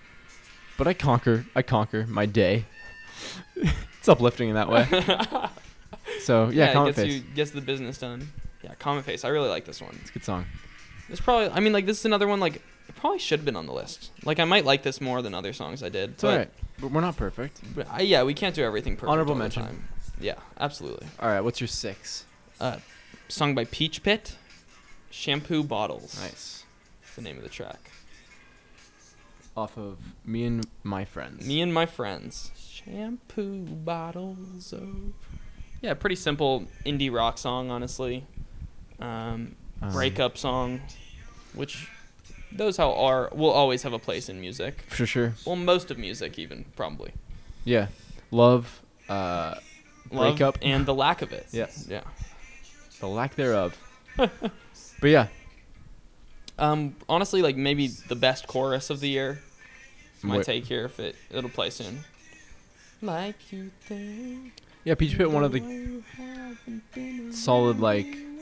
Speaker 3: But I conquer. I conquer my day. it's uplifting in that way. So yeah,
Speaker 2: it
Speaker 3: comment
Speaker 2: gets
Speaker 3: face.
Speaker 2: you gets the business done. Yeah, comment face. I really like this one.
Speaker 3: It's a good song.
Speaker 2: It's probably. I mean, like this is another one. Like it probably should have been on the list. Like I might like this more than other songs I did.
Speaker 3: It's
Speaker 2: but,
Speaker 3: all right. But we're not perfect.
Speaker 2: but I, yeah, we can't do everything perfect.
Speaker 3: Honorable
Speaker 2: all the
Speaker 3: mention.
Speaker 2: time. Yeah, absolutely.
Speaker 3: All right. What's your six?
Speaker 2: Uh, sung by Peach Pit. Shampoo bottles.
Speaker 3: Nice.
Speaker 2: is The name of the track.
Speaker 3: Off of me and my friends.
Speaker 2: Me and my friends. Shampoo bottles of. Yeah, pretty simple indie rock song, honestly. Um,
Speaker 3: Um,
Speaker 2: breakup song, which those how are will always have a place in music.
Speaker 3: For sure.
Speaker 2: Well, most of music, even probably.
Speaker 3: Yeah. Love. Uh,
Speaker 2: Love
Speaker 3: breakup.
Speaker 2: and the lack of it.
Speaker 3: Yes.
Speaker 2: Yeah.
Speaker 3: the lack thereof. but yeah,
Speaker 2: Um, honestly, like maybe the best chorus of the year. It's my
Speaker 3: Wait.
Speaker 2: take here. If it it'll play soon. Like you think.
Speaker 3: yeah. Peach Pit, one of the
Speaker 2: you haven't been
Speaker 3: solid, like,
Speaker 2: around.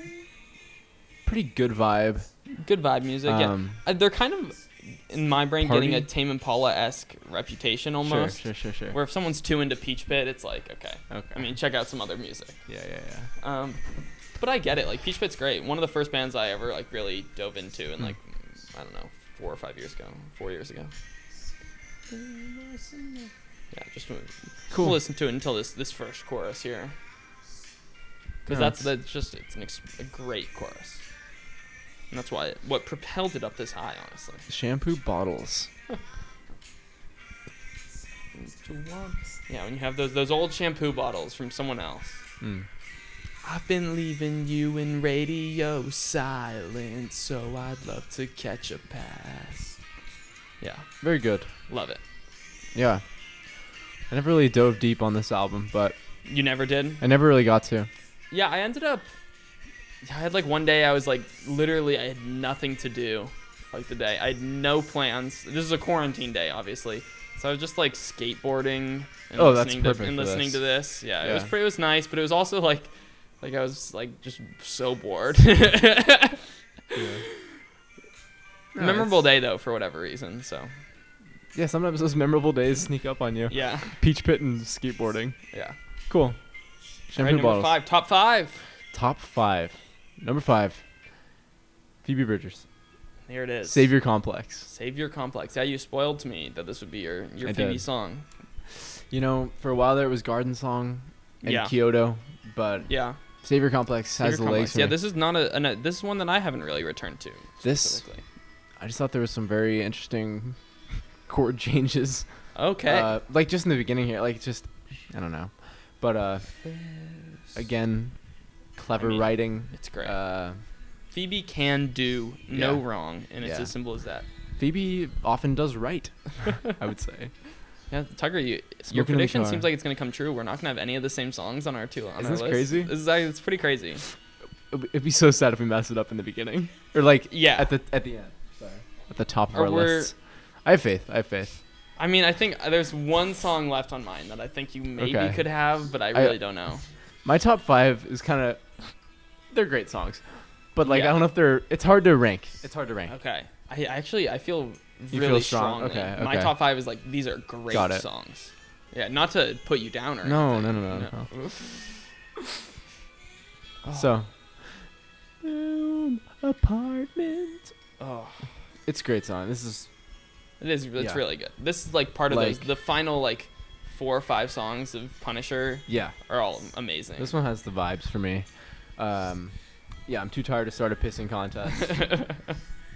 Speaker 3: pretty good vibe.
Speaker 2: good vibe music.
Speaker 3: Um,
Speaker 2: yeah, Uh, they're kind of in my brain getting a
Speaker 3: Party?
Speaker 2: Tame Impala esque reputation almost.
Speaker 3: Sure, sure, sure, sure.
Speaker 2: Where if someone's too into Peach Pit, it's like okay.
Speaker 3: okay.
Speaker 2: I mean, check out some other music.
Speaker 3: yeah, yeah, yeah.
Speaker 2: Um, but I get it. Like Peach Pit's great. One of the first bands I ever like really dove into, and like I don't know, four or five years ago, four years ago. Yeah, just we'll
Speaker 3: Cool.
Speaker 2: listen to it until this this first chorus here, because
Speaker 3: No,
Speaker 2: that's
Speaker 3: it's-
Speaker 2: that's just it's an ex- a great chorus, and that's why it, what propelled it up this high, honestly.
Speaker 3: shampoo bottles.
Speaker 2: Yeah, when you have those those old shampoo bottles from someone else.
Speaker 3: Mm.
Speaker 2: I've been leaving you in radio silence, so I'd love to catch a pass. Yeah,
Speaker 3: Very good.
Speaker 2: love it.
Speaker 3: Yeah. I never really dove deep on this album, but
Speaker 2: You never did?
Speaker 3: I never really got to.
Speaker 2: Yeah, I ended up. I had like one day I was like, literally, I had nothing to do. Like the day, I had no plans. This is a quarantine day, obviously. So I was just like skateboarding and
Speaker 3: Oh, that's
Speaker 2: listening to
Speaker 3: perfect
Speaker 2: and
Speaker 3: for
Speaker 2: listening
Speaker 3: this.
Speaker 2: to this. Yeah, it was
Speaker 3: Yeah.
Speaker 2: pretty. It was nice, but it was also like, like I was like just so bored. Memorable day though, for whatever reason. So
Speaker 3: Yeah, sometimes those memorable days sneak up on you.
Speaker 2: yeah,
Speaker 3: Peach pit and skateboarding.
Speaker 2: yeah.
Speaker 3: Cool.
Speaker 2: All right,
Speaker 3: Shampoo
Speaker 2: number
Speaker 3: bottles.
Speaker 2: five, top five.
Speaker 3: Top five. Number five. Phoebe Bridgers.
Speaker 2: Here it is.
Speaker 3: Savior Complex.
Speaker 2: Savior complex. Yeah, you spoiled to me that this would be your your
Speaker 3: I
Speaker 2: Phoebe
Speaker 3: did.
Speaker 2: song.
Speaker 3: You know, for a while there it was Garden Song and
Speaker 2: Yeah.
Speaker 3: Kyoto, but
Speaker 2: Yeah.
Speaker 3: Savior Complex has
Speaker 2: Savior
Speaker 3: the
Speaker 2: Complex.
Speaker 3: legs. for
Speaker 2: Yeah,
Speaker 3: me.
Speaker 2: this is not a, an- a- this is one that I haven't really returned to.
Speaker 3: This-
Speaker 2: specifically.
Speaker 3: I just thought there was some very interesting chord changes.
Speaker 2: Okay.
Speaker 3: Uh, like just in the beginning here, like just I don't know, but uh, again, clever
Speaker 2: I mean,
Speaker 3: writing.
Speaker 2: it's great.
Speaker 3: Uh,
Speaker 2: Phoebe can do no
Speaker 3: yeah.
Speaker 2: wrong, and it's
Speaker 3: Yeah.
Speaker 2: as simple as that.
Speaker 3: Phoebe often does right. I would say.
Speaker 2: Yeah, Tucker, you, your
Speaker 3: Smoking in the
Speaker 2: prediction
Speaker 3: car.
Speaker 2: seems like it's gonna come true. We're not gonna have any of the same songs on our two. On
Speaker 3: Isn't
Speaker 2: our
Speaker 3: this
Speaker 2: list.
Speaker 3: crazy?
Speaker 2: This is like, it's pretty crazy.
Speaker 3: It'd be- it'd be so sad if we mess it up in the beginning, or like
Speaker 2: Yeah.
Speaker 3: at the at the end. Sorry, at the top of
Speaker 2: Or
Speaker 3: our
Speaker 2: we're-
Speaker 3: lists. I have faith. I have faith.
Speaker 2: I mean, I think there's one song left on mine that I think you maybe
Speaker 3: Okay.
Speaker 2: could have, but I
Speaker 3: I-
Speaker 2: really don't know.
Speaker 3: My top five is kind of they're great songs, but like
Speaker 2: Yeah.
Speaker 3: I don't know if they're. It's hard to rank. It's hard to rank.
Speaker 2: Okay. I actually I feel
Speaker 3: You
Speaker 2: really strong.
Speaker 3: feel strong?
Speaker 2: strongly.
Speaker 3: Okay,
Speaker 2: My
Speaker 3: okay.
Speaker 2: top five is like these are great
Speaker 3: Got it.
Speaker 2: songs. Yeah, not to put you down or
Speaker 3: No,
Speaker 2: anything.
Speaker 3: no, no, no,
Speaker 2: Oh,
Speaker 3: So. Room, apartment.
Speaker 2: oh,
Speaker 3: It's a great song. This is
Speaker 2: it is. It's
Speaker 3: Yeah.
Speaker 2: really good. This is like part of those.
Speaker 3: Like-
Speaker 2: The final like four or five songs of Punisher
Speaker 3: yeah.
Speaker 2: are all amazing.
Speaker 3: This one has the vibes for me. Um, yeah, I'm too tired to start a pissing contest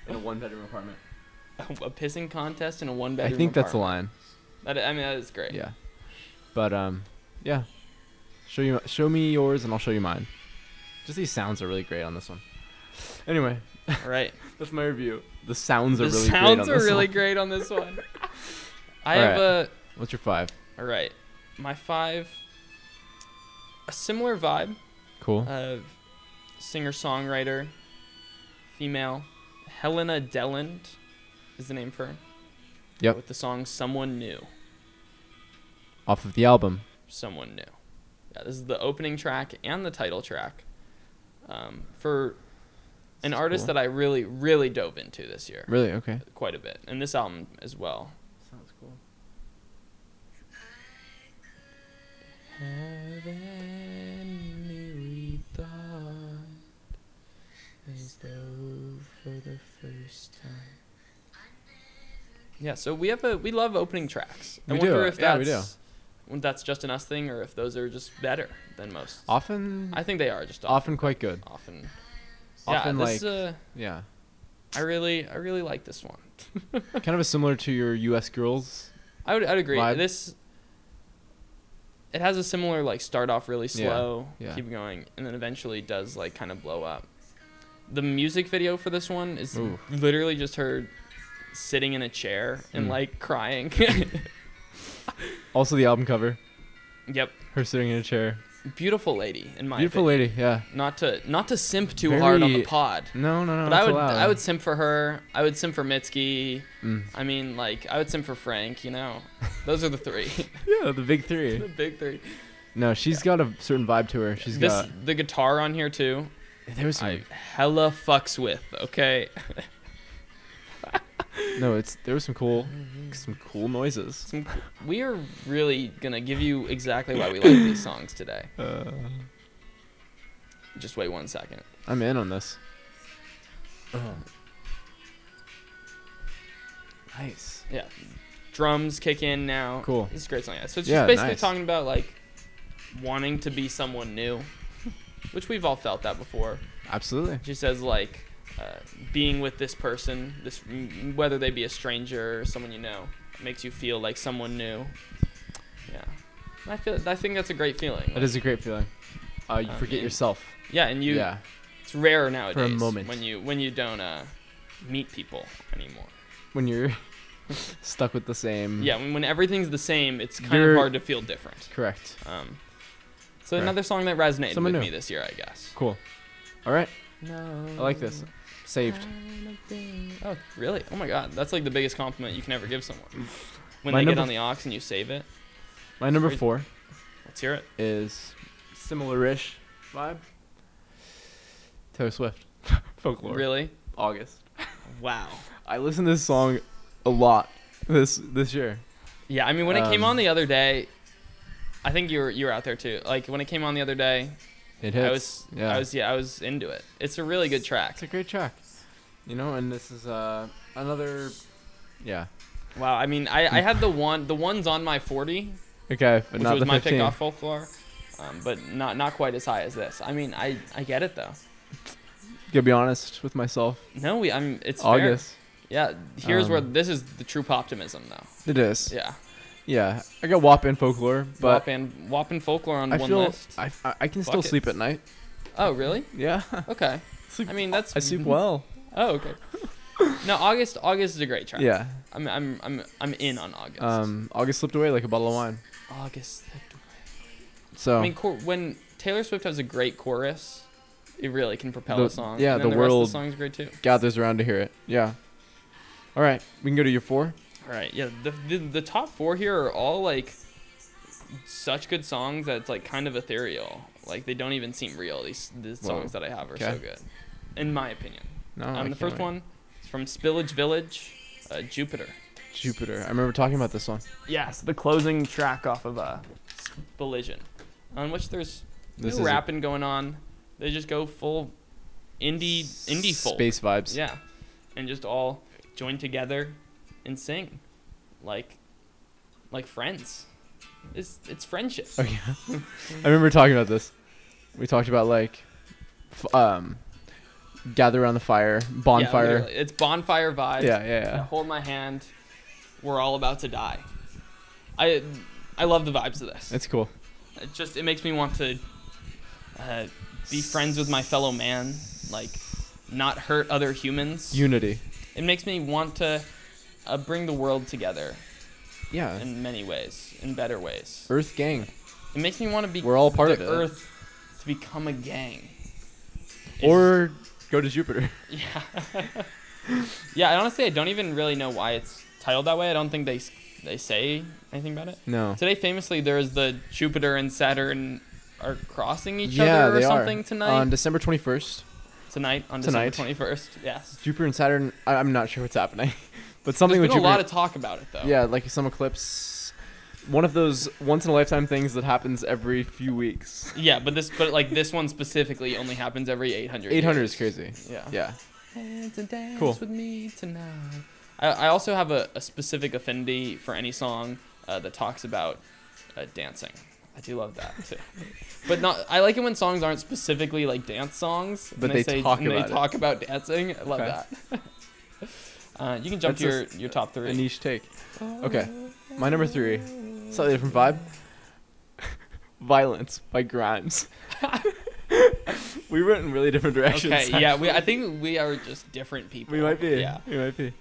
Speaker 3: in a one bedroom apartment.
Speaker 2: a pissing contest in a one
Speaker 3: I
Speaker 2: bedroom.
Speaker 3: think that's the line.
Speaker 2: That, I mean, that is great.
Speaker 3: Yeah, but um, yeah. Show you, show me yours, and I'll show you mine. Just these sounds are really great on this one. Anyway,
Speaker 2: All right.
Speaker 3: that's my review. The sounds are
Speaker 2: The
Speaker 3: really great on
Speaker 2: sounds
Speaker 3: this
Speaker 2: are really
Speaker 3: one.
Speaker 2: great on this one. I
Speaker 3: All
Speaker 2: have uh,
Speaker 3: right.
Speaker 2: a.
Speaker 3: What's your five?
Speaker 2: All right, my five. A similar vibe
Speaker 3: Uh, Cool.
Speaker 2: of singer songwriter, female. Helena Deland is the name for her.
Speaker 3: Yep.
Speaker 2: With the song Someone New.
Speaker 3: off of the album.
Speaker 2: Someone New. Yeah, this is the opening track and the title track um, for an
Speaker 3: This is
Speaker 2: artist
Speaker 3: cool.
Speaker 2: that I really, really dove into this year
Speaker 3: Really? Okay.
Speaker 2: quite a bit, and this album as well.
Speaker 3: Sounds cool.
Speaker 2: Have any thought as though for the first time? Yeah, so we have a we love opening tracks. I
Speaker 3: We
Speaker 2: wonder
Speaker 3: do,
Speaker 2: if
Speaker 3: yeah,
Speaker 2: that's
Speaker 3: we do.
Speaker 2: if that's just an us thing or if those are just better than most.
Speaker 3: Often,
Speaker 2: I think they are just
Speaker 3: often quite good.
Speaker 2: often.
Speaker 3: Often,
Speaker 2: yeah, this,
Speaker 3: like-
Speaker 2: uh,
Speaker 3: Yeah.
Speaker 2: I really I really like this one.
Speaker 3: Oh, kind of a similar to your U.S. girls.
Speaker 2: I would I'd agree.
Speaker 3: vibe.
Speaker 2: This it has a similar like start off really
Speaker 3: Yeah,
Speaker 2: slow,
Speaker 3: yeah.
Speaker 2: keep going, and then eventually does like kind of blow up. The music video for this one is
Speaker 3: Ooh.
Speaker 2: literally just her sitting in a chair and
Speaker 3: Mm.
Speaker 2: like crying.
Speaker 3: Also, the album cover.
Speaker 2: yep,
Speaker 3: Her sitting in a chair.
Speaker 2: beautiful lady in my
Speaker 3: Beautiful
Speaker 2: opinion.
Speaker 3: lady. Yeah.
Speaker 2: Not to not to simp too hard on the
Speaker 3: Very-
Speaker 2: pod,
Speaker 3: No, no, no.
Speaker 2: but
Speaker 3: that's
Speaker 2: I would
Speaker 3: allowed.
Speaker 2: I would simp for her. I would simp for Mitski.
Speaker 3: Mm.
Speaker 2: I mean, like I would simp for Frank. You know, those are the three,
Speaker 3: Yeah, the big
Speaker 2: the
Speaker 3: three.
Speaker 2: big three.
Speaker 3: No, she's got a certain vibe to her. She's
Speaker 2: this
Speaker 3: got.
Speaker 2: the guitar on here too.
Speaker 3: There was some,
Speaker 2: I hella fucks with. Okay,
Speaker 3: no. It's there was some cool, some cool noises.
Speaker 2: Some, we are really gonna give you exactly why we like these songs today.
Speaker 3: Uh,
Speaker 2: Just wait one second.
Speaker 3: I'm in on this.
Speaker 2: Oh.
Speaker 3: Nice.
Speaker 2: Yeah, drums kick in now.
Speaker 3: Cool.
Speaker 2: It's a great song. Yeah. So it's
Speaker 3: Yeah,
Speaker 2: just basically
Speaker 3: nice.
Speaker 2: talking about like wanting to be someone new, which we've all felt that before.
Speaker 3: Absolutely.
Speaker 2: She says like uh, being with this person, this m- whether they be a stranger or someone you know, makes you feel like someone new. Yeah, And I feel. I think that's a great feeling.
Speaker 3: That is a great feeling. Uh, you
Speaker 2: Um,
Speaker 3: forget
Speaker 2: and-
Speaker 3: yourself.
Speaker 2: Yeah, and you.
Speaker 3: yeah.
Speaker 2: It's rare nowadays.
Speaker 3: moment.
Speaker 2: When you when you don't uh, meet people anymore.
Speaker 3: When you're stuck with the same.
Speaker 2: Yeah, when, when everything's the same, it's kind
Speaker 3: Mm-hmm. You're-
Speaker 2: of hard to feel different.
Speaker 3: Correct.
Speaker 2: Um, so
Speaker 3: Correct.
Speaker 2: another song that resonated
Speaker 3: Someone
Speaker 2: with
Speaker 3: new.
Speaker 2: me this year, I guess.
Speaker 3: Cool. All right.
Speaker 2: No.
Speaker 3: I like this. Saved.
Speaker 2: Oh, really? Oh my God, that's like the biggest compliment you can ever give someone. When
Speaker 3: Mm. My
Speaker 2: they get
Speaker 3: number
Speaker 2: on the aux and you save it,
Speaker 3: My number
Speaker 2: Sweet.
Speaker 3: four
Speaker 2: let's hear it.
Speaker 3: is similar-ish vibe. Taylor Swift. Folklore.
Speaker 2: Really?
Speaker 3: August.
Speaker 2: Wow.
Speaker 3: I listened to this song a lot this this year.
Speaker 2: Yeah, I mean, when it came
Speaker 3: Um,
Speaker 2: on the other day, I think you were you were out there too. Like when it came on the other day,
Speaker 3: It hits.
Speaker 2: I was,
Speaker 3: yeah.
Speaker 2: I was, yeah, I was into it. It's a really good
Speaker 3: It's
Speaker 2: track.
Speaker 3: a great track. You know, and this is uh another. Yeah.
Speaker 2: Wow, I mean, I, I had the one, the one's on my forty,
Speaker 3: Okay, but
Speaker 2: which
Speaker 3: not
Speaker 2: was
Speaker 3: the
Speaker 2: my pick
Speaker 3: 15.
Speaker 2: off folklore, um, but not not quite as high as this. I mean, I I get it though.
Speaker 3: Gonna be honest with myself.
Speaker 2: No, we, I'm, it's fair.
Speaker 3: August.
Speaker 2: Yeah, here's where
Speaker 3: Um,
Speaker 2: this is the true optimism though.
Speaker 3: It is.
Speaker 2: Yeah,
Speaker 3: Yeah, I got WAP and folklore, but
Speaker 2: Wap and Wap and folklore on
Speaker 3: I
Speaker 2: one
Speaker 3: feel
Speaker 2: list.
Speaker 3: I, I I can still
Speaker 2: Buckets.
Speaker 3: sleep at night.
Speaker 2: Oh really?
Speaker 3: Yeah,
Speaker 2: Okay.
Speaker 3: Sleep-
Speaker 2: I mean, that's-
Speaker 3: I sleep well.
Speaker 2: Oh okay. No, August August is a great track.
Speaker 3: Yeah.
Speaker 2: I'm I'm I'm I'm in on August.
Speaker 3: Um, August slipped away like a bottle of wine.
Speaker 2: August. slipped away.
Speaker 3: So
Speaker 2: I mean, cor- when Taylor Swift has a great chorus, it really can propel
Speaker 3: The-
Speaker 2: a song.
Speaker 3: yeah,
Speaker 2: and then
Speaker 3: the
Speaker 2: the rest
Speaker 3: world-
Speaker 2: of the song's great too.
Speaker 3: gathers around to hear it. Yeah. All right, we can go to your four.
Speaker 2: All right, yeah, the, the the top four here are all like such good songs that it's like kind of ethereal. Like they don't even seem real. These the
Speaker 3: Whoa,
Speaker 2: songs that I have are so
Speaker 3: okay.
Speaker 2: good, in my opinion.
Speaker 3: No, I
Speaker 2: um, the
Speaker 3: can't
Speaker 2: first
Speaker 3: wait.
Speaker 2: one is from Spillage Village, uh, Jupiter.
Speaker 3: Jupiter. I remember talking about this one.
Speaker 2: Yes, the closing track off of uh, Spilligion, on which there's
Speaker 3: This
Speaker 2: no
Speaker 3: is a-
Speaker 2: rapping going on. They just go full indie indie folk.
Speaker 3: Space vibes.
Speaker 2: Yeah, and just all join together and sing, like, like friends. It's it's friendship.
Speaker 3: Oh yeah. I remember talking about this. We talked about like, f- um, gather around the fire,
Speaker 2: Yeah,
Speaker 3: bonfire.
Speaker 2: literally. it's bonfire vibes.
Speaker 3: Yeah, yeah, yeah.
Speaker 2: Now Hold my hand. We're all about to die. I I love the vibes of this.
Speaker 3: It's cool.
Speaker 2: it just it makes me want to uh, be friends with my fellow man. Like, not hurt other humans.
Speaker 3: Unity.
Speaker 2: it makes me want to uh, bring the world together
Speaker 3: Yeah.
Speaker 2: in many ways, in better ways.
Speaker 3: Earth gang.
Speaker 2: It makes me want to be.
Speaker 3: We're all part
Speaker 2: the
Speaker 3: of it.
Speaker 2: Earth to become a gang.
Speaker 3: or go to Jupiter.
Speaker 2: Yeah. yeah, and honestly, I don't even really know why it's titled that way. I don't think they s- they say anything about it.
Speaker 3: No.
Speaker 2: Today, famously, there is the Jupiter and Saturn are crossing each
Speaker 3: yeah,
Speaker 2: other or
Speaker 3: they
Speaker 2: something
Speaker 3: are.
Speaker 2: tonight.
Speaker 3: On December 21st,
Speaker 2: tonight on
Speaker 3: Tonight.
Speaker 2: December 21st. Yes.
Speaker 3: Jupiter and Saturn. I, I'm not sure what's happening, but something
Speaker 2: There's
Speaker 3: with
Speaker 2: been a
Speaker 3: Jupiter.
Speaker 2: lot of talk about it though.
Speaker 3: yeah, like some eclipse. One of those once in a lifetime things that happens every few weeks.
Speaker 2: Yeah, but this but like this one specifically only happens every 800.
Speaker 3: 800
Speaker 2: years.
Speaker 3: is crazy.
Speaker 2: Yeah.
Speaker 3: Yeah.
Speaker 2: Dance and dance
Speaker 3: Cool.
Speaker 2: with me tonight. I, I also have a, a specific affinity for any song uh, that talks about uh, dancing. I do love that too, but not. I like it when songs aren't specifically like dance songs,
Speaker 3: But
Speaker 2: and
Speaker 3: they talk
Speaker 2: and
Speaker 3: about
Speaker 2: they
Speaker 3: it.
Speaker 2: talk about dancing. I love
Speaker 3: Okay.
Speaker 2: that. uh, you can jump
Speaker 3: That's
Speaker 2: to your,
Speaker 3: a-
Speaker 2: your top
Speaker 3: A
Speaker 2: three.
Speaker 3: niche take. Okay. My number three, slightly different vibe. Violence by Grimes. we went in really different directions.
Speaker 2: Okay, yeah, we, I think we are just different people.
Speaker 3: We might be.
Speaker 2: Yeah.
Speaker 3: We might be.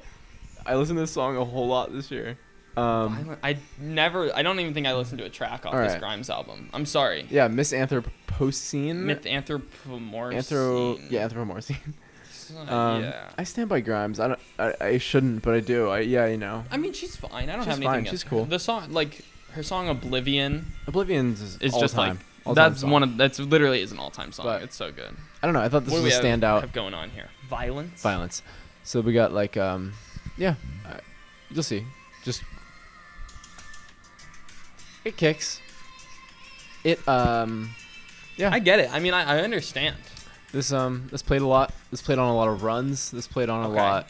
Speaker 3: I listened to this song a whole lot this year. Um,
Speaker 2: Violent- I never. I don't even think I listened to a track off this
Speaker 3: Alright.
Speaker 2: Grimes album. I'm sorry.
Speaker 3: yeah, Miss Anthropocene.
Speaker 2: Myth anthropomorphism.
Speaker 3: Anthro. Yeah, Anthropomorphine. Um,
Speaker 2: Uh, yeah.
Speaker 3: I stand by Grimes. I don't. I, I shouldn't, but I do. I yeah, you know.
Speaker 2: I mean, she's fine. I don't
Speaker 3: She's
Speaker 2: have anything.
Speaker 3: fine.
Speaker 2: against
Speaker 3: She's
Speaker 2: her.
Speaker 3: cool.
Speaker 2: The song, like her song "Oblivion,"
Speaker 3: Oblivion's is,
Speaker 2: is
Speaker 3: all
Speaker 2: just
Speaker 3: time.
Speaker 2: like
Speaker 3: All time
Speaker 2: that's
Speaker 3: song.
Speaker 2: one of that's literally is an all-time song.
Speaker 3: But
Speaker 2: it's so good.
Speaker 3: I don't know. I thought this
Speaker 2: what do we
Speaker 3: was a
Speaker 2: have,
Speaker 3: standout.
Speaker 2: have going on here? Violence.
Speaker 3: violence. So we got like um, yeah, uh, you'll see. Just it kicks. It um, yeah.
Speaker 2: I get it. I mean, I, I understand.
Speaker 3: this um, this played a lot. This played on a lot of runs. This played on a
Speaker 2: Okay.
Speaker 3: lot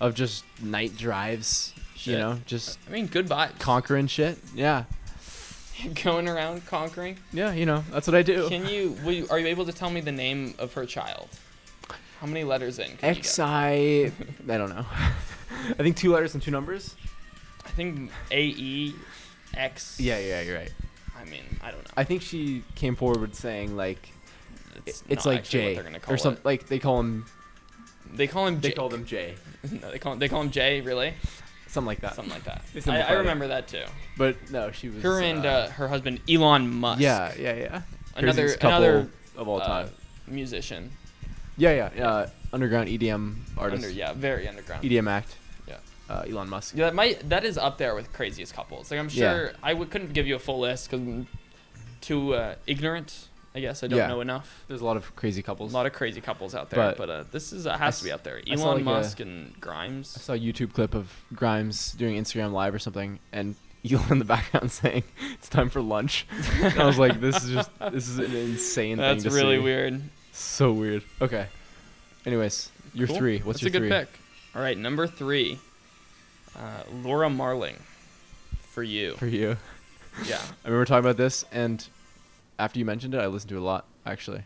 Speaker 3: of just night drives.
Speaker 2: Shit.
Speaker 3: You know, just
Speaker 2: I mean, good vibes.
Speaker 3: conquering shit. Yeah,
Speaker 2: going around conquering.
Speaker 3: yeah. You know, that's what I do.
Speaker 2: Can you, will you? Are you able to tell me the name of her child? How many letters in? could you
Speaker 3: X I. I don't know. I think two letters and two numbers.
Speaker 2: get? I think A E X.
Speaker 3: Yeah, yeah, you're right.
Speaker 2: I mean, I don't know.
Speaker 3: I think she came forward with saying like it's,
Speaker 2: not
Speaker 3: like
Speaker 2: actually
Speaker 3: Jay
Speaker 2: What they're gonna call
Speaker 3: or something.
Speaker 2: it.
Speaker 3: Like they call him.
Speaker 2: They call him.
Speaker 3: They
Speaker 2: Jake.
Speaker 3: call them Jay.
Speaker 2: No, they call him, they call him Jay. Really,
Speaker 3: Something like that.
Speaker 2: something like that.
Speaker 3: It's
Speaker 2: I,
Speaker 3: number
Speaker 2: I
Speaker 3: five.
Speaker 2: remember that too.
Speaker 3: But no, she was.
Speaker 2: Her and uh, her husband Elon Musk.
Speaker 3: yeah, yeah, yeah.
Speaker 2: Another-
Speaker 3: Craziest couple
Speaker 2: another,
Speaker 3: of all
Speaker 2: uh,
Speaker 3: time.
Speaker 2: musician.
Speaker 3: yeah, yeah. Uh, underground EDM artist.
Speaker 2: Under, yeah, very underground.
Speaker 3: EDM act.
Speaker 2: Yeah.
Speaker 3: Uh, Elon Musk.
Speaker 2: Yeah, that might that is up there with craziest couples. Like I'm
Speaker 3: Yeah.
Speaker 2: sure I w- couldn't give you a full list because I'm too uh, ignorant. I guess I don't
Speaker 3: Yeah.
Speaker 2: know enough.
Speaker 3: There's a lot of crazy
Speaker 2: A
Speaker 3: couples.
Speaker 2: lot of crazy couples out there,
Speaker 3: But-
Speaker 2: but, uh, this is uh, has
Speaker 3: I
Speaker 2: to be
Speaker 3: s-
Speaker 2: up there.
Speaker 3: I saw,
Speaker 2: Elon
Speaker 3: like, a-
Speaker 2: Musk and
Speaker 3: I
Speaker 2: Grimes.
Speaker 3: saw a YouTube clip of Grimes doing Instagram Live or something, and Elon in the background saying, "It's time for lunch." And I was like, "This is just this is an insane
Speaker 2: That's
Speaker 3: thing." to
Speaker 2: really
Speaker 3: see.
Speaker 2: weird.
Speaker 3: So weird. Okay. Anyways, your
Speaker 2: Cool.
Speaker 3: three. What's
Speaker 2: That's a
Speaker 3: your
Speaker 2: good
Speaker 3: three?
Speaker 2: pick. All right, number three, uh, Laura Marling, for you.
Speaker 3: for you?
Speaker 2: yeah,
Speaker 3: I remember talking about this, and after you mentioned it, I listened to it a lot. Actually,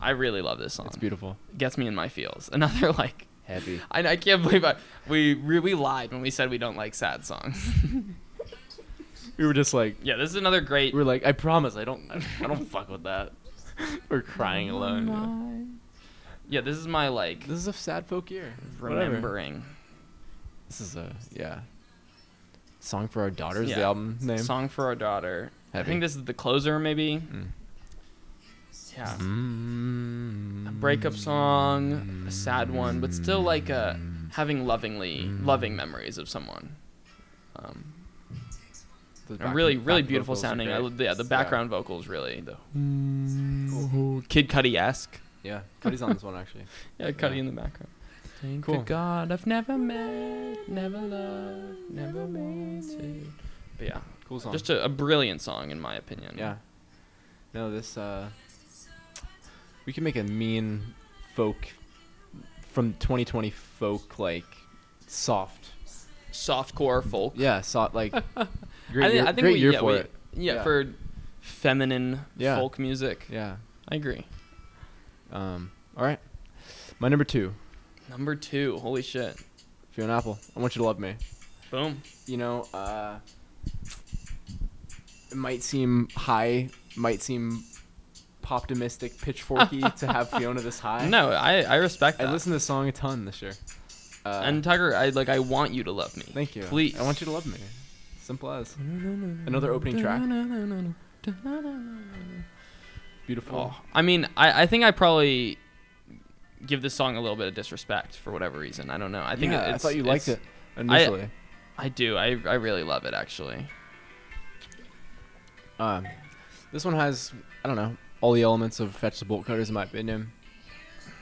Speaker 2: I really love this song.
Speaker 3: it's beautiful.
Speaker 2: Gets me in my feels. Another like,
Speaker 3: Happy.
Speaker 2: I, I can't believe I we re- we lied when we said we don't like sad songs.
Speaker 3: We were just like,
Speaker 2: yeah, this is another great.
Speaker 3: we are like, I promise, I don't, I don't fuck with that. we're crying alone.
Speaker 2: Yeah, this is my like
Speaker 3: This is a sad folk year. Whatever.
Speaker 2: remembering
Speaker 3: This is a yeah. Song for our daughters. The
Speaker 2: Yeah.
Speaker 3: album name.
Speaker 2: song for our daughter. I
Speaker 3: Heavy.
Speaker 2: think this is the closer, maybe.
Speaker 3: Mm.
Speaker 2: Yeah.
Speaker 3: Mm.
Speaker 2: a breakup song, a sad one, but still like uh, having lovingly loving memories of someone. Um,
Speaker 3: The
Speaker 2: a
Speaker 3: back-
Speaker 2: really
Speaker 3: back
Speaker 2: really
Speaker 3: vocals
Speaker 2: beautiful
Speaker 3: are
Speaker 2: sounding. I
Speaker 3: great.
Speaker 2: love yeah, the
Speaker 3: Yeah.
Speaker 2: background vocals really the Kid Cudi esque.
Speaker 3: Mm. Yeah, Cody's on this one actually.
Speaker 2: Yeah, Cudi in the background. Thank the
Speaker 3: Cool.
Speaker 2: God I've never met, never loved, never wanted. But yeah,
Speaker 3: Cool song.
Speaker 2: just a, a brilliant song in my opinion.
Speaker 3: yeah. No, this uh, we can make a mean folk from 2020 folk like soft.
Speaker 2: softcore folk.
Speaker 3: Yeah, soft like. Great
Speaker 2: I, thi-
Speaker 3: year,
Speaker 2: I think
Speaker 3: great
Speaker 2: we,
Speaker 3: year
Speaker 2: yeah,
Speaker 3: for
Speaker 2: we-
Speaker 3: it.
Speaker 2: Yeah,
Speaker 3: Yeah.
Speaker 2: for feminine
Speaker 3: Yeah.
Speaker 2: folk music.
Speaker 3: Yeah.
Speaker 2: I agree.
Speaker 3: Um. All right. My number two,
Speaker 2: Number two, holy shit.
Speaker 3: Fiona Apple. I want you to love me.
Speaker 2: Boom.
Speaker 3: you know, uh, it might seem high, might seem optimistic, pitchforky to have Fiona this high.
Speaker 2: no, I, I respect
Speaker 3: I
Speaker 2: that.
Speaker 3: listened to this song a ton this year. Uh,
Speaker 2: and Tucker, I like I want you to love me.
Speaker 3: thank you.
Speaker 2: Please.
Speaker 3: I want you to love me. Simple as.
Speaker 2: another
Speaker 3: Another opening track. Beautiful.
Speaker 2: Oh, I mean, I, I think I probably give this song a little bit of disrespect for whatever reason. I don't know. I think
Speaker 3: yeah,
Speaker 2: it's,
Speaker 3: I thought you liked it
Speaker 2: it's-
Speaker 3: initially.
Speaker 2: I do. I I really love it actually.
Speaker 3: Um, this one has I don't know all the elements of Fetch the Bolt Cutters in my opinion.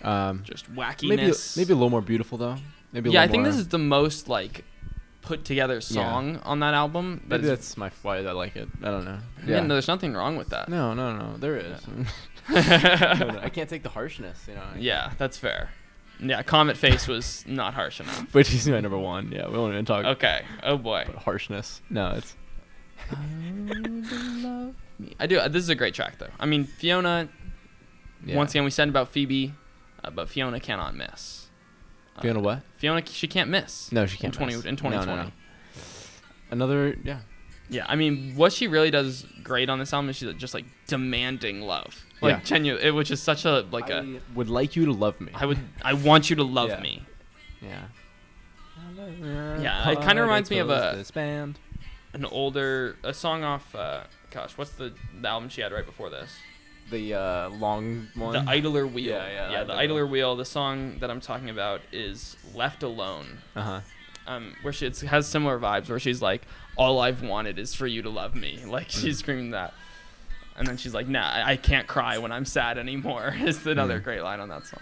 Speaker 3: Um,
Speaker 2: Just wackiness.
Speaker 3: maybe maybe a little more beautiful though. Maybe a
Speaker 2: yeah, I
Speaker 3: little
Speaker 2: think
Speaker 3: more,
Speaker 2: this is the most like put together song on that album. That
Speaker 3: maybe
Speaker 2: is-
Speaker 3: that's my why I like it. I don't know.
Speaker 2: yeah, no, there's nothing wrong with that.
Speaker 3: No, no, no. There is. No, no, I can't take the harshness. You know.
Speaker 2: yeah, that's fair. Yeah, Comet Face was not harsh enough.
Speaker 3: But he's my number one. Yeah, we won't even talk
Speaker 2: Okay. Oh boy.
Speaker 3: about harshness. No, it's
Speaker 2: I do. uh, This is a great track though. I mean, Fiona.
Speaker 3: yeah.
Speaker 2: Once again, we said about Phoebe, uh, but Fiona cannot miss. Uh,
Speaker 3: Fiona what?
Speaker 2: Fiona, she can't miss.
Speaker 3: No, she can't.
Speaker 2: In, 20,
Speaker 3: miss.
Speaker 2: in
Speaker 3: No, no,
Speaker 2: 2020.
Speaker 3: no. Another yeah.
Speaker 2: Yeah, I mean, what she really does great on this album is she's just like demanding love, like
Speaker 3: Yeah.
Speaker 2: genuine. It was just such a like a.
Speaker 3: I would like you to love me.
Speaker 2: I would. I want you to love
Speaker 3: Yeah.
Speaker 2: me.
Speaker 3: Yeah.
Speaker 2: Yeah, it kinda reminds me of a-
Speaker 3: this band.
Speaker 2: An older a song off. Uh, gosh, what's the, the album she had right before this?
Speaker 3: The uh, long one.
Speaker 2: The Idler Wheel.
Speaker 3: Yeah, yeah,
Speaker 2: yeah
Speaker 3: I
Speaker 2: the
Speaker 3: know.
Speaker 2: Idler Wheel. The song that I'm talking about is Left Alone.
Speaker 3: uh huh.
Speaker 2: um, where she it's, has similar vibes, where she's like, "All I've wanted is for you to love me," like
Speaker 3: Mm.
Speaker 2: she's screaming that, and then she's like, "Nah, I- I can't cry when I'm sad anymore." Is
Speaker 3: Mm.
Speaker 2: another great line on that song.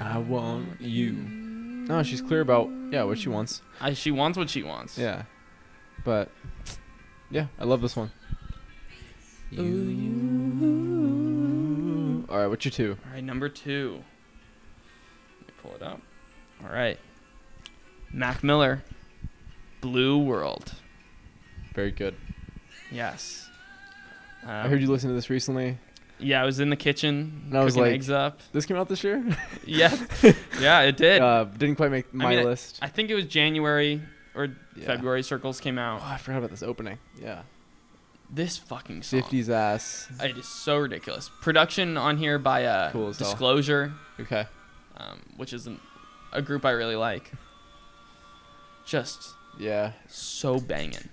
Speaker 3: I want you. No, she's clear about yeah what she wants.
Speaker 2: I, she wants what she wants.
Speaker 3: Yeah, but yeah, I love this one. All right, what's your two?
Speaker 2: All right, number two. Let me pull it up. All right, Mac Miller, Blue World.
Speaker 3: Very good.
Speaker 2: Yes. Um,
Speaker 3: I heard you listen to this recently.
Speaker 2: Yeah, I was in the kitchen
Speaker 3: And I was
Speaker 2: cooking
Speaker 3: like-
Speaker 2: eggs up.
Speaker 3: This came out this year.
Speaker 2: Yeah, yeah, it did.
Speaker 3: uh, didn't quite make my
Speaker 2: mean,
Speaker 3: list.
Speaker 2: I think it was January or
Speaker 3: Yeah.
Speaker 2: February. Circles came out.
Speaker 3: oh, I forgot about this opening. Yeah,
Speaker 2: This fucking song.
Speaker 3: fifties ass.
Speaker 2: It is so ridiculous. Production on here by uh,
Speaker 3: Cool as hell.
Speaker 2: Disclosure,
Speaker 3: Okay.
Speaker 2: um, which is an, a group I really like. Just
Speaker 3: Yeah.
Speaker 2: so banging.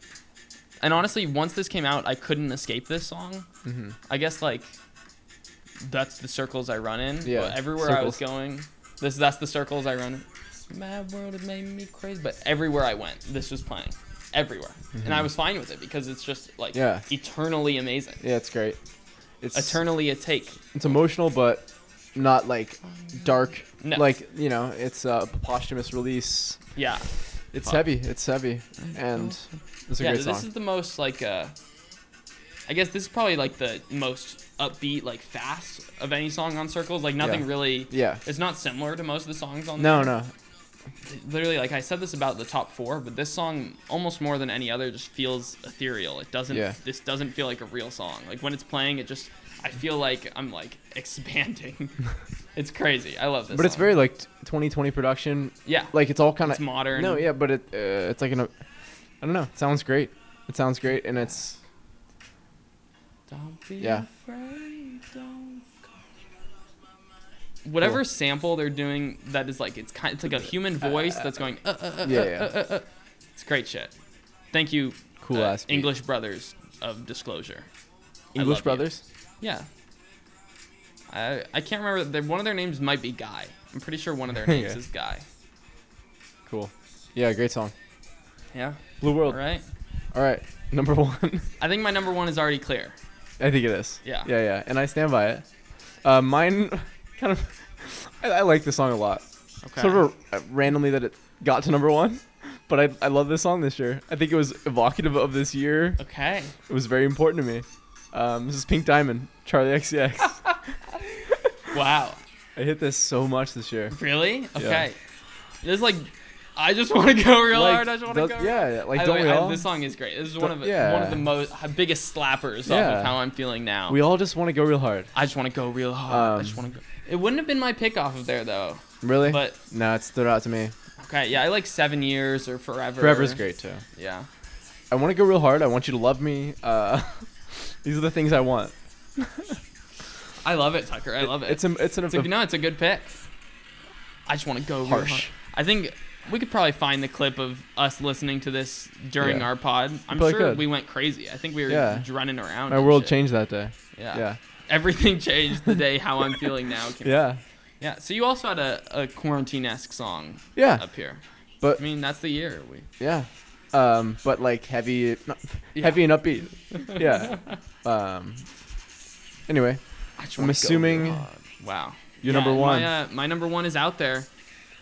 Speaker 2: And honestly, once this came out, I couldn't escape this song.
Speaker 3: hmm
Speaker 2: I guess like that's the circles I run in.
Speaker 3: Yeah,
Speaker 2: Well, everywhere I was going, this that's the circles I run. in. Mad world has made me crazy, but everywhere I went, this was playing everywhere, and I was fine with it because it's just like
Speaker 3: Mhm. Yeah.
Speaker 2: eternally amazing.
Speaker 3: Yeah, it's great. It's
Speaker 2: Eternally a take.
Speaker 3: it's emotional, but not like dark.
Speaker 2: No.
Speaker 3: Like you know, it's a posthumous release.
Speaker 2: Yeah.
Speaker 3: It's
Speaker 2: Fuck.
Speaker 3: heavy. It's heavy, and it's a
Speaker 2: yeah,
Speaker 3: great
Speaker 2: this
Speaker 3: song.
Speaker 2: is the most like uh I guess this is probably like the most upbeat, like fast of any song on Circles. Like nothing
Speaker 3: Yeah.
Speaker 2: really
Speaker 3: yeah.
Speaker 2: it's not similar to most of the songs on
Speaker 3: No,
Speaker 2: there.
Speaker 3: no.
Speaker 2: literally like I said this about the top four, but this song almost more than any other just feels ethereal. It doesn't.
Speaker 3: Yeah.
Speaker 2: This doesn't feel like a real song. Like when it's playing, it just I feel like I'm like expanding. it's crazy. I love this.
Speaker 3: But it's
Speaker 2: song.
Speaker 3: very like 2020 production.
Speaker 2: yeah.
Speaker 3: Like it's all kind
Speaker 2: It's
Speaker 3: of
Speaker 2: modern.
Speaker 3: no, yeah. But it uh, it's like an. I don't know. It sounds great. It sounds great, and it's
Speaker 2: Don't be
Speaker 3: Yeah.
Speaker 2: afraid, don't Whatever
Speaker 3: Cool.
Speaker 2: sample they're doing that is like it's kind it's like a human voice that's going uh, uh, uh,
Speaker 3: Yeah,
Speaker 2: uh,
Speaker 3: yeah.
Speaker 2: uh, uh, uh. It's great shit. Thank you uh,
Speaker 3: Cool ass beat.
Speaker 2: English brothers of disclosure. I love
Speaker 3: English
Speaker 2: you.
Speaker 3: Brothers.
Speaker 2: Yeah. I I can't remember their- one of their names might be Guy. I'm pretty sure one of their names
Speaker 3: Yeah.
Speaker 2: is Guy.
Speaker 3: Cool. Yeah, great song.
Speaker 2: Yeah.
Speaker 3: Blue
Speaker 2: All
Speaker 3: World.
Speaker 2: right.
Speaker 3: All right. Number one.
Speaker 2: I think my number 1 is already clear.
Speaker 3: I think it is.
Speaker 2: Yeah.
Speaker 3: Yeah, yeah. And I stand by it. Uh, mine kind of. I, I like this song a lot.
Speaker 2: Okay.
Speaker 3: Sort of uh, randomly that it got to number one, but I, I love this song this year. I think it was evocative of this year.
Speaker 2: okay.
Speaker 3: It was very important to me. Um, this is Pink Diamond, Charlie XCX.
Speaker 2: Wow.
Speaker 3: I hit this so much this year.
Speaker 2: Really? Okay. There's like, I just want to go real
Speaker 3: Like,
Speaker 2: hard. I just want to
Speaker 3: don't-
Speaker 2: go.
Speaker 3: yeah,
Speaker 2: real.
Speaker 3: yeah, like,
Speaker 2: By the
Speaker 3: don't
Speaker 2: way,
Speaker 3: we
Speaker 2: I-
Speaker 3: all?
Speaker 2: This song is great. This is one of
Speaker 3: Don't-
Speaker 2: the one
Speaker 3: yeah.
Speaker 2: of the most biggest slappers off
Speaker 3: Yeah.
Speaker 2: of how I'm feeling now.
Speaker 3: We all just want to go real hard.
Speaker 2: I just want to go real hard. I
Speaker 3: Um,
Speaker 2: just want to go. It wouldn't have been my pick off of there though.
Speaker 3: Really?
Speaker 2: But
Speaker 3: no, it stood out to me.
Speaker 2: okay, yeah, I like seven years or forever.
Speaker 3: Forever's great too.
Speaker 2: Yeah.
Speaker 3: I want to go real hard. I want you to love me. Uh, these are the things I want.
Speaker 2: I love it, Tucker. I love it.
Speaker 3: It's a, it's an
Speaker 2: It's a, no, it's a good pick. I just want to go real
Speaker 3: Harsh.
Speaker 2: hard. I think we could probably find the clip of us listening to this during
Speaker 3: Yeah.
Speaker 2: our pod. I'm
Speaker 3: probably
Speaker 2: sure
Speaker 3: could.
Speaker 2: we went crazy. I think we were
Speaker 3: Yeah.
Speaker 2: running around.
Speaker 3: my
Speaker 2: and
Speaker 3: world
Speaker 2: shit.
Speaker 3: changed that day.
Speaker 2: Yeah.
Speaker 3: Yeah.
Speaker 2: Everything changed the day how I'm feeling now. Came
Speaker 3: Yeah.
Speaker 2: Yeah. So you also had a, a quarantine esque song
Speaker 3: Yeah,
Speaker 2: up here.
Speaker 3: but
Speaker 2: I mean, that's the year we.
Speaker 3: yeah, um, but like heavy, not,
Speaker 2: Yeah.
Speaker 3: heavy and upbeat. Yeah. um. Anyway,
Speaker 2: I just
Speaker 3: I'm
Speaker 2: wanna go
Speaker 3: assuming
Speaker 2: hard. Wow.
Speaker 3: you're number one.
Speaker 2: My, uh, my number one is out there.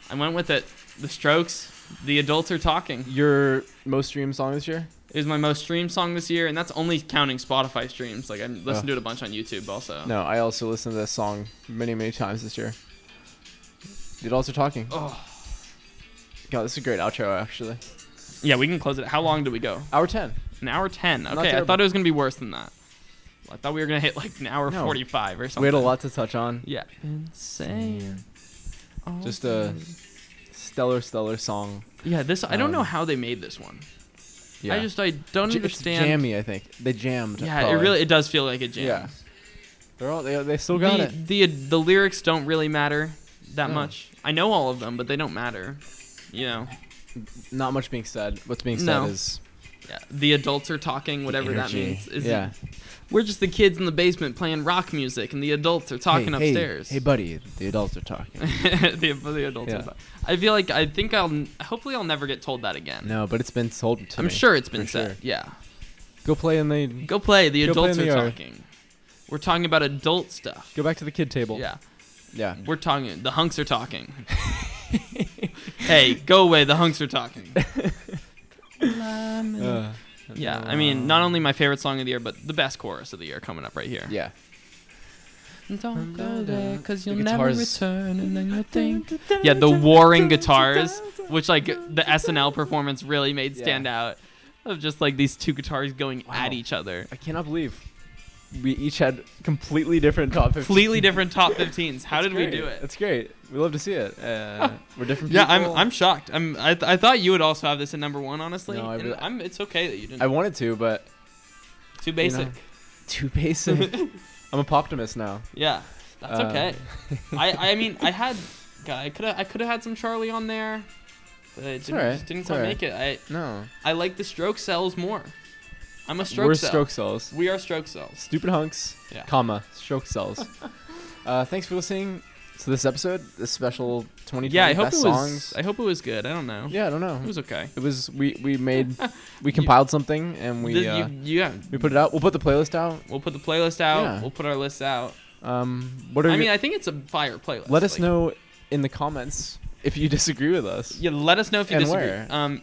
Speaker 2: I went with it. The Strokes. The adults are talking
Speaker 3: your most streamed song this year?
Speaker 2: is my most streamed song this year, and that's only counting Spotify streams. Like I listened to
Speaker 3: Oh.
Speaker 2: it a bunch on YouTube also.
Speaker 3: No, I also listened to this song many, many times this year. The adults are talking.
Speaker 2: Oh.
Speaker 3: God, this is a great outro actually.
Speaker 2: Yeah, we can close it. How long did we go?
Speaker 3: Hour ten.
Speaker 2: An hour ten.
Speaker 3: Not
Speaker 2: Okay, I
Speaker 3: terrible.
Speaker 2: thought it was gonna be worse than that. I thought we were gonna hit like an hour
Speaker 3: No.
Speaker 2: forty-five or something.
Speaker 3: We had a lot to touch on.
Speaker 2: Yeah. Insane.
Speaker 3: Just uh, a stellar, stellar song.
Speaker 2: Yeah, this Mm-hmm. I don't know
Speaker 3: um,
Speaker 2: how they made this one.
Speaker 3: Yeah.
Speaker 2: I just I don't
Speaker 3: J-
Speaker 2: understand.
Speaker 3: It's jammy, I think. They jammed.
Speaker 2: Yeah,
Speaker 3: probably.
Speaker 2: it really it does feel like a jam.
Speaker 3: Yeah. They're all. They, they still got
Speaker 2: the,
Speaker 3: it.
Speaker 2: The the lyrics don't really matter that
Speaker 3: No.
Speaker 2: much. I know all of them, but they don't matter. You know.
Speaker 3: Not much being said. What's being said
Speaker 2: No.
Speaker 3: is
Speaker 2: Yeah. The adults are talking, whatever that
Speaker 3: energy.
Speaker 2: means. Is
Speaker 3: yeah.
Speaker 2: We're just the kids in the basement playing rock music, and the adults are talking
Speaker 3: hey, hey,
Speaker 2: upstairs.
Speaker 3: Hey, buddy. The adults are talking.
Speaker 2: the, the adults.
Speaker 3: Yeah.
Speaker 2: are talking. I feel like I think I'll n- hopefully I'll never get told that again.
Speaker 3: no, but it's been sold to
Speaker 2: I'm
Speaker 3: me,
Speaker 2: sure it's been
Speaker 3: for
Speaker 2: said.
Speaker 3: sure.
Speaker 2: Yeah.
Speaker 3: Go play in the.
Speaker 2: Go play. The
Speaker 3: Go play
Speaker 2: adults
Speaker 3: in the
Speaker 2: are
Speaker 3: yard.
Speaker 2: talking. We're talking about adult stuff.
Speaker 3: Go back to the kid table.
Speaker 2: Yeah.
Speaker 3: Yeah.
Speaker 2: We're talking. The hunks are talking. hey, go away. The hunks are talking.
Speaker 3: Uh,
Speaker 2: Yeah, I mean, not only my favorite song of the year, but the best chorus of the year coming up right here.
Speaker 3: yeah.
Speaker 2: Don't
Speaker 3: go there, 'cause
Speaker 2: you
Speaker 3: you'll never
Speaker 2: return, and then you'll think. Yeah, the warring guitars, which like the SNL performance really made
Speaker 3: Yeah.
Speaker 2: stand out, of just like these two guitars going at
Speaker 3: Wow.
Speaker 2: each other.
Speaker 3: I cannot believe we each had completely different top 15.
Speaker 2: Completely different top 15s. How
Speaker 3: That's
Speaker 2: did
Speaker 3: great.
Speaker 2: we do it?
Speaker 3: That's great. We love to see it. Uh, we're different
Speaker 2: Yeah, I'm
Speaker 3: people.
Speaker 2: I'm shocked. I'm I, th- I thought you would also have this at number one, honestly.
Speaker 3: No, I
Speaker 2: and
Speaker 3: really-
Speaker 2: I'm it's okay that you didn't.
Speaker 3: I wanted to, but
Speaker 2: Too basic.
Speaker 3: know. too basic. I'm a poptimist now.
Speaker 2: Yeah, that's
Speaker 3: Uh,
Speaker 2: okay. I, I mean I had God, I could have I could have had some Charlie on there, but it didn't,
Speaker 3: alright,
Speaker 2: just didn't
Speaker 3: it's
Speaker 2: quite
Speaker 3: alright.
Speaker 2: make it. I
Speaker 3: No.
Speaker 2: I like the stroke cells more. I'm a stroke
Speaker 3: we're
Speaker 2: cell.
Speaker 3: stroke cells.
Speaker 2: We are stroke cells.
Speaker 3: Stupid hunks,
Speaker 2: Yeah.
Speaker 3: comma, stroke cells. uh, thanks for listening to this episode, this special 2020
Speaker 2: Yeah, I hope it
Speaker 3: best
Speaker 2: was.
Speaker 3: songs.
Speaker 2: I hope it was good. I don't know.
Speaker 3: yeah, I don't know.
Speaker 2: It was okay.
Speaker 3: It was we we made we compiled something and we
Speaker 2: Th-
Speaker 3: uh,
Speaker 2: you- yeah,
Speaker 3: we put it out. We'll put the playlist out.
Speaker 2: we'll put the playlist out.
Speaker 3: Yeah.
Speaker 2: We'll put our lists out.
Speaker 3: Um, what are
Speaker 2: I
Speaker 3: your-
Speaker 2: mean, I think it's a fire playlist.
Speaker 3: let us
Speaker 2: like-
Speaker 3: know in the comments if you disagree with us.
Speaker 2: Yeah, let us know if you
Speaker 3: And
Speaker 2: disagree.
Speaker 3: where.
Speaker 2: Um,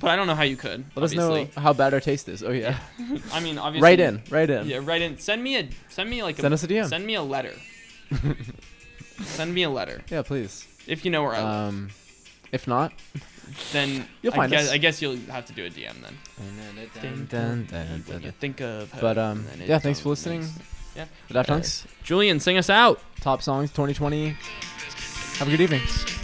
Speaker 2: but I don't know how you could.
Speaker 3: Let us know how bad our taste is. Oh yeah,
Speaker 2: know. I mean, obviously.
Speaker 3: right in, right in.
Speaker 2: Yeah, right in. Send me a send me like a,
Speaker 3: Send us a DM.
Speaker 2: Send me a letter. send me a letter
Speaker 3: Yeah, please.
Speaker 2: if you know where I live.
Speaker 3: Um, if not,
Speaker 2: then
Speaker 3: you'll
Speaker 2: I
Speaker 3: find
Speaker 2: guess
Speaker 3: us.
Speaker 2: I guess you'll have to do a DM then. When you think of her,
Speaker 3: But, um,
Speaker 2: then
Speaker 3: yeah,
Speaker 2: it's
Speaker 3: thanks for
Speaker 2: on the
Speaker 3: listening.
Speaker 2: next-
Speaker 3: Without
Speaker 2: Uh,
Speaker 3: Hunks,
Speaker 2: Julian, sing us out.
Speaker 3: top songs 2020. Have a good evening.